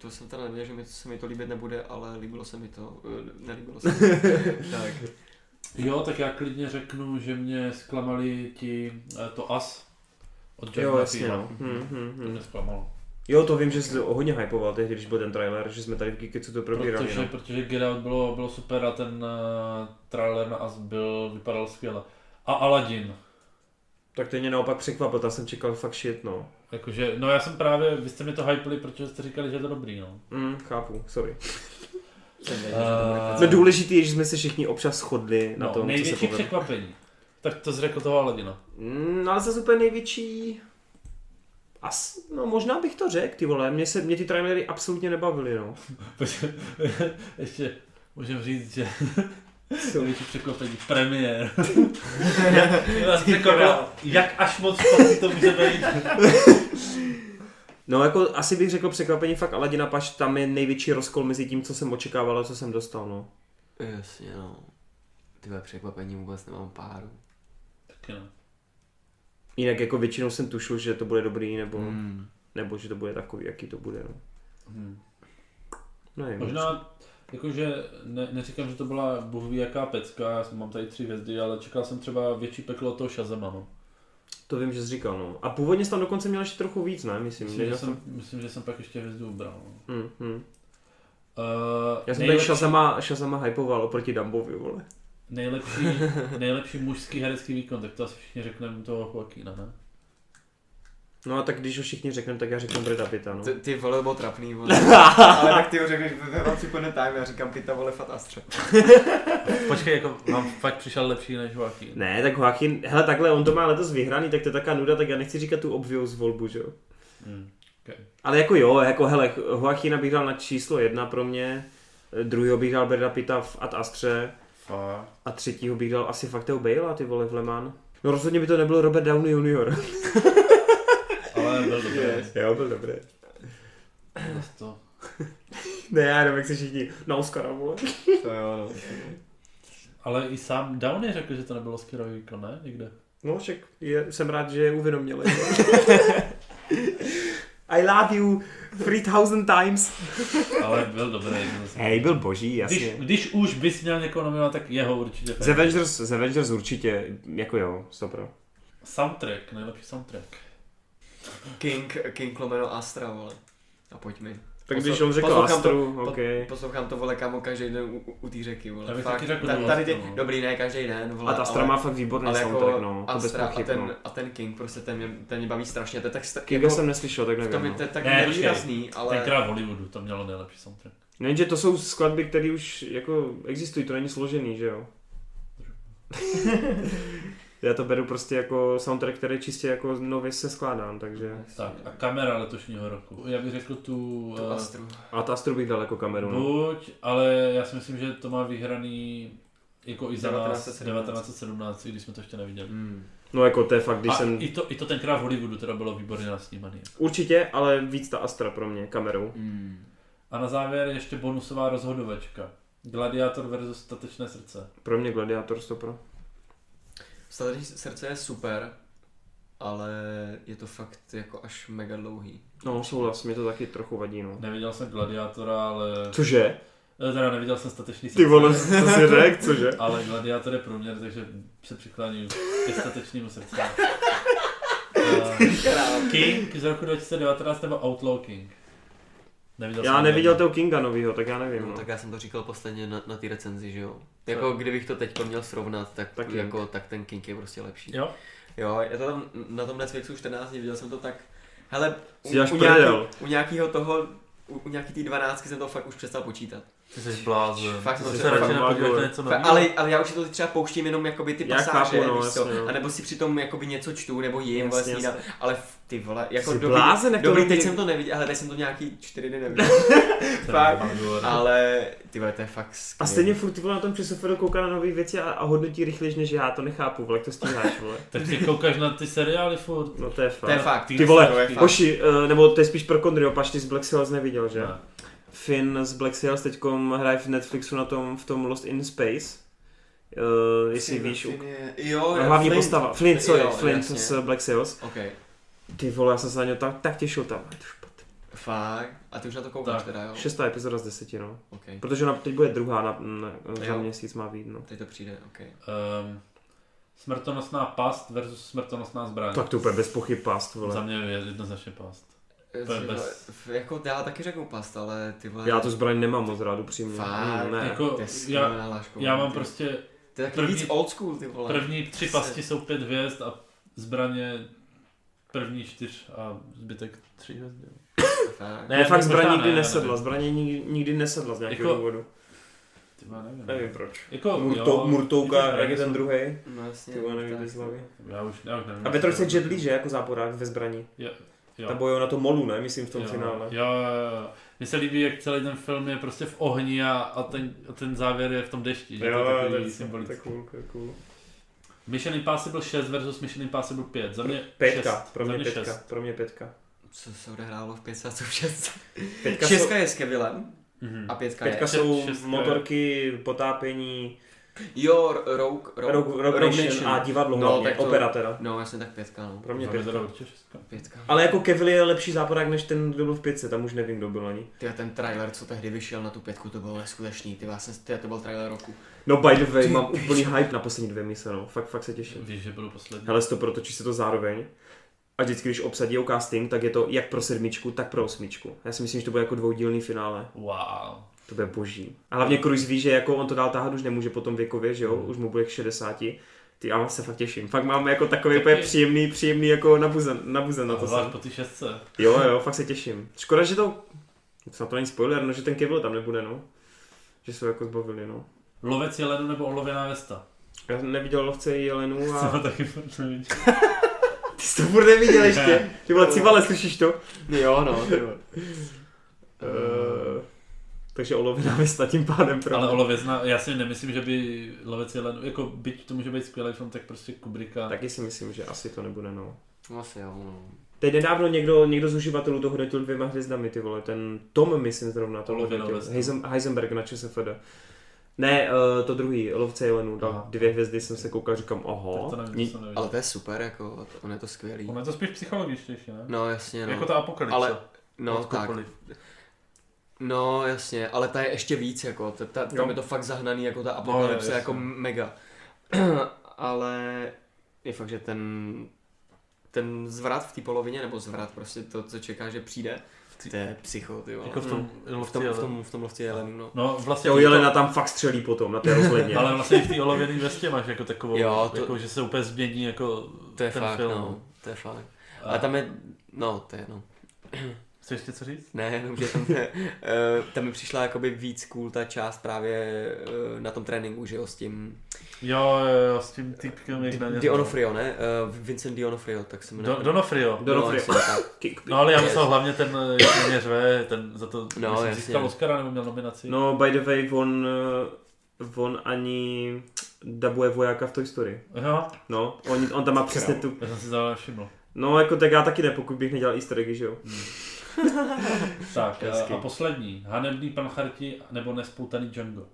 Speaker 1: To jsem teda nevěděl, že mi, se mi to líbit nebude, ale líbilo se mi to. eh, Nelíbilo se mi to. tak.
Speaker 2: Jo, tak já klidně řeknu, že mě zklamali ti eh, to As od
Speaker 3: Jo,
Speaker 2: Jacka
Speaker 3: jasně
Speaker 2: Fiela.
Speaker 3: no. Hmm, hmm,
Speaker 2: To
Speaker 3: hmm.
Speaker 2: mě zklamalo.
Speaker 3: Jo, to vím, že jsi to hodně hypoval tehdy, když byl ten trailer, že jsme tady v Geeketsu to probírali.
Speaker 2: Protože,
Speaker 3: no.
Speaker 2: protože Get Out bylo, bylo super a ten uh, trailer na As byl, vypadal skvěle. A Aladdin.
Speaker 3: Tak to mě naopak překvapilo, tam jsem čekal fakt shit, no.
Speaker 2: Jakože, no já jsem právě, vy jste mi to hypili, protože jste říkali, že je to dobrý, no.
Speaker 3: Mm, chápu, sorry.
Speaker 1: Jsem věděl, že to bude
Speaker 2: Eh,
Speaker 1: tak.
Speaker 3: No důležitý je, že jsme se všichni občas shodli na
Speaker 2: no,
Speaker 3: tom, co se
Speaker 2: největší
Speaker 3: povedlo.
Speaker 2: překvapení. Tak to zřekl toho Aladina.
Speaker 3: Mm, ale zase úplně největší... As, no možná bych to řekl, ty vole, mě, se, mě ty trailery absolutně nebavily, no.
Speaker 2: Počkej, Ještě můžem říct, že
Speaker 3: Co?
Speaker 2: největší překvapení. Premiér. jak, vás
Speaker 3: Ty
Speaker 2: překvapilo,
Speaker 3: král.
Speaker 2: jak až moc špatný to může být.
Speaker 3: No jako asi bych řekl překvapení fakt Aladina Paš, tam je největší rozkol mezi tím, co jsem očekával a co jsem dostal, no.
Speaker 1: Jasně, no. Tyhle překvapení vůbec nemám páru.
Speaker 2: Taky no.
Speaker 3: Jinak jako většinou jsem tušil, že to bude dobrý, nebo, mm.
Speaker 1: Hmm.
Speaker 3: nebo že to bude takový, jaký to bude, no.
Speaker 2: Hmm.
Speaker 3: No nevím.
Speaker 2: Možná, jakože ne, neříkám, že to byla bůh ví jaká pecka, já jsem- mám tady tři hvězdy, ale čekal jsem třeba větší peklo od toho Shazama, no.
Speaker 3: To vím, že jsi říkal, no. A původně jsi tam dokonce měl ještě trochu víc, ne? Myslím,
Speaker 2: Myslím, že
Speaker 3: já
Speaker 2: jsem, myslím, že jsem pak ještě hvězdu ubral. No.
Speaker 3: Mm, mm.
Speaker 2: Uh,
Speaker 3: Já jsem tady Shazama, Shazama hypoval oproti Dumbovi, vole.
Speaker 2: nejlepší, nejlepší mužský herecký výkon, tak to asi všichni řekneme toho Joaquina, ne?
Speaker 3: No a tak když ho všichni řekneme, tak já řeknu Breda Pitta, no.
Speaker 1: Ty, ty vole, nebo trapný, vole. Ale tak ty ho řekneš, ve vám připomene time, já říkám pita, vole, fat astra.
Speaker 2: Počkej, jako mám fakt přišel lepší než Joaquin.
Speaker 3: Ne, tak Joachim, hele takhle, on to má letos vyhraný, tak to je taká nuda, tak já nechci říkat tu obvious volbu, že jo.
Speaker 2: Hmm.
Speaker 3: Ale jako jo, jako hele, Joachina bych dal na číslo jedna pro mě, eh, druhýho bych dal Breda Pitta v Ad Astře
Speaker 2: Fakt.
Speaker 3: a třetího bych dal asi fakt toho Bale, ty vole, v Le Mans. No rozhodně by to nebyl Robert Downey Jr.
Speaker 2: Ale byl dobrý. Yes.
Speaker 3: jo, byl dobrý.
Speaker 2: To.
Speaker 3: Ne, já nevím, jak se všichni na Oscara, vole.
Speaker 1: To jo, no.
Speaker 2: Ale i sám Downey řekl, že to nebylo skvělý výkon, ne? Nikde.
Speaker 3: No, však je, jsem rád, že je uvědomili. I love you 3000 times.
Speaker 2: Ale byl dobrý.
Speaker 3: Hej, byl boží,
Speaker 2: Když,
Speaker 3: jasně.
Speaker 2: když už bys měl někoho nominovat, tak jeho určitě.
Speaker 3: Z Avengers, z Avengers určitě, jako jo, stopro.
Speaker 2: Soundtrack, nejlepší soundtrack.
Speaker 1: King, King lomeno astra, vole. A pojď mi.
Speaker 3: Tak
Speaker 1: Posl-
Speaker 3: když on řekl
Speaker 1: poslouchám to-
Speaker 3: Astru,
Speaker 1: po-
Speaker 3: ok.
Speaker 1: Poslouchám to, vole, kámo, každý den u, u, u té řeky, vole.
Speaker 2: Já bych
Speaker 1: Fakt,
Speaker 2: taky řekl
Speaker 1: ta-
Speaker 2: do
Speaker 1: tady ty,
Speaker 2: Astra, no.
Speaker 1: dobrý, ne, každý den, vole.
Speaker 3: A ta Astra
Speaker 1: ale-
Speaker 3: má fakt výborný
Speaker 1: ale jako
Speaker 3: soundtrack, no. To bez
Speaker 1: Astra a
Speaker 3: pochyb,
Speaker 1: ten,
Speaker 3: no.
Speaker 1: a ten King, prostě ten mě, ten mě baví strašně, to je tak, sta- jako
Speaker 3: Kinga jsem neslyšel, tak
Speaker 1: v tom je
Speaker 3: nevím.
Speaker 1: to
Speaker 3: No.
Speaker 1: je tak
Speaker 2: Ne,
Speaker 1: nevýrazný,
Speaker 2: Ale...
Speaker 1: ale
Speaker 2: Tenkrát v Hollywoodu to mělo nejlepší soundtrack.
Speaker 3: No Jenže to jsou skladby, které už jako existují, to není složený, že jo. Já to beru prostě jako soundtrack, který čistě jako nově se skládám, takže...
Speaker 2: Tak a kamera letošního roku. Já bych řekl tu...
Speaker 1: tu
Speaker 2: eh,
Speaker 1: Astru.
Speaker 3: A ta Astru bych dal jako kameru, no.
Speaker 2: buď, ale já si myslím, že to má vyhraný jako i za nás
Speaker 1: 1917.
Speaker 2: 1917, i když jsme to ještě neviděli.
Speaker 1: Hmm.
Speaker 3: No jako to je fakt, když
Speaker 2: a
Speaker 3: jsem...
Speaker 2: i, to, i to tenkrát v Hollywoodu teda bylo výborně nasnímaný.
Speaker 3: Určitě, ale víc ta Astra pro mě, kamerou.
Speaker 1: Hmm.
Speaker 2: A na závěr ještě bonusová rozhodovačka. Gladiátor versus statečné srdce.
Speaker 3: Pro mě Gladiator stopro.
Speaker 1: Stateční srdce je super, ale je to fakt jako až mega dlouhý.
Speaker 3: No, souhlas, mě to taky trochu vadí, no.
Speaker 2: Neviděl jsem Gladiátora, ale...
Speaker 3: Cože?
Speaker 2: eh, Teda neviděl jsem statečný srdce.
Speaker 3: Ty vole, co jsi řekl, cože?
Speaker 2: Ale Gladiátor je průměr, takže se přikláním ke statečnému srdci. Uh, King z roku 2019 nebo Outlaw King? Neviděl
Speaker 3: Já
Speaker 2: jsem
Speaker 3: neviděl
Speaker 2: žádný.
Speaker 3: toho Kinga novýho, tak já nevím,
Speaker 1: No,
Speaker 3: no.
Speaker 1: tak já jsem to říkal posledně na, na té recenzi, že jo. Jako kdybych to teď měl srovnat, tak,
Speaker 3: Tak
Speaker 1: tak,
Speaker 3: King.
Speaker 1: jako, tak ten King je prostě lepší.
Speaker 2: Jo?
Speaker 1: Jo, já to tam na tom Netflixu 14 dní, viděl jsem to tak, hele,
Speaker 3: Jsi až
Speaker 1: nějaký,
Speaker 3: prdel.
Speaker 1: u nějakého toho, u, u nějaký té 12 jsem to fakt už přestal počítat.
Speaker 2: Ty jsi blázen.
Speaker 1: Fakt jsem
Speaker 3: jsi
Speaker 1: se
Speaker 3: se radši
Speaker 1: fakt,
Speaker 3: nepodíváš na
Speaker 2: něco
Speaker 1: fa- ale, ale já už si to třeba pouštím jenom jakoby ty
Speaker 3: Já
Speaker 1: pasáže,
Speaker 3: chápu, no,
Speaker 1: víš co,
Speaker 3: jasně, jo.
Speaker 1: anebo si přitom jakoby něco čtu, nebo jim
Speaker 3: Jasně,
Speaker 1: vlastně,
Speaker 3: jasně.
Speaker 1: ale f- ty vole, jako
Speaker 3: Jsi
Speaker 1: dobrý,
Speaker 3: blázen, jak to
Speaker 1: dobrý,
Speaker 3: dobrý-
Speaker 1: teď jsem to neviděl, ale teď jsem to nějaký čtyři dny neviděl, fakt, ale ty vole, to je fakt
Speaker 3: A
Speaker 1: skvělý.
Speaker 3: stejně furt ty vole na tom přesoferu kouká na nové věci a, a hodnotí rychleji než já, to nechápu, vole, jak to stíháš, vole.
Speaker 2: Tak ty koukáš na ty seriály furt.
Speaker 3: No to je
Speaker 1: to je
Speaker 3: fakt.
Speaker 1: fakt.
Speaker 3: Ty vole,
Speaker 1: to je fakt.
Speaker 3: Hoši, eh, nebo to je spíš pro Kondry, opač ty z Black Sails neviděl, že?
Speaker 2: Ne.
Speaker 3: Finn z Black Sails teďkom hraje v Netflixu na tom, v tom Lost in Space. Uh, jestli
Speaker 1: Steve
Speaker 3: víš,
Speaker 1: Finn
Speaker 3: u...
Speaker 1: je- Jo, jo,
Speaker 3: hlavní
Speaker 1: Flint.
Speaker 3: postava, Flint, sorry,
Speaker 1: Jo,
Speaker 3: Flint
Speaker 1: jasně.
Speaker 3: z Black Sails.
Speaker 1: OK,
Speaker 3: Ty vole, já jsem se na něj tak, tak těšil tam, je to špatně.
Speaker 1: fakt. A ty už na to koukáš
Speaker 2: Tak.
Speaker 1: teda, jo?
Speaker 3: Šestá epizoda z deseti, no.
Speaker 1: OK,
Speaker 3: Protože ona teď bude druhá, na, na, za
Speaker 1: Jo.
Speaker 3: měsíc má být, no.
Speaker 1: teď to přijde, OK.
Speaker 2: Um, smrtonosná past versus smrtonosná zbraň.
Speaker 3: Tak to úplně bez pochyb past,
Speaker 2: Za
Speaker 3: vole.
Speaker 2: mě je jednoznačně past.
Speaker 1: Eh,
Speaker 2: To je
Speaker 1: ty
Speaker 2: bez-
Speaker 1: vole, f- Jako já taky řeknu past, ale ty vole...
Speaker 3: Já tu zbraň nemám moc rád, upřímně.
Speaker 1: Fakt,
Speaker 3: Mm, ne.
Speaker 2: jako-
Speaker 1: To je
Speaker 2: já-
Speaker 1: skvělá láško.
Speaker 2: Já mám
Speaker 1: Ty-
Speaker 2: prostě
Speaker 1: To je taky
Speaker 2: první-
Speaker 1: víc old school, ty vole.
Speaker 2: první tři pasti jsou pět hvězd a zbraně první čtyř a zbytek tři hvězdy.
Speaker 1: Fakt.
Speaker 2: Ne,
Speaker 3: Ne, fakt
Speaker 2: možná
Speaker 3: zbraň
Speaker 2: ne,
Speaker 3: nikdy
Speaker 2: já
Speaker 3: nesedla,
Speaker 2: nevím.
Speaker 3: zbraně nikdy, nikdy nesedla z nějakého
Speaker 2: Jako-
Speaker 3: důvodu.
Speaker 2: Ty vole, nevím.
Speaker 3: Nevím proč.
Speaker 2: Jako,
Speaker 3: Murto,
Speaker 2: jo,
Speaker 3: Murtouka,
Speaker 2: zbraně
Speaker 3: jak je ten
Speaker 2: jsou-
Speaker 3: druhý.
Speaker 1: No jasně.
Speaker 3: Ty vole, nevím,
Speaker 1: tak.
Speaker 3: kde slaví.
Speaker 2: Já už, já už nevím.
Speaker 3: A ve trojce Jet Li, že? Jako záporák ve zbraní.
Speaker 2: Jo, jo.
Speaker 3: Tam bojují na tom molu, ne? Myslím v tom
Speaker 2: jo,
Speaker 3: finále.
Speaker 2: Jo, jo, jo. Mně se líbí, jak celý ten film je prostě v ohni a, a, ten, a ten závěr je v tom dešti. Že? to je takový symbolický.
Speaker 3: tak cool, tak cool.
Speaker 2: Mission Impossible 6 versus Mission Impossible 5. Za mě
Speaker 3: Pětka,
Speaker 2: 6.
Speaker 3: pro mě
Speaker 2: Za mě
Speaker 3: pětka,
Speaker 2: 6.
Speaker 3: pro mě pětka.
Speaker 1: Co se odehrálo v pětce a co v šestce?
Speaker 3: Pětka jsou, Hmm.
Speaker 1: Šestka je s Kevilem
Speaker 2: Mhm.
Speaker 1: a pětka
Speaker 3: pětka
Speaker 1: je...
Speaker 2: šest-
Speaker 3: jsou
Speaker 2: šestka je-
Speaker 3: motorky, potápění,
Speaker 1: Jo, R- Rogue, Rogue,
Speaker 3: Rogue, Rogue Nation a divadlo
Speaker 1: No,
Speaker 3: hlavně,
Speaker 1: tak to-
Speaker 3: opera teda.
Speaker 1: No jasně, tak pětka, no.
Speaker 3: Pro mě
Speaker 2: Za mě
Speaker 3: pětka.
Speaker 2: teda určitě šestka.
Speaker 1: Pětka.
Speaker 3: Ale jako Kevil je lepší záporák než ten, kdo byl v pětce, tam už nevím, kdo byl ani.
Speaker 1: Ty ten trailer, co tehdy vyšel na tu pětku, to bylo neskutečný. Ty vlastně, ty to byl trailer roku.
Speaker 3: No by the way,
Speaker 1: Ty
Speaker 3: mám
Speaker 1: píčo.
Speaker 3: úplný hype na poslední dvě mise, no. Fakt, fakt se těším.
Speaker 2: Víš, že budu poslední.
Speaker 3: Hele, to protočí se to zároveň. A vždycky, když obsadí casting, tak je to jak pro sedmičku, tak pro osmičku. Já si myslím, že to bude jako dvoudílný finále.
Speaker 2: Wow.
Speaker 3: To bude boží. A hlavně Cruz ví, že jako on to dál táhat už nemůže po tom věkově, že jo, už mu bude k 60. Ty, já se fakt těším. Fakt mám jako takový
Speaker 2: Taky.
Speaker 3: úplně příjemný, příjemný jako nabuzen, nabuzen na
Speaker 2: No to
Speaker 3: to jsem.
Speaker 2: Zvlášť po té šestce.
Speaker 3: Jo, jo, fakt se těším. Škoda, že to, snad to není spoiler, no, že ten Kevil tam nebude, no. Že se ho jako zbavili, no.
Speaker 2: Lovec jelenu nebo olověná vesta?
Speaker 3: Já jsem neviděl lovce jelenů
Speaker 2: Co
Speaker 3: a...
Speaker 2: taky furt nevidím.
Speaker 3: Ty jsi to furt neviděl ještě. Ty vole, civale, slyšíš to?
Speaker 1: Jo, no, ty vole.
Speaker 3: Eh, takže olověná vesta tím pádem pro
Speaker 2: Ale
Speaker 3: mě.
Speaker 2: olovězna, já si nemyslím, že by lovec jelenu, jako byť to může být skvělý film, tak prostě Kubricka.
Speaker 3: Taky si myslím, že asi to nebude, no.
Speaker 1: Asi jo, no.
Speaker 3: Teď nedávno někdo, někdo z uživatelů to hodnotil dvěma hvězdami, ty vole, ten Tom, myslím zrovna, to
Speaker 2: Lově
Speaker 3: hodnotil,
Speaker 2: Lovest.
Speaker 3: Heisen- Heisenberg na ČSFD. Ne, eh, to druhý, Lovce jelenů, dal
Speaker 2: Aha.
Speaker 3: dvě hvězdy, jsem se koukal, říkám, oho.
Speaker 2: Tak to nevím,
Speaker 3: Ni-
Speaker 2: to jsem neviděl.
Speaker 1: No, Ale to je super, jako, to- on je to skvělý.
Speaker 2: Ono je to spíš psychologičtější, ne?
Speaker 1: No jasně, no.
Speaker 2: Jako ta apokalypsa.
Speaker 1: Ale, no
Speaker 2: Od
Speaker 1: tak,
Speaker 2: Coppoly.
Speaker 1: no jasně, ale ta je ještě víc, jako, ta, ta,
Speaker 3: Jo.
Speaker 1: tam je to fakt zahnaný, jako ta
Speaker 2: No,
Speaker 1: apokalypse,
Speaker 2: jasně.
Speaker 1: jako mega. ale je fakt, že ten, ten zvrat v té polovině, nebo zvrat prostě to, co čeká, že přijde, to je psycho, ty vole.
Speaker 2: Jako v tom,
Speaker 1: Hmm. v tom, v tom, v tom lovci jelenů, no.
Speaker 2: No vlastně,
Speaker 3: Jo,
Speaker 2: i to-
Speaker 3: Jelena tam fakt střelí potom, na té rozhledně.
Speaker 2: ale vlastně i v té olověné vestě máš jako takovou,
Speaker 1: Jo,
Speaker 2: jo,
Speaker 1: to-
Speaker 2: to, jako, že se úplně změní jako
Speaker 1: To je
Speaker 2: ten
Speaker 1: fakt,
Speaker 2: film.
Speaker 1: no. To je fakt.
Speaker 2: A,
Speaker 1: Ale tam je, no, to je, no.
Speaker 2: Chceš něco říct?
Speaker 1: Ne, jenom, že tam, je, eh, tam mi přišla jakoby víc cool ta část právě eh, na tom tréninku, že jo, s tím
Speaker 2: Jo, jo, jo, s tím typkem, jak na
Speaker 1: Di-
Speaker 2: něj-
Speaker 1: Dionofrio, ne? Eh, Vincent Dionofrio, tak se jmenuje.
Speaker 2: Do, Donofrio.
Speaker 3: Do- D'Onofrio.
Speaker 1: jasně, tak.
Speaker 3: Kick.
Speaker 2: No ale já myslel hlavně ten, eh, jak mě řve, ten za to,
Speaker 1: No,
Speaker 2: myslím,
Speaker 1: jasně.
Speaker 2: získal Oscara nebo měl nominaci.
Speaker 3: No, by the way, on, eh, on ani dabuje vojáka v Toy Story.
Speaker 2: Jo,
Speaker 3: No, on, on tam má přesně tu...
Speaker 2: já jsem si zároveň všiml.
Speaker 3: No, jako tak já taky ne, pokud bych nedělal easter eggy, že jo.
Speaker 2: Tak eh,
Speaker 3: Hezky.
Speaker 2: a, a poslední, hanebný pancharti nebo nespoutaný Django.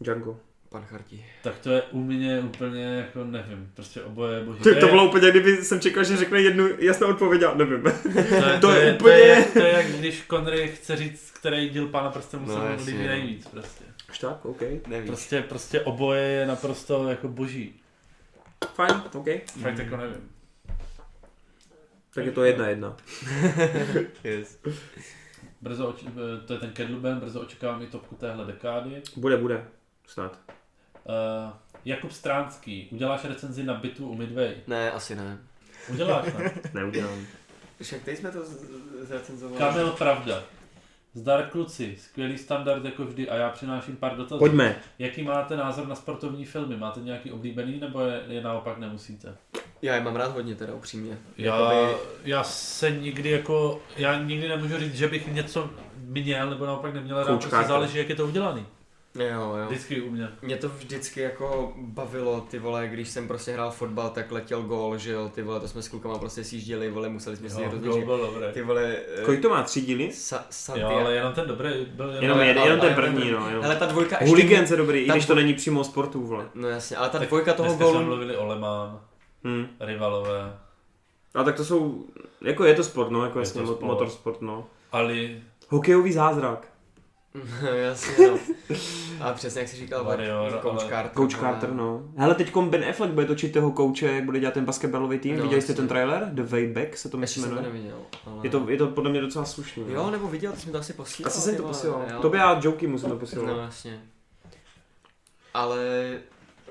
Speaker 3: Django.
Speaker 1: Pan Chartí.
Speaker 2: Tak to je u mě úplně jako nevím, prostě oboje boží.
Speaker 3: Ty,
Speaker 2: je-
Speaker 3: to bylo úplně, kdyby jsem čekal, že řekne jednu jasnou odpověď a nevím.
Speaker 2: To je,
Speaker 3: To
Speaker 2: to,
Speaker 3: je
Speaker 2: je,
Speaker 3: úplně-
Speaker 2: to, je, jak- to je jak když Connery chce říct, který díl Pána prstenů se
Speaker 1: No,
Speaker 2: mu
Speaker 1: jasně,
Speaker 2: líbí
Speaker 1: no.
Speaker 2: nejvíc. Prostě.
Speaker 3: Už tak, OK.
Speaker 1: Nevíš.
Speaker 2: prostě. Prostě oboje je naprosto jako boží.
Speaker 3: Fajn, OK.
Speaker 2: Fakt jako nevím.
Speaker 3: Tak je to jedna jedna.
Speaker 1: Yes.
Speaker 2: Brzo oč- eh, to je ten Kedluben, brzo očekávám i topku téhle dekády.
Speaker 3: Bude, bude. Snad.
Speaker 2: Uh, Jakub Stránský, uděláš recenzi na bitvu u Midway?
Speaker 1: Ne, asi ne.
Speaker 2: Uděláš, ne?
Speaker 3: Neudělám.
Speaker 1: Však teď jsme to zrecenzovali.
Speaker 2: Kamil Pravda. Zdar kluci, skvělý standard jako vždy a já přináším pár dotazů.
Speaker 3: Pojďme.
Speaker 2: Jaký máte názor na sportovní filmy? Máte nějaký oblíbený nebo je, je naopak nemusíte?
Speaker 1: Já je mám rád hodně teda, upřímně.
Speaker 2: Já, já se nikdy jako, já nikdy nemůžu říct, že bych něco měl nebo naopak neměl rád,
Speaker 3: Kouč
Speaker 2: prostě
Speaker 3: Carter.
Speaker 2: záleží, jak je to udělaný.
Speaker 1: Jo, jo.
Speaker 2: Vždycky u mě.
Speaker 1: Mě to vždycky jako bavilo, ty vole, když jsem prostě hrál fotbal, tak letěl gól, že jo, ty vole, to jsme s klukama prostě sjížděli, vole, museli jsme si
Speaker 2: Jo,
Speaker 1: rozhodnout,
Speaker 2: gol
Speaker 1: že-
Speaker 2: byl dobrý.
Speaker 1: ty vole, eh,
Speaker 3: Kolik to má? Tři díly?
Speaker 1: sa, sa,
Speaker 2: Jo, ale jenom ten dobrý byl jenom,
Speaker 3: Jenom
Speaker 1: ale-
Speaker 3: jeden, jenom
Speaker 1: ale-
Speaker 3: ten první, no. Jenom.
Speaker 1: Hele, ta dvojka ještě...
Speaker 3: Hooligans je dobrý, i
Speaker 1: tam-
Speaker 3: když to není přímo o sportu, vole.
Speaker 1: No jasně, ale ta dvojka toho
Speaker 2: Dneska jsme
Speaker 1: gólu...
Speaker 2: mluvili o Lemán,
Speaker 3: Hm.
Speaker 2: rivalové,
Speaker 3: A tak to jsou, jako je to sport, no, jako
Speaker 2: Je
Speaker 3: jasně,
Speaker 2: to
Speaker 3: mo-
Speaker 2: sport.
Speaker 3: motorsport, no.
Speaker 2: Ali,
Speaker 3: Hokejový zázrak.
Speaker 1: No jasně, no. A přesně jak jsi říkal,
Speaker 2: Warrior,
Speaker 1: Warrior, Coach
Speaker 2: ale-
Speaker 1: Carter.
Speaker 3: Coach
Speaker 1: vole.
Speaker 3: Carter, no. Hele, teď Ben Affleck bude točit toho kouče, jak bude dělat ten basketbalový tým.
Speaker 1: No,
Speaker 3: Viděli jste
Speaker 1: jasně.
Speaker 3: ten trailer? The Way Back se to
Speaker 1: Ještě
Speaker 3: myslím
Speaker 1: jsem to
Speaker 3: jmenuje.
Speaker 1: neviděl, ale...
Speaker 3: Je to, je to podle mě docela slušný. no.
Speaker 1: Jo, nebo viděl, ty jsi mi to asi posílal.
Speaker 3: Asi jsem
Speaker 1: ty
Speaker 3: to
Speaker 1: vole,
Speaker 3: posílal.
Speaker 1: jo.
Speaker 3: Tobě a Joky mu jsem to
Speaker 1: No
Speaker 3: posílal.
Speaker 1: jasně. Ale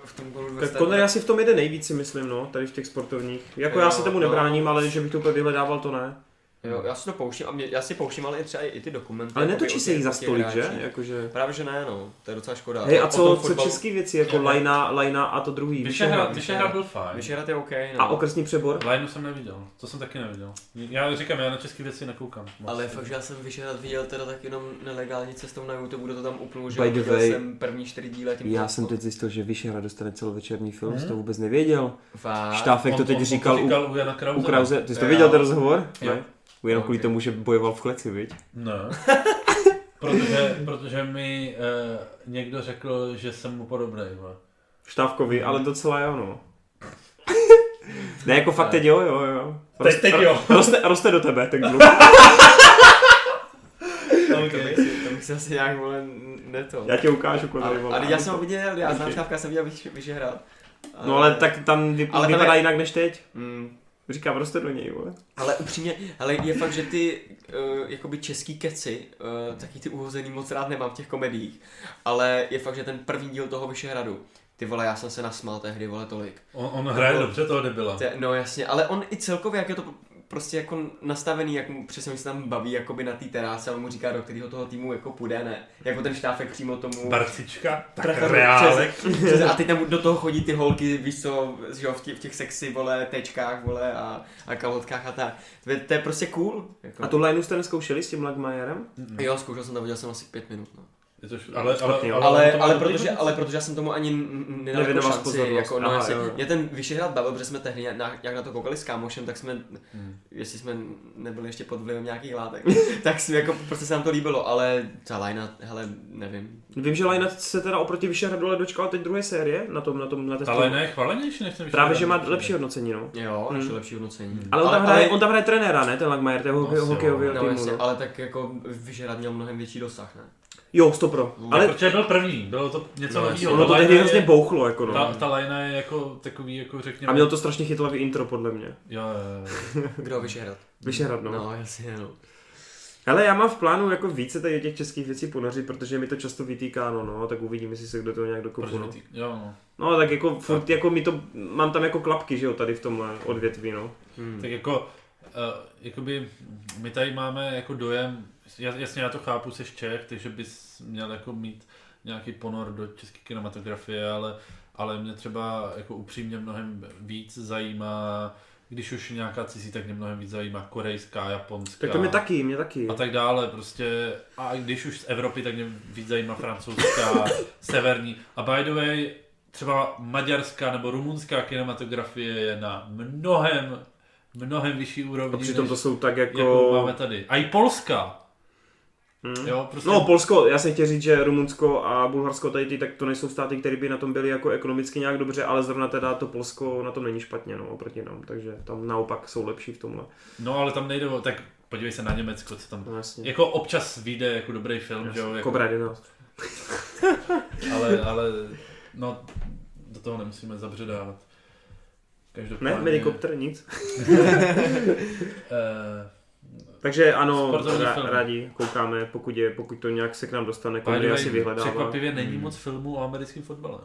Speaker 1: v tom gólu...
Speaker 3: Tak
Speaker 1: Westerna-
Speaker 3: Connery asi v tom jede nejvíc, si myslím, no, tady v těch sportovních. Jako já
Speaker 1: Jo,
Speaker 3: se tomu
Speaker 1: no.
Speaker 3: nebráním, ale že bych to úplně vyhledával, to ne.
Speaker 1: Jo, já si to pouštím, a mě, já si pouštím, ale i třeba i, i ty dokumenty.
Speaker 3: Ale
Speaker 1: jakoby
Speaker 3: netočí
Speaker 1: o
Speaker 3: se
Speaker 1: těch-
Speaker 3: jich
Speaker 1: o
Speaker 3: za
Speaker 1: těch
Speaker 3: stolik, že?
Speaker 1: hráčích.
Speaker 3: Jakože...
Speaker 1: Právě, že ne, no. To je docela škoda.
Speaker 3: Hej,
Speaker 1: To-
Speaker 3: a
Speaker 1: o tom
Speaker 3: co, co
Speaker 1: fotbalu-
Speaker 3: český věci, jako
Speaker 1: Jo.
Speaker 3: lajna, lajna a to druhý,
Speaker 2: Vyšehrad,
Speaker 3: Vyšehrad.
Speaker 2: Vyšehrad byl fajn.
Speaker 1: Vyšehrad je OK, no.
Speaker 3: A okresní přebor?
Speaker 2: Lineu jsem neviděl, to jsem taky neviděl. Já říkám, já na české věci nekoukám. moc.
Speaker 1: Ale
Speaker 3: Vlastně.
Speaker 1: fakt, že já jsem Vyšehrad viděl teda tak jenom nelegální cestou na YouTube, kdo to tam upnul, že
Speaker 3: By
Speaker 1: jo,
Speaker 3: the
Speaker 1: viděl
Speaker 3: way,
Speaker 1: jsem první čtyři díly. a tím
Speaker 3: Já
Speaker 1: to-
Speaker 3: jsem teď zjistil, že Vyšehrad dostane celovečerní film, hmm? to vůbec nevěděl.
Speaker 1: Fakt?
Speaker 3: Štáfek to
Speaker 2: On-
Speaker 3: teď
Speaker 2: on- on
Speaker 3: říkal,
Speaker 2: to
Speaker 3: u,
Speaker 2: říkal u, Jana Krause.
Speaker 3: u Krause. Ty jsi to
Speaker 1: Jo.
Speaker 3: viděl ten rozhovor?
Speaker 1: Jo.
Speaker 3: Ne? Jenom kvůli
Speaker 1: Ok.
Speaker 3: tomu, že bojoval v kleci, viď?
Speaker 2: Ne. protože, protože mi eh, někdo řekl, že jsem mu podobný. vole.
Speaker 3: Štávkovi, ale docela jo, no. ne, jako fakt teď jo, jo, jo.
Speaker 2: Teď- teď jo.
Speaker 3: Roste, roste do tebe ten kluk.
Speaker 1: To bych si- To bych si asi nějak, vole, n- neto.
Speaker 3: Já ti ukážu, kolik
Speaker 1: Ale, ale já jsem ho viděl, já znám
Speaker 3: Ok.
Speaker 1: Štávka, jsem viděl Vyš- Vyšehrad.
Speaker 3: No ale tak tam vy,
Speaker 1: Ale
Speaker 3: ale
Speaker 1: tam
Speaker 3: vypadá
Speaker 1: je-
Speaker 3: jinak než teď.
Speaker 1: Mm,
Speaker 3: Říkám, roste do něj, vole.
Speaker 1: Ale upřímně, ale je fakt, že ty uh, jakoby český keci, uh, taky ty uhozený moc rád nemám v těch komediích, ale je fakt, že ten první díl toho Vyšehradu, ty vole, já jsem se nasmál tehdy, vole, tolik.
Speaker 2: On, on hraje
Speaker 1: Jako-
Speaker 2: dobře toho debila.
Speaker 1: Te, no jasně, ale on i celkově, jak je to prostě jako nastavený, jak mu přesně se tam baví, jakoby na té teráse, a on mu říká, do kterého toho týmu jako půjde, ne? Jako ten štáfek přímo tomu...
Speaker 2: Barcička, tak
Speaker 1: Trafa-
Speaker 2: reálek.
Speaker 1: přes- přes- A teď tam do toho chodí ty holky, víš co, že jo, v, těch, v těch sexy, vole, tečkách, vole, a, a kalhotkách a tak. To je, to je prostě cool. Jako.
Speaker 3: A tu lineu jste neskoušeli s tím Lagmajerem?
Speaker 1: Jo, zkoušel jsem to, viděl jsem asi pět minut. No.
Speaker 2: Je to š- ale, ale,
Speaker 3: Špatný, jo.
Speaker 2: ale,
Speaker 1: Ale,
Speaker 2: on
Speaker 1: ale,
Speaker 2: to má dobrý
Speaker 1: protože,
Speaker 2: pozici.
Speaker 1: ale protože já jsem tomu ani n- n- nedal jako
Speaker 3: Nevěnoval
Speaker 1: šanci,
Speaker 3: pozornost.
Speaker 1: jako, no,
Speaker 3: Aha,
Speaker 1: jasně,
Speaker 3: jo, jo.
Speaker 1: mě ten Vyšehrad bavil, protože jsme tehdy na, jak na to koukali s kámošem, tak jsme,
Speaker 2: Hmm.
Speaker 1: jestli jsme nebyli ještě pod vlivem nějakých látek, tak jsme jako, prostě se nám to líbilo, ale ta lajna, hele, nevím.
Speaker 3: Vím, že Lajna se teda oproti Vyšehradu ale dočkal teď druhé série na tom, na tom, na té
Speaker 2: Ale ne, chvalenější než ten
Speaker 3: Právě,
Speaker 2: Vyšehrad.
Speaker 3: že má lepší hodnocení, no.
Speaker 1: Jo, naše
Speaker 3: Hmm.
Speaker 1: lepší hodnocení.
Speaker 3: Ale on tam, hraje, on tam hraje trenéra, ne, ten Langmajer, toho
Speaker 2: Asi jo.
Speaker 3: hokej- hokejového
Speaker 1: No,
Speaker 3: týmu,
Speaker 1: jasně,
Speaker 3: no.
Speaker 1: ale tak jako Vyšehrad měl mnohem větší dosah, ne?
Speaker 3: Jo, 100 pro.
Speaker 2: Ale...
Speaker 3: Ale
Speaker 2: Protože byl první, bylo to něco
Speaker 1: No,
Speaker 2: nového.
Speaker 1: jasně.
Speaker 3: ono to
Speaker 2: Ta
Speaker 3: tehdy
Speaker 2: linea
Speaker 3: hrozně
Speaker 2: je-
Speaker 3: bouchlo, jako
Speaker 2: Ta,
Speaker 3: no.
Speaker 2: ta lajna je jako takový, jako řekněme...
Speaker 3: A měl Jako to strašně chytlavý intro, podle mě.
Speaker 2: Jo, jo, jo.
Speaker 1: Kdo Vyšehrad?
Speaker 3: Vyšehrad, no.
Speaker 1: No, jasně, no.
Speaker 3: Hele, já mám v plánu jako více tady těch českých věcí ponořit, protože mi to často vytýkáno, no, tak uvidím, jestli se kdo to nějak
Speaker 2: Proč
Speaker 3: dokopuje.
Speaker 2: by ty- jo, no.
Speaker 3: No, tak jako furt, jako mi to, mám tam jako klapky, že jo, tady v tomhle odvětví, no.
Speaker 1: Hmm.
Speaker 2: Tak jako, uh, jakoby, my tady máme jako dojem, jas- jasně já to chápu, jsi Čech, takže bys měl jako mít nějaký ponor do české kinematografie, ale, ale mě třeba jako upřímně mnohem víc zajímá, když už nějaká cizí, tak mě mnohem víc zajímá korejská, japonská.
Speaker 3: Tak to mě taky, mě taky.
Speaker 2: a tak dále prostě. A když už z Evropy, tak mě víc zajímá francouzská, severní. A by the way, třeba maďarská nebo rumunská kinematografie je na mnohem, mnohem vyšší úrovni,
Speaker 3: A přitom to
Speaker 2: než
Speaker 3: jsou tak
Speaker 2: jakou
Speaker 3: jako...
Speaker 2: máme tady. A i polská.
Speaker 3: Hmm.
Speaker 2: Jo, prostě
Speaker 3: No, Polsko, já jsem chtěl říct, že Rumunsko a Bulharsko tady ty, tak to nejsou státy, které by na tom byly jako ekonomicky nějak dobře, ale zrovna teda to Polsko na tom není špatně, no, oproti nám, takže tam naopak jsou lepší v tomhle.
Speaker 2: no ale tam nejde o, tak podívej se na Německo, co tam
Speaker 3: No, jasně.
Speaker 2: jako občas vyjde jako dobrý film, že jo,
Speaker 3: Jako...
Speaker 2: jako,
Speaker 3: Kobra 11.
Speaker 2: ale, ale no, do toho nemusíme zabředávat.
Speaker 3: Ne, medikopter, nic.
Speaker 2: eh,
Speaker 3: Takže ano,
Speaker 2: Sportovní
Speaker 3: ra-
Speaker 2: film.
Speaker 3: rádi koukáme, pokud, je, pokud to nějak se k nám dostane,
Speaker 2: By the
Speaker 3: Kobry
Speaker 2: way,
Speaker 3: asi vyhledává.
Speaker 2: Jako Překvapivě není moc filmů o americkém fotbale.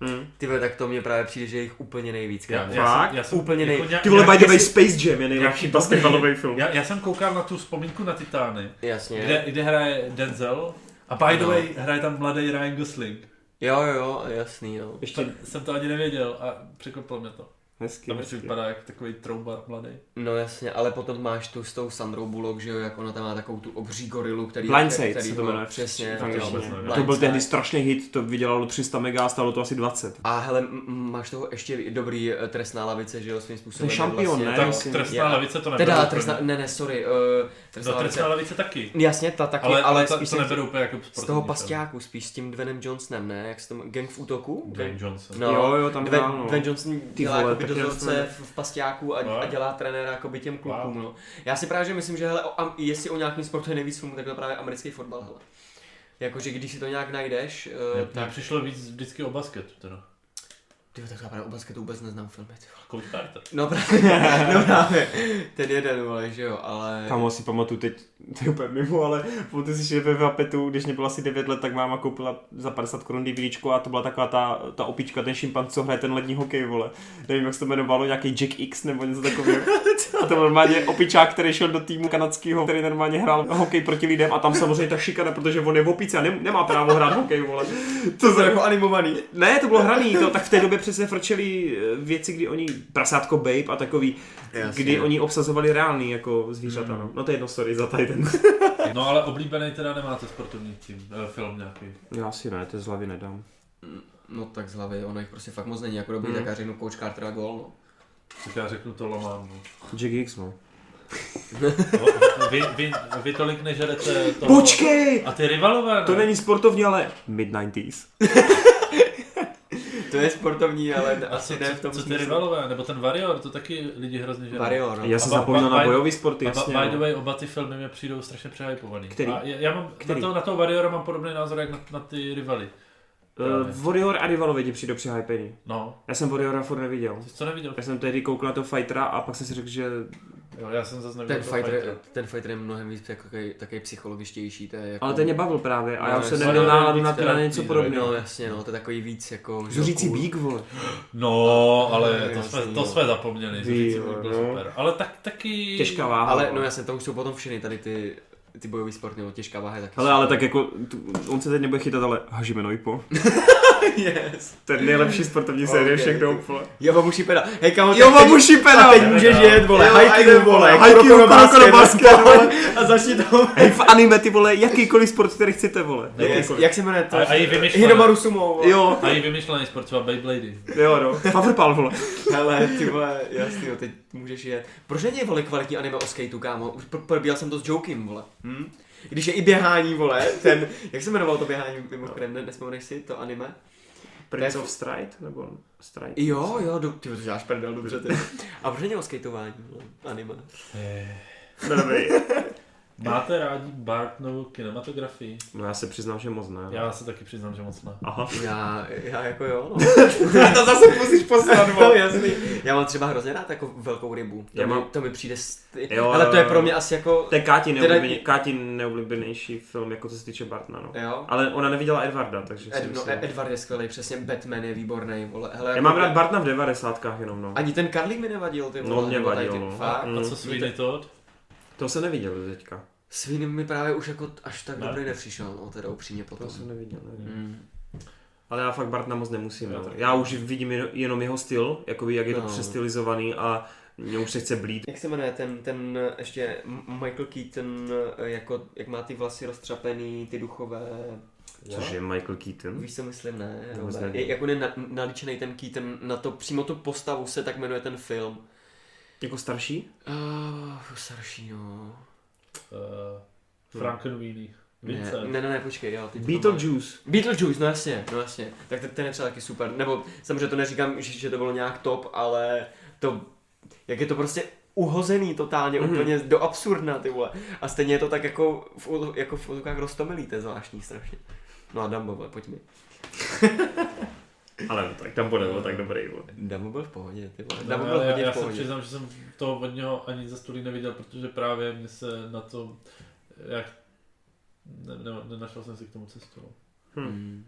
Speaker 3: Hmm.
Speaker 1: Ty vole, tak to mě právě přijde, že je jich úplně nejvíc. kámo.
Speaker 3: Fakt?
Speaker 1: Úplně nej-
Speaker 2: jako nějak,
Speaker 3: Ty vole,
Speaker 2: nějak-
Speaker 3: by the way, Space Jam je nejlepší
Speaker 2: jaký-
Speaker 3: basketbalový film.
Speaker 2: já, já, jsem koukal na tu vzpomínku na Titány,
Speaker 1: Jasně.
Speaker 2: kde, kde hraje Denzel a by the
Speaker 1: No.
Speaker 2: way hraje tam mladý Ryan Gosling.
Speaker 1: Jo, jo, jo, jasný, no. jo.
Speaker 3: Ještě
Speaker 2: Jsem to ani nevěděl a překvapilo mě to.
Speaker 3: Hezky,
Speaker 2: Tam prostě
Speaker 3: hezky.
Speaker 2: vypadá jak takový trouba mladý.
Speaker 1: No jasně, ale potom máš tu s tou Sandrou Bullock, že jo, jak ona tam má takovou tu obří gorilu, který...
Speaker 3: Blindside
Speaker 1: který-
Speaker 3: se to jmenuje.
Speaker 1: Přesně,
Speaker 3: v angličtině.
Speaker 2: vůbec nevím.
Speaker 3: To byl
Speaker 1: Blindside.
Speaker 3: tehdy strašný hit, to vydělalo 300 mega, stálo to asi 20.
Speaker 1: A hele, m- m- máš toho ještě dobrý eh, trestná lavice, že jo, svým způsobem.
Speaker 3: To je šampion, ne?
Speaker 2: Tak
Speaker 3: myslím,
Speaker 2: trestná
Speaker 1: je-
Speaker 2: lavice to nebyla.
Speaker 1: Teda, trestná, ne, ne, sorry, uh, trestná
Speaker 2: No,
Speaker 1: lavice.
Speaker 2: trestná lavice taky.
Speaker 1: Jasně, ta taky,
Speaker 2: Ale, ale
Speaker 1: spíš
Speaker 2: to, to
Speaker 1: jsem-
Speaker 2: neberu úplně jako
Speaker 1: z
Speaker 2: sportovní
Speaker 1: toho
Speaker 2: film.
Speaker 1: pastiáku, spíš s tím Dvenem Johnsonem, ne? Jak se to jmenuje? Gang v útoku?
Speaker 2: Dwayne Johnson.
Speaker 1: No,
Speaker 3: Jo, jo, tam
Speaker 1: Dwayne,
Speaker 3: hrál, no.
Speaker 1: Dwayne Johnson dělá
Speaker 3: vole, tak
Speaker 1: jakoby
Speaker 3: já
Speaker 1: dozorce
Speaker 3: jsem-
Speaker 1: v, v pastiáku a,
Speaker 2: No.
Speaker 1: a, dělá trenéra jakoby těm klukům,
Speaker 2: Wow.
Speaker 1: no. Já si právě že myslím, že hele, o, am, jestli o nějakém sportu je nejvíc filmů, tak to je právě americký fotbal, hele. Jakože když si to nějak najdeš,
Speaker 2: Mně-
Speaker 1: uh,
Speaker 2: Mně
Speaker 1: tak...
Speaker 2: přišlo víc vždycky o basketu teda.
Speaker 1: Ty tak já právě o basketu vůbec neznám filmy, ty vole.
Speaker 2: Coach Carter.
Speaker 1: No právě, no právě, ten jeden, vole, že jo, ale...
Speaker 3: Kamo si pamatuju teď, to je úplně mimo, ale pamatuju si, že ve Vapetu, když mě bylo asi 9 let, tak máma koupila za 50 korun DVDčko a to byla taková ta, ta opička, ten šimpan, co hraje ten lední hokej, vole. Nevím, jak se to jmenovalo, nějaký Jack X nebo něco takového. A to byl normálně opičák, který šel do týmu kanadského, který normálně hrál hokej proti lidem a tam samozřejmě ta šikana, protože on je v opice a ne, nemá právo hrát hokej, vole.
Speaker 1: to jsou jako animovaný.
Speaker 3: Ne, to bylo hraný, to, tak v té době přesně frčeli eh, věci, kdy oni, prasátko Babe a takový,
Speaker 1: Jasně.
Speaker 3: kdy oni obsazovali reální jako zvířata, no. No to je jedno, sorry za tady ten.
Speaker 2: No ale oblíbený teda nemáte sportovní tým, eh, film nějaký.
Speaker 3: Já si ne, to z hlavy nedám.
Speaker 1: No tak z hlavy, ono jich prostě fakt moc není, jako dobrý,
Speaker 3: Hmm.
Speaker 1: tak já řeknu Coach Carter a gol, no.
Speaker 2: Tak já řeknu to Lamám. No.
Speaker 3: Jack X, no.
Speaker 2: No, Vy, vy, vy, tolik nežerete toho...
Speaker 3: Počkej!
Speaker 2: A ty rivalové, ne?
Speaker 3: To není sportovní, ale mid-90s.
Speaker 1: To je sportovní, ale
Speaker 2: A co,
Speaker 1: asi ne v tom
Speaker 2: co, co ty rivalové, nebo ten Warrior, to taky lidi hrozně žerou.
Speaker 1: Vario, no.
Speaker 3: Já jsem
Speaker 2: ba-
Speaker 3: zapomněl
Speaker 2: ba-
Speaker 3: na
Speaker 2: by-
Speaker 3: bojový sporty,
Speaker 2: A
Speaker 3: jasně.
Speaker 2: by the
Speaker 3: no.
Speaker 2: way, oba ty filmy mě přijdou strašně přehypovaný.
Speaker 3: Který?
Speaker 2: A já, já mám
Speaker 3: Který?
Speaker 2: Na, toho, na toho Warriora mám podobný názor, jak na, na ty rivaly.
Speaker 3: Eh, Warrior a Rivalovi ti přijde přehypený.
Speaker 2: No,
Speaker 3: Já jsem Warriora furt neviděl.
Speaker 2: ty jsi to neviděl?
Speaker 3: Já jsem tehdy koukal na toho fightera a pak jsem si řekl, že
Speaker 2: Jo, já jsem zase neviděl
Speaker 1: Ten
Speaker 2: toho
Speaker 1: fighter,
Speaker 2: fightera.
Speaker 1: ten fighter je mnohem víc takový, takový psychologičtější, to je jako...
Speaker 3: ale ten mě bavil právě a já
Speaker 1: No,
Speaker 3: už jsem
Speaker 1: jasně.
Speaker 3: neměl
Speaker 2: Warrior je
Speaker 3: náladu
Speaker 2: víc
Speaker 3: na to na
Speaker 2: terapeut,
Speaker 3: něco
Speaker 2: no,
Speaker 1: No
Speaker 3: podobného.
Speaker 1: jasně, no, to je takový víc jako... že jo,
Speaker 3: Zuřící
Speaker 1: cool.
Speaker 3: bík, vole.
Speaker 2: No, ale to
Speaker 1: jasný,
Speaker 2: jsme,
Speaker 1: jo.
Speaker 2: to jsme zapomněli,
Speaker 3: Ty
Speaker 2: říci,
Speaker 3: jo,
Speaker 2: byl
Speaker 3: no.
Speaker 2: super. Ale tak, taky...
Speaker 3: Těžká váha.
Speaker 1: Ale no jasně, to už jsou potom všechny tady ty, ty bojový sporty, no těžká váha je taky.
Speaker 3: Hele, ale tak jako, tu, on se teď nebude chytat, ale hažíme nojpo.
Speaker 1: yes.
Speaker 3: To je nejlepší sportovní série
Speaker 1: Ok.
Speaker 3: okay. všech dob, vole.
Speaker 1: Jo, babuši peda. Hej, kamo,
Speaker 3: Jo,
Speaker 1: tak teď-
Speaker 3: babuši peda!
Speaker 1: A teď můžeš jet, vole,
Speaker 3: Jo,
Speaker 1: hajky,
Speaker 3: jdem,
Speaker 1: vole,
Speaker 3: hajku,
Speaker 1: krokoro
Speaker 3: krokoro
Speaker 1: basket,
Speaker 3: basket, vole.
Speaker 1: A začni to.
Speaker 3: Hej, v anime, ty vole, jakýkoliv sport, který chcete, vole.
Speaker 1: Yes. Jak se jmenuje to?
Speaker 2: A, a i vymyšlený,
Speaker 1: Hinomaru Sumo. vole.
Speaker 3: Jo,
Speaker 2: a i vymyšlený sport, třeba Beyblady.
Speaker 3: jo, no. Powerpal, vole.
Speaker 1: Hele, ty vole, jasný, jo, teď můžeš jet. Proč není, vole, kvalitní anime o skateu, kámo? Už pr- probíhal jsem to s Jokem, vole. Hm? Když je i běhání, vole, ten, jak se jmenovalo to běhání, mimochodem, ne, nespomeneš si to anime?
Speaker 3: Prince of Stride, nebo Stride?
Speaker 1: Jo, jo, do, ty to děláš prdel, dobře, ty. A proč není o skateování, vole, anime?
Speaker 3: No, dobrý.
Speaker 2: Eh, Máte rádi Bartnovu kinematografii?
Speaker 3: No já se přiznám, že moc ne.
Speaker 2: Já se taky přiznám, že moc ne.
Speaker 3: Aha.
Speaker 1: Já, já jako jo,
Speaker 3: to zase musíš poslat,
Speaker 1: no. no jasný. Já mám třeba hrozně rád jako velkou rybu. To,
Speaker 3: Já
Speaker 1: mi,
Speaker 3: mám-
Speaker 1: to mi přijde... St-
Speaker 3: Jo,
Speaker 1: Ale to je
Speaker 3: jo,
Speaker 1: pro
Speaker 3: jo.
Speaker 1: mě asi jako...
Speaker 3: To je Káti,
Speaker 1: Teda-
Speaker 3: neoblíbený, Káti neoblíbenější film, jako co se týče Bartna, no.
Speaker 1: Jo.
Speaker 3: Ale ona neviděla Edvarda, takže si
Speaker 1: Ed, no,
Speaker 3: myslím.
Speaker 1: Edward je skvělý, přesně Batman je výborný, vole. Hele,
Speaker 3: Já
Speaker 1: jako-
Speaker 3: mám rád Bartna v 90. jenom, no.
Speaker 1: Ani ten Karlík mi nevadil, ty
Speaker 3: No,
Speaker 1: vole,
Speaker 3: mě
Speaker 1: nebo tady
Speaker 3: vadil,
Speaker 1: ty-
Speaker 3: no.
Speaker 1: Fakt.
Speaker 2: A co Sweeney Todd?
Speaker 3: To se neviděl teďka.
Speaker 1: Sweeney mi právě už jako t- až tak
Speaker 2: Ne?
Speaker 1: dobrý nepřišel, no, teda upřímně
Speaker 3: To
Speaker 1: potom.
Speaker 3: jsem neviděl, nevím.
Speaker 1: Mm.
Speaker 3: Ale já fakt Bartna moc nemusím.
Speaker 2: Já
Speaker 3: No.
Speaker 2: taky.
Speaker 3: Já už vidím jen- jenom jeho styl, jakoby jak je to
Speaker 1: No.
Speaker 3: přestylizovaný a mě už se chce blít.
Speaker 1: Jak se jmenuje ten, ten eh, ještě M- Michael Keaton, eh, jako, jak má ty vlasy roztřapený, ty duchové,
Speaker 3: Což je Michael Keaton.
Speaker 1: víš co myslím, ne?
Speaker 3: Vůbec
Speaker 1: Robert?
Speaker 3: nevím.
Speaker 1: Je, jak on je na, nalíčený ten Keaton, na to, přímo tu postavu se tak jmenuje ten film.
Speaker 3: Jako starší?
Speaker 1: Uh, starší, jo.
Speaker 2: Uh, Frankenweenie.
Speaker 1: Ne,
Speaker 2: Vincent.
Speaker 1: ne, ne, ne, počkej, jo. teď to mám.
Speaker 3: Beetlejuice.
Speaker 1: Beetlejuice, no jasně, no jasně. Tak ten, ten je třeba taky super. Nebo samozřejmě to neříkám, že, že to bylo nějak top, ale to, jak je to prostě uhozený totálně, mm-hmm.
Speaker 3: Mhm.
Speaker 1: úplně do absurdna, ty vole. A stejně je to tak jako v, úl- jako v úzokách roztomilý, to je zvláštní strašně. No a Dumbo, vole, pojď mi.
Speaker 3: Ale tak tam bude, no, tak dobrý. Vole.
Speaker 1: Dumbo byl v pohodě, ty vole.
Speaker 2: Ne,
Speaker 1: Dumbo byl
Speaker 2: ale No, já,
Speaker 1: hodně
Speaker 2: já
Speaker 1: v
Speaker 2: jsem
Speaker 1: pohodě.
Speaker 2: přiznám, že jsem toho od něho ani za stolí neviděl, protože právě mě se na to, jak ne, ne, nenašel jsem si k tomu cestu. no.
Speaker 1: Hmm.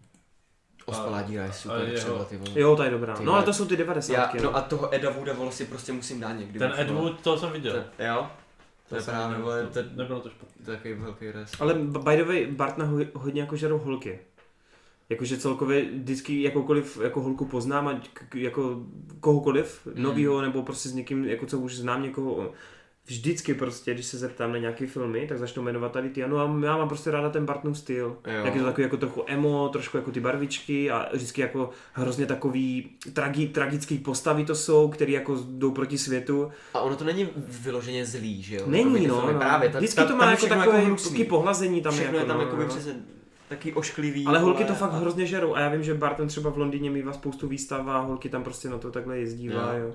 Speaker 1: Ospalá díra je
Speaker 2: a
Speaker 1: super
Speaker 2: jeho-
Speaker 1: třeba, ty vole.
Speaker 3: Jo, ta je dobrá.
Speaker 1: Ty
Speaker 3: No
Speaker 1: vole.
Speaker 3: ale to jsou ty 90. no.
Speaker 1: Já, no a toho Eda Wooda, vole, si prostě musím dát někdy.
Speaker 2: Ten
Speaker 1: víc, vole.
Speaker 2: Edward, toho jsem viděl.
Speaker 1: Ten- Jo? To je
Speaker 2: jsem
Speaker 1: právě,
Speaker 2: viděl,
Speaker 1: vole,
Speaker 2: to-
Speaker 1: to
Speaker 2: Nebylo to špatné.
Speaker 1: to je takový velký res.
Speaker 3: Ale b- by the way, Bartna ho, hodně jako žerou holky. Jakože celkově vždycky jakoukoliv jako holku poznám, ať k- k- jako kohokoliv
Speaker 1: Mhm.
Speaker 3: mm. novýho, nebo prostě s někým, jako co už znám někoho. Vždycky prostě, když se zeptám na nějaké filmy, tak začnu jmenovat tady ty. Ano, já- já mám prostě ráda ten Bartnův styl.
Speaker 1: Jo.
Speaker 3: Jak je to takový jako trochu emo, trošku jako ty barvičky a vždycky jako hrozně takový tragi, tragický postavy to jsou, který jako jdou proti světu.
Speaker 1: A ono to není vyloženě zlý, že jo? Jako, Jakoby
Speaker 3: Není,
Speaker 1: ty
Speaker 3: no,
Speaker 1: filmy
Speaker 3: no.
Speaker 1: Právě, ta,
Speaker 3: vždycky
Speaker 1: ta,
Speaker 3: to
Speaker 1: tam
Speaker 3: má
Speaker 1: je
Speaker 3: jako
Speaker 1: všechno
Speaker 3: takové
Speaker 1: hrubší.
Speaker 3: hezký pohlazení tam
Speaker 1: Tam všechno
Speaker 3: jako,
Speaker 1: je tam
Speaker 3: no,
Speaker 1: jakoby
Speaker 3: no.
Speaker 1: přesně taky ošklivý.
Speaker 3: Ale holky to
Speaker 1: a-
Speaker 3: fakt
Speaker 1: a-
Speaker 3: hrozně žerou a já vím, že Barton třeba v Londýně mývá spoustu výstav a holky tam prostě na to takhle jezdívá,
Speaker 1: Jo.
Speaker 3: jo.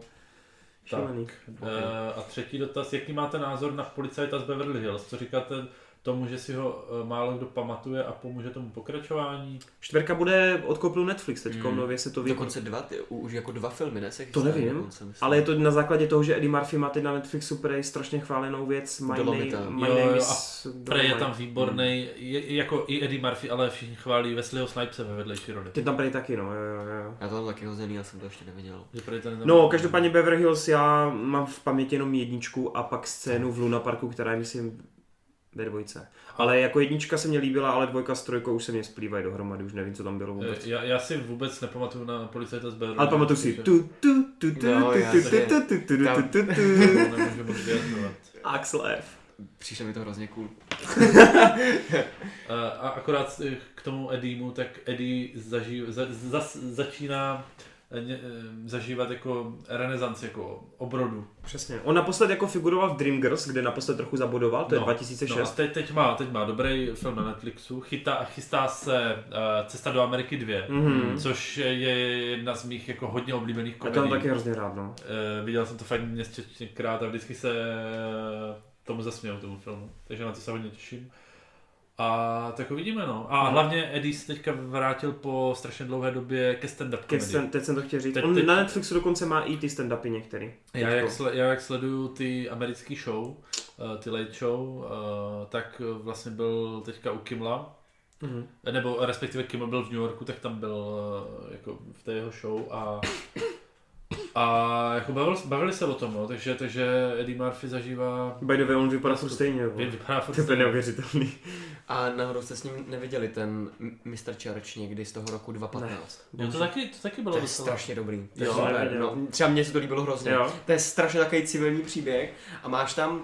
Speaker 3: Šílený.
Speaker 2: Eh, A třetí dotaz, jaký máte názor na policajta z Beverly Hills? Co říkáte tomu, že si ho eh, málo kdo pamatuje a pomůže tomu pokračování?
Speaker 3: Čtverka bude odkoupil Netflix teď,
Speaker 1: Mm.
Speaker 2: Hmm.
Speaker 3: mm. nově se to ví.
Speaker 1: Dokonce dva, ty, už jako dva filmy, ne?
Speaker 3: To
Speaker 1: Se chystají
Speaker 3: nevím,
Speaker 1: dokonce, myslím.
Speaker 3: Ale je to na základě toho, že Eddie Murphy má teď na Netflixu prej strašně chválenou věc. My,
Speaker 1: Dolomita.
Speaker 3: name, my
Speaker 2: Jo, jo,
Speaker 3: name
Speaker 2: a
Speaker 3: is...
Speaker 2: Prej je
Speaker 3: Dolomite.
Speaker 2: tam výborný, je, jako i Eddie Murphy, ale všichni chválí Wesleyho Snipese ve vedlejší roli.
Speaker 3: Ten tam prej taky, no. Jo, jo, jo.
Speaker 1: Já to mám taky hozený, já jsem to ještě neviděl.
Speaker 2: Že Prey ten-
Speaker 3: No, každopádně Beverly Hills, já mám v paměti jenom jedničku a pak scénu v Luna Parku, která je, myslím, ve dvojce. Ale jako jednička se mě líbila, ale dvojka s trojkou už se mě splývají dohromady, už nevím, co tam bylo
Speaker 2: Eh,
Speaker 3: vůbec.
Speaker 2: Já, já si vůbec nepamatuju na policajta z Beverly
Speaker 3: Ale pamatuju si.
Speaker 2: Hills,
Speaker 3: Tu, tu, tu, tu, tu,
Speaker 1: No,
Speaker 3: tu,
Speaker 1: jasně.
Speaker 3: tu, tu, tu, tu,
Speaker 1: Tam-
Speaker 3: tu, tu, tu.
Speaker 2: takže to nemůžu moc vyjadřovat.
Speaker 3: Axel F.
Speaker 1: Přišlo mi to hrozně cool.
Speaker 2: Eh, A akorát eh, k tomu Edimu, tak Eddie zaží, za, za, začíná eh, ně- eh, zažívat jako renesanci, jako obrodu.
Speaker 3: Přesně. On naposled jako figuroval v Dreamgirls, kde naposled trochu zabodoval, to je 2006.
Speaker 2: No a teď, teď, má, teď má dobrý film na Netflixu, chytá, chystá se uh, Cesta do Ameriky 2,
Speaker 3: Mhm.
Speaker 2: což je jedna z mých jako hodně oblíbených
Speaker 3: Já to mám
Speaker 2: komedií.
Speaker 3: taky hrozně rád, no.
Speaker 2: Eh, viděl jsem to fakt městěčněkrát a vždycky se eh, tomu zasměl, tomu filmu, takže na to se hodně těším. A tak uvidíme, no.
Speaker 3: Mhm.
Speaker 2: A hlavně Eddie se teďka vrátil po strašně dlouhé době ke stand-up
Speaker 3: Ke
Speaker 2: komedii.
Speaker 3: stand, teď jsem to chtěl říct.
Speaker 2: Teď-
Speaker 3: On
Speaker 2: teď-
Speaker 3: na Netflixu dokonce má i ty stand-upy některý.
Speaker 2: Já jak,
Speaker 3: Teďko.
Speaker 2: sle, já jak sleduju ty americké show, eh, ty late show, eh, tak eh, vlastně byl teďka u Kimla,
Speaker 3: Mhm.
Speaker 2: nebo respektive Kimmel byl v New Yorku, tak tam byl eh, jako v té jeho show a a jako bavil, bavili se o tom, no, takže, takže Eddie Murphy zažívá,
Speaker 3: By the way, on vypadá furt stejně, jo.
Speaker 2: vy- vypadá furt
Speaker 3: To je úplně
Speaker 2: stejně.
Speaker 3: neuvěřitelný.
Speaker 1: A náhodou jste s ním neviděli ten M- Mr. Church někdy z toho roku 2015.
Speaker 2: Jo, to taky, to taky bylo
Speaker 1: To je
Speaker 2: docela-
Speaker 1: strašně dobrý. To je
Speaker 3: Jo,
Speaker 1: super.
Speaker 3: jo.
Speaker 1: No, třeba mně se to líbilo hrozně.
Speaker 3: Jo.
Speaker 1: To je strašně takový civilní příběh a máš tam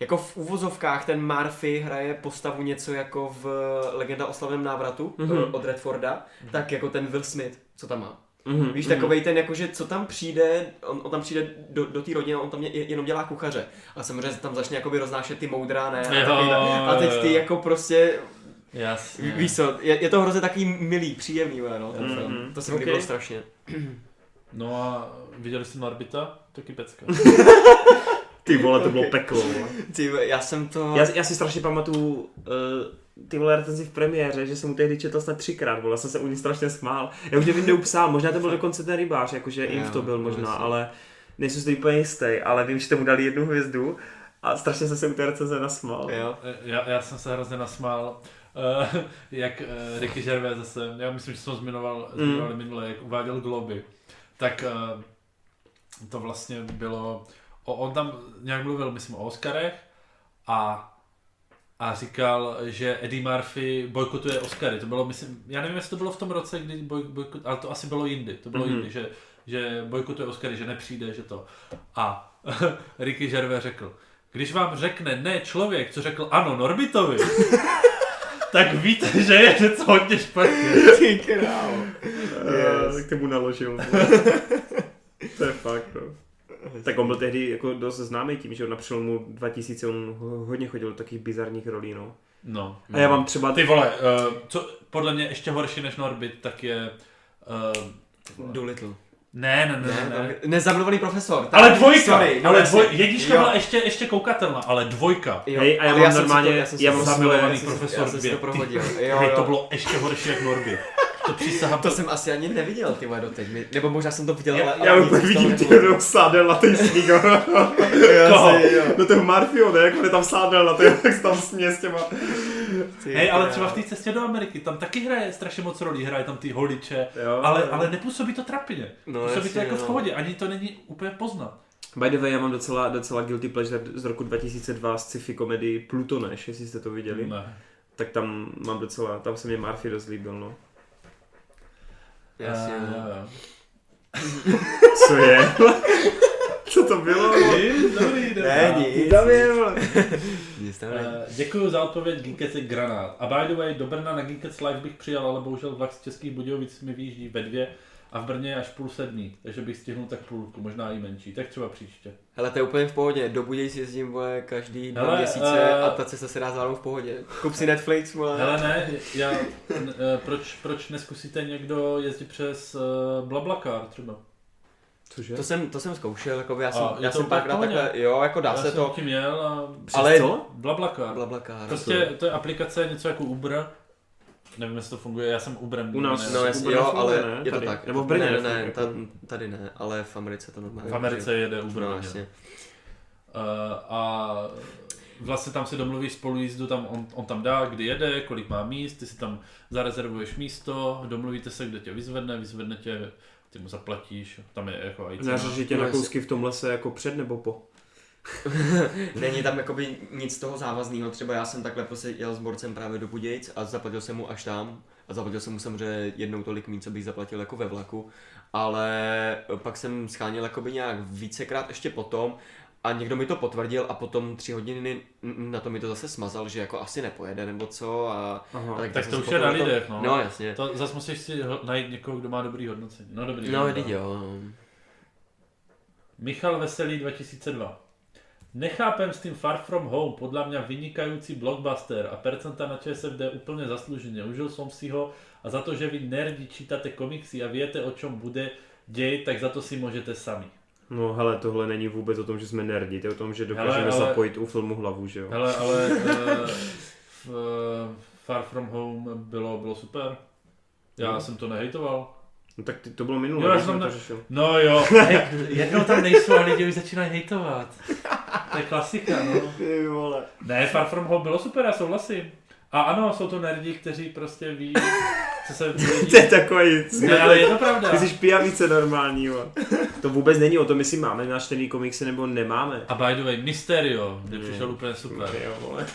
Speaker 1: jako v uvozovkách ten Murphy hraje postavu něco jako v Legenda o slavném návratu mm-hmm. od Redforda, tak jako ten Will Smith, co tam má.
Speaker 3: Mhm,
Speaker 1: Víš,
Speaker 3: mhm.
Speaker 1: takovej ten, jakože co tam přijde, on, on tam přijde do, do té rodiny, on tam je, jenom dělá kuchaře. A samozřejmě tam začne jakoby roznášet ty moudra, ne? A,
Speaker 2: Jo,
Speaker 1: takový ta- a teď ty
Speaker 2: jo.
Speaker 1: jako prostě,
Speaker 2: Jasně.
Speaker 1: ví- víš co, je, je to hrozně takový milý, příjemný, no, ten
Speaker 3: Mhm.
Speaker 1: film. To se mi
Speaker 3: Ok.
Speaker 1: líbilo strašně.
Speaker 2: No a viděli jste Norbita? Taky pecka.
Speaker 3: Mhm. Ty vole, to bylo peklo. vole.
Speaker 1: Ty, já jsem to...
Speaker 3: Já, já si strašně pamatuju uh, ty vole recenzi v premiéře, že jsem mu tehdy četl snad třikrát, vole, já jsem se u ní strašně smál. Já už nevím, kde psal, možná to byl dokonce ten rybář, jakože jim to byl
Speaker 1: Jo,
Speaker 3: možná,
Speaker 1: myslím.
Speaker 3: ale nejsem si to úplně jistý, ale vím, že tomu dali jednu hvězdu a strašně jsem se u té recenze nasmál.
Speaker 1: Jo.
Speaker 2: eh, já, já jsem se hrozně nasmál, eh, jak eh, Ricky Gervais zase, já myslím, že jsem ho zmiňoval,
Speaker 3: Mm.
Speaker 2: zmiňoval minule, jak uváděl Globy, tak eh, to vlastně bylo, o, on tam nějak mluvil, myslím, o Oscarech a a říkal, že Eddie Murphy bojkotuje Oscary. To bylo, myslím, já nevím, jestli to bylo v tom roce, kdy boj, bojkot, ale to asi bylo jindy. To bylo mm-hmm. jindy, že, že bojkotuje Oscary, že nepřijde, že to. A Ricky Gervais řekl, když vám řekne ne člověk, co řekl ano Norbitovi, tak víte, že je něco hodně špatně.
Speaker 1: Ty král.
Speaker 3: Yes.
Speaker 1: Yes.
Speaker 3: Eh, Tak mu naložil. to je fakt, no. Tak on byl tehdy jako dost známý tím, že on na přelomu 2000 on ho- hodně chodil do takových bizarních rolí, no.
Speaker 2: No.
Speaker 3: A já mám třeba...
Speaker 2: Ty vole, uh, co podle mě ještě horší než Norbit, tak je... Uh,
Speaker 1: Doolittle.
Speaker 2: ne, ne, ne,
Speaker 1: Ne,
Speaker 2: ne. ne.
Speaker 1: ne. Nezamluvený profesor. Tak,
Speaker 2: Ale dvojka,
Speaker 1: Sorry, no
Speaker 2: ale
Speaker 1: jasně.
Speaker 2: dvoj, jednička
Speaker 1: Jo.
Speaker 2: byla ještě, ještě koukatelná, ale dvojka.
Speaker 1: Jo,
Speaker 3: Hej, a já
Speaker 1: ale
Speaker 3: mám
Speaker 1: jsem si
Speaker 3: normálně-
Speaker 1: to- jsem si
Speaker 3: já
Speaker 1: to
Speaker 3: mám
Speaker 1: prohodil,
Speaker 2: zamilovaný
Speaker 1: já jsem si-
Speaker 2: profesor
Speaker 1: Já jsem si to
Speaker 2: dvě.
Speaker 1: prohodil.
Speaker 2: Jo,
Speaker 1: Jo,
Speaker 2: Hej,
Speaker 1: jo.
Speaker 2: to bylo ještě horší jak Norbit. To přísahám.
Speaker 1: To jsem asi ani neviděl, ty vole, doteď. Mi- Nebo možná jsem to viděl, ale...
Speaker 3: Já
Speaker 1: ale
Speaker 3: úplně
Speaker 1: nic z toho
Speaker 3: vidím
Speaker 1: nebylo.
Speaker 3: tě sádel na ten sníh.
Speaker 1: Koho?
Speaker 3: No toho Marfio, ne? Jak on je tam sádel na to, jak se tam směje s těma...
Speaker 1: Ty
Speaker 2: Hej, ale
Speaker 1: král.
Speaker 2: třeba v té cestě do Ameriky, tam taky hraje strašně moc rolí, hraje tam ty holiče,
Speaker 3: Jo,
Speaker 2: ale,
Speaker 3: jo.
Speaker 2: ale nepůsobí to trapně.
Speaker 1: No,
Speaker 2: No, působí to
Speaker 1: jasně,
Speaker 2: jako v
Speaker 1: no.
Speaker 2: pohodě, ani to není úplně poznat.
Speaker 3: By the way, já mám docela, docela guilty pleasure z roku 2002 z sci-fi komedii Plutoneš, jestli jste to viděli.
Speaker 2: Ne.
Speaker 3: Tak tam mám docela, tam se mě Marfi dost líbil, no.
Speaker 1: Jasně,
Speaker 2: Eh,
Speaker 1: no.
Speaker 2: jo, jo.
Speaker 3: Co je? Co to bylo?
Speaker 2: Jim, Dobrý den.
Speaker 1: Ne,
Speaker 3: Ty
Speaker 1: nic.
Speaker 3: tam je, vole.
Speaker 1: Nic tam není.
Speaker 2: Eh, Děkuji za odpověď, Geekec je granát. A by the way, do Brna na Geekec Live bych přijel, ale bohužel vlak z Českých Budějovic mi vyjíždí ve dvě a v Brně je až půl sedmí, takže bych stihnul tak půlku, možná i menší, tak třeba příště.
Speaker 1: Hele, to je úplně v pohodě. Do Budějc jezdím, vole, každý dva
Speaker 2: Hele,
Speaker 1: měsíce
Speaker 2: eh,
Speaker 1: a ta cesta se dá zvládnout v pohodě. Kup si Netflix, vole.
Speaker 2: Hele ne, já, n- eh, proč, proč neskusíte někdo jezdit přes uh, Blablacar třeba?
Speaker 3: Cože?
Speaker 1: To jsem, to jsem zkoušel, jako já jsem,
Speaker 2: A, je
Speaker 1: já
Speaker 2: to
Speaker 1: jsem
Speaker 2: úplně
Speaker 1: párkrát
Speaker 2: v pohodě?
Speaker 1: takhle, jo, jako dá
Speaker 2: já
Speaker 1: se
Speaker 2: jsem
Speaker 1: to,
Speaker 2: tím jel a
Speaker 1: ale
Speaker 3: co?
Speaker 2: Blablacar.
Speaker 1: blablakár.
Speaker 2: Prostě to je aplikace něco jako Uber, nevím jestli to funguje, já jsem Uberem.
Speaker 3: U nás-
Speaker 1: No
Speaker 2: ne,
Speaker 1: jasně,
Speaker 3: Uber
Speaker 1: jo,
Speaker 3: nefunguje,
Speaker 1: ale
Speaker 3: ne?
Speaker 1: je to
Speaker 3: Tady.
Speaker 1: tak.
Speaker 3: Nebo v Brně
Speaker 1: Ne, ne, ne,
Speaker 3: nefunguje.
Speaker 1: tam- tady ne, ale v Americe to normálně.
Speaker 2: jako. v Americe jede Uber.
Speaker 1: No,
Speaker 2: hodně.
Speaker 1: jasně.
Speaker 2: Eh, a vlastně tam si domluvíš spolu jízdu, tam on, on tam dá, kdy jede, kolik má míst, ty si tam zarezervuješ místo, domluvíte se, kde tě vyzvedne, vyzvedne tě, ty mu zaplatíš, tam je jako i cena.
Speaker 3: Zařeží tě
Speaker 1: No,
Speaker 3: na
Speaker 1: jestli-
Speaker 3: kousky v tom lese jako před nebo po?
Speaker 1: Není tam jakoby nic toho závazného, třeba já jsem takhle prostě jel s borcem právě do Budějc a zaplatil jsem mu až tam a zaplatil jsem mu samozřejmě jednou tolik mín, co bych zaplatil jako ve vlaku, ale pak jsem scháněl jakoby nějak vícekrát ještě potom a někdo mi to potvrdil a potom tři hodiny na to mi to zase smazal, že jako asi nepojede nebo co a...
Speaker 3: Aha.
Speaker 1: a
Speaker 2: Tak
Speaker 1: jsem
Speaker 2: to
Speaker 1: si
Speaker 2: už je na
Speaker 1: potom-
Speaker 2: lidech, no.
Speaker 1: No jasně.
Speaker 2: To zase musíš si ho- najít někoho, kdo má dobrý hodnocení. No dobrý.
Speaker 1: No,
Speaker 2: dobrý,
Speaker 1: vždyť
Speaker 2: no.
Speaker 1: jo.
Speaker 2: Michal Veselý 2002. Nechápem s tím Far From Home, podle mě vynikající blockbuster a percenta na ČSFD úplně zasluženě. Užil jsem si ho a za to, že vy nerdi čítate komiksy a víte, o čem bude děj, tak za to si můžete sami.
Speaker 3: No hele, tohle není vůbec o tom, že jsme nerdi, to je o tom, že dokážeme
Speaker 2: Hele, ale-
Speaker 3: zapojit u filmu hlavu, že jo?
Speaker 2: Hele, ale uh, Far From Home bylo, bylo super. Já
Speaker 3: Jo.
Speaker 2: jsem to nehejtoval.
Speaker 3: No tak ty, to bylo minulé,
Speaker 2: Jo, já
Speaker 3: když
Speaker 2: jsem
Speaker 3: jsme to
Speaker 2: ne-
Speaker 3: řešili.
Speaker 2: No jo, hej, jednou tam nejsou a lidi už začínají hejtovat. To je klasika, no.
Speaker 3: Ty vole.
Speaker 2: Ne, Far From Home bylo super, já souhlasím. A ano, jsou to nerdi, kteří prostě ví, co se
Speaker 3: To je
Speaker 2: děje.
Speaker 3: takový...
Speaker 2: Ne, ale je to pravda.
Speaker 3: Ty jsi pijavice normální, jo. To vůbec není o tom, jestli máme načtený komiksy nebo nemáme.
Speaker 2: A by the way, Mysterio, kde přišel úplně super.
Speaker 3: Jo, vole.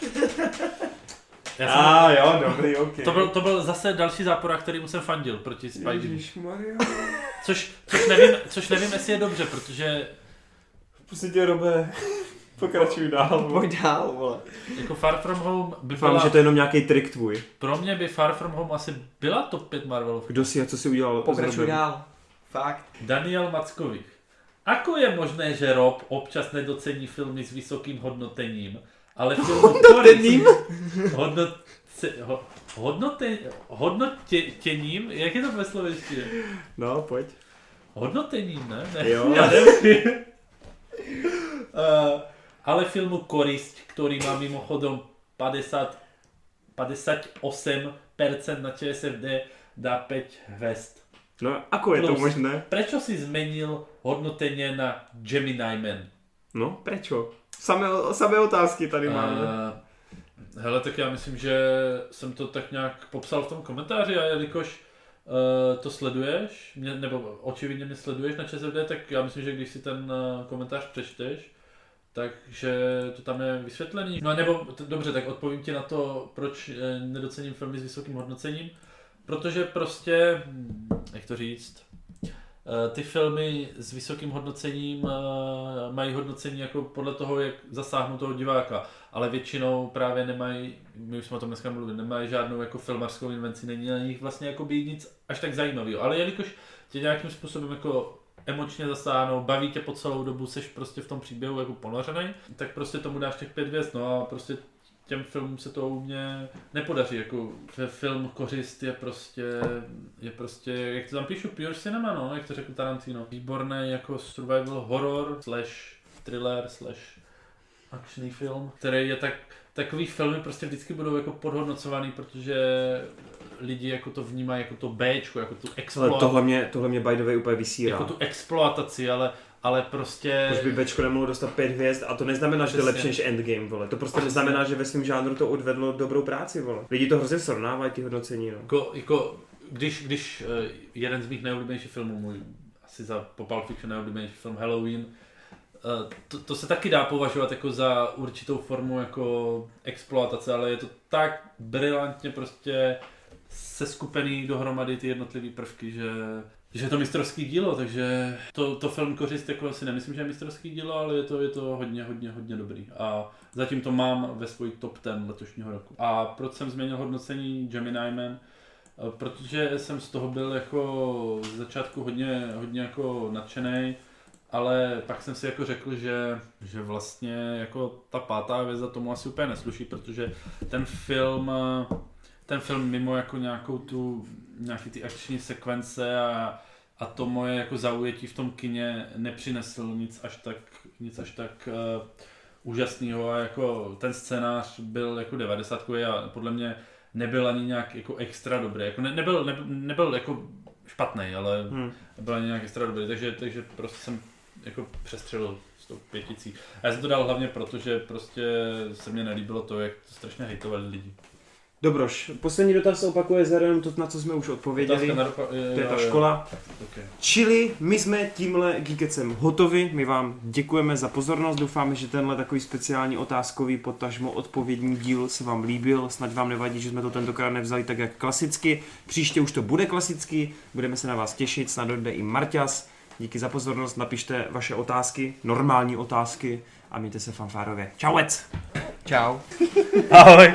Speaker 2: Já jsem,
Speaker 3: A jo, dobrý, ok.
Speaker 2: to, byl, to byl zase další zápora, kterýmu jsem fandil proti Spidey.
Speaker 3: Ježišmarja.
Speaker 2: Což, což, nevím, což nevím, jestli je dobře, protože
Speaker 3: Prostě tě robe. Pokračuj dál. vole.
Speaker 1: Pojď dál, vole.
Speaker 2: jako Far From Home by
Speaker 3: Doufám,
Speaker 2: byla,
Speaker 3: že to je jenom nějaký trik tvůj.
Speaker 2: pro mě by Far From Home asi byla top 5 Marvelovka.
Speaker 3: Kdo si a co si udělal? s
Speaker 1: Pokračuj
Speaker 3: Robem?
Speaker 1: dál. Fakt.
Speaker 2: Daniel Mackovich. Ako je možné, že Rob občas nedocení filmy s vysokým hodnotením, ale filmy hodnotením? Hodnoce, ho, hodnote, hodnotěním? Jak je to ve slovenštině?
Speaker 3: No, pojď.
Speaker 2: Hodnotením, ne? ne
Speaker 3: Jo.
Speaker 2: Já nevím. uh, ale filmu Korist, který má mimochodom 50, 58% na ČSFD, dá 5 hvězd.
Speaker 3: No, ako je to
Speaker 2: Plus.
Speaker 3: možné?
Speaker 2: Prečo si zmenil hodnotenie na Gemini Man?
Speaker 3: No, prečo? Samé, samé otázky tady máme.
Speaker 2: Eh, hele, tak já myslím, že jsem to tak nějak popsal v tom komentáři a jelikož eh, to sleduješ, mě, nebo očividně mě sleduješ na ČSFD, tak já myslím, že když si ten eh, komentář přečteš, takže to tam je vysvětlený. No nebo, t- dobře, tak odpovím ti na to, proč eh, nedocením filmy s vysokým hodnocením. Protože prostě, hm, jak to říct, Eh, ty filmy s vysokým hodnocením eh, mají hodnocení jako podle toho, jak zasáhnou toho diváka, ale většinou právě nemají, my už jsme o tom dneska mluvili, nemají žádnou jako filmařskou invenci, není na nich vlastně jako by nic až tak zajímavého, ale jelikož tě nějakým způsobem jako emočně zasáhnou, baví tě po celou dobu, seš prostě v tom příběhu jako ponořený, tak prostě tomu dáš těch pět hvězd, no a prostě těm filmům se to u mě nepodaří, jako f- film Kořist je prostě, je prostě, jak to tam píšu, pure cinema, no, jak to řekl Tarantino. Výborný jako survival horror slash thriller slash akční film, který je tak, takový filmy prostě vždycky budou jako podhodnocovaný, protože lidi jako to vnímají jako to Bčko, jako tu
Speaker 3: Ale
Speaker 2: exploataci,
Speaker 3: tohle mě, tohle mě by the way úplně vysírá.
Speaker 2: jako tu exploataci, ale, ale prostě...
Speaker 3: Proč by Bčko nemohlo dostat pět hvězd a to neznamená, že to je
Speaker 2: Přesně.
Speaker 3: lepší než Endgame, vole. To prostě neznamená, že ve svém žánru to odvedlo dobrou práci, vole. Lidi to hrozně srovnávají, ty hodnocení, no.
Speaker 2: Jako, jako když, když eh, jeden z mých nejoblíbenějších filmů, můj asi za po Pulp Fiction nejoblíbenější film Halloween, eh, to, to, se taky dá považovat jako za určitou formu jako exploatace, ale je to tak brilantně prostě seskupený dohromady ty jednotlivé prvky, že, že je to mistrovský dílo, takže to, to film kořist jako si nemyslím, že je mistrovský dílo, ale je to, je to hodně, hodně, hodně dobrý. A zatím to mám ve svůj top 10 letošního roku. A proč jsem změnil hodnocení Gemini Man? Eh, Protože jsem z toho byl jako z začátku hodně, hodně jako nadšený, ale pak jsem si jako řekl, že, že vlastně jako ta pátá hvězda tomu asi úplně nesluší, protože ten film eh, ten film mimo jako nějakou tu, nějaký ty akční sekvence a, a to moje jako zaujetí v tom kině nepřinesl nic až tak, nic až tak uh, úžasného a jako ten scénář byl jako 90 a podle mě nebyl ani nějak jako extra dobrý, jako ne, nebyl, nebyl, nebyl jako špatný, ale
Speaker 3: Hmm.
Speaker 2: byl ani nějak extra dobrý, takže, takže prostě jsem jako přestřelil s tou pěticí. A já jsem to dal hlavně proto, že prostě se mně nelíbilo to, jak to strašně hejtovali lidi.
Speaker 3: Dobroš, poslední dotaz se opakuje za jenom to, na co jsme už odpověděli.
Speaker 2: Otázka na ropa-
Speaker 3: To je
Speaker 2: jo,
Speaker 3: ta
Speaker 2: jo,
Speaker 3: škola.
Speaker 2: Okay.
Speaker 3: Čili my jsme tímhle Geekecem hotovi, my vám děkujeme za pozornost, doufáme, že tenhle takový speciální otázkový potažmo odpovědní díl se vám líbil, snad vám nevadí, že jsme to tentokrát nevzali tak jak klasicky, příště už to bude klasicky, budeme se na vás těšit, snad dojde i Marťas, díky za pozornost, napište vaše otázky, normální otázky a mějte se fanfárově. Čauec!
Speaker 6: Čau.
Speaker 3: Ahoj!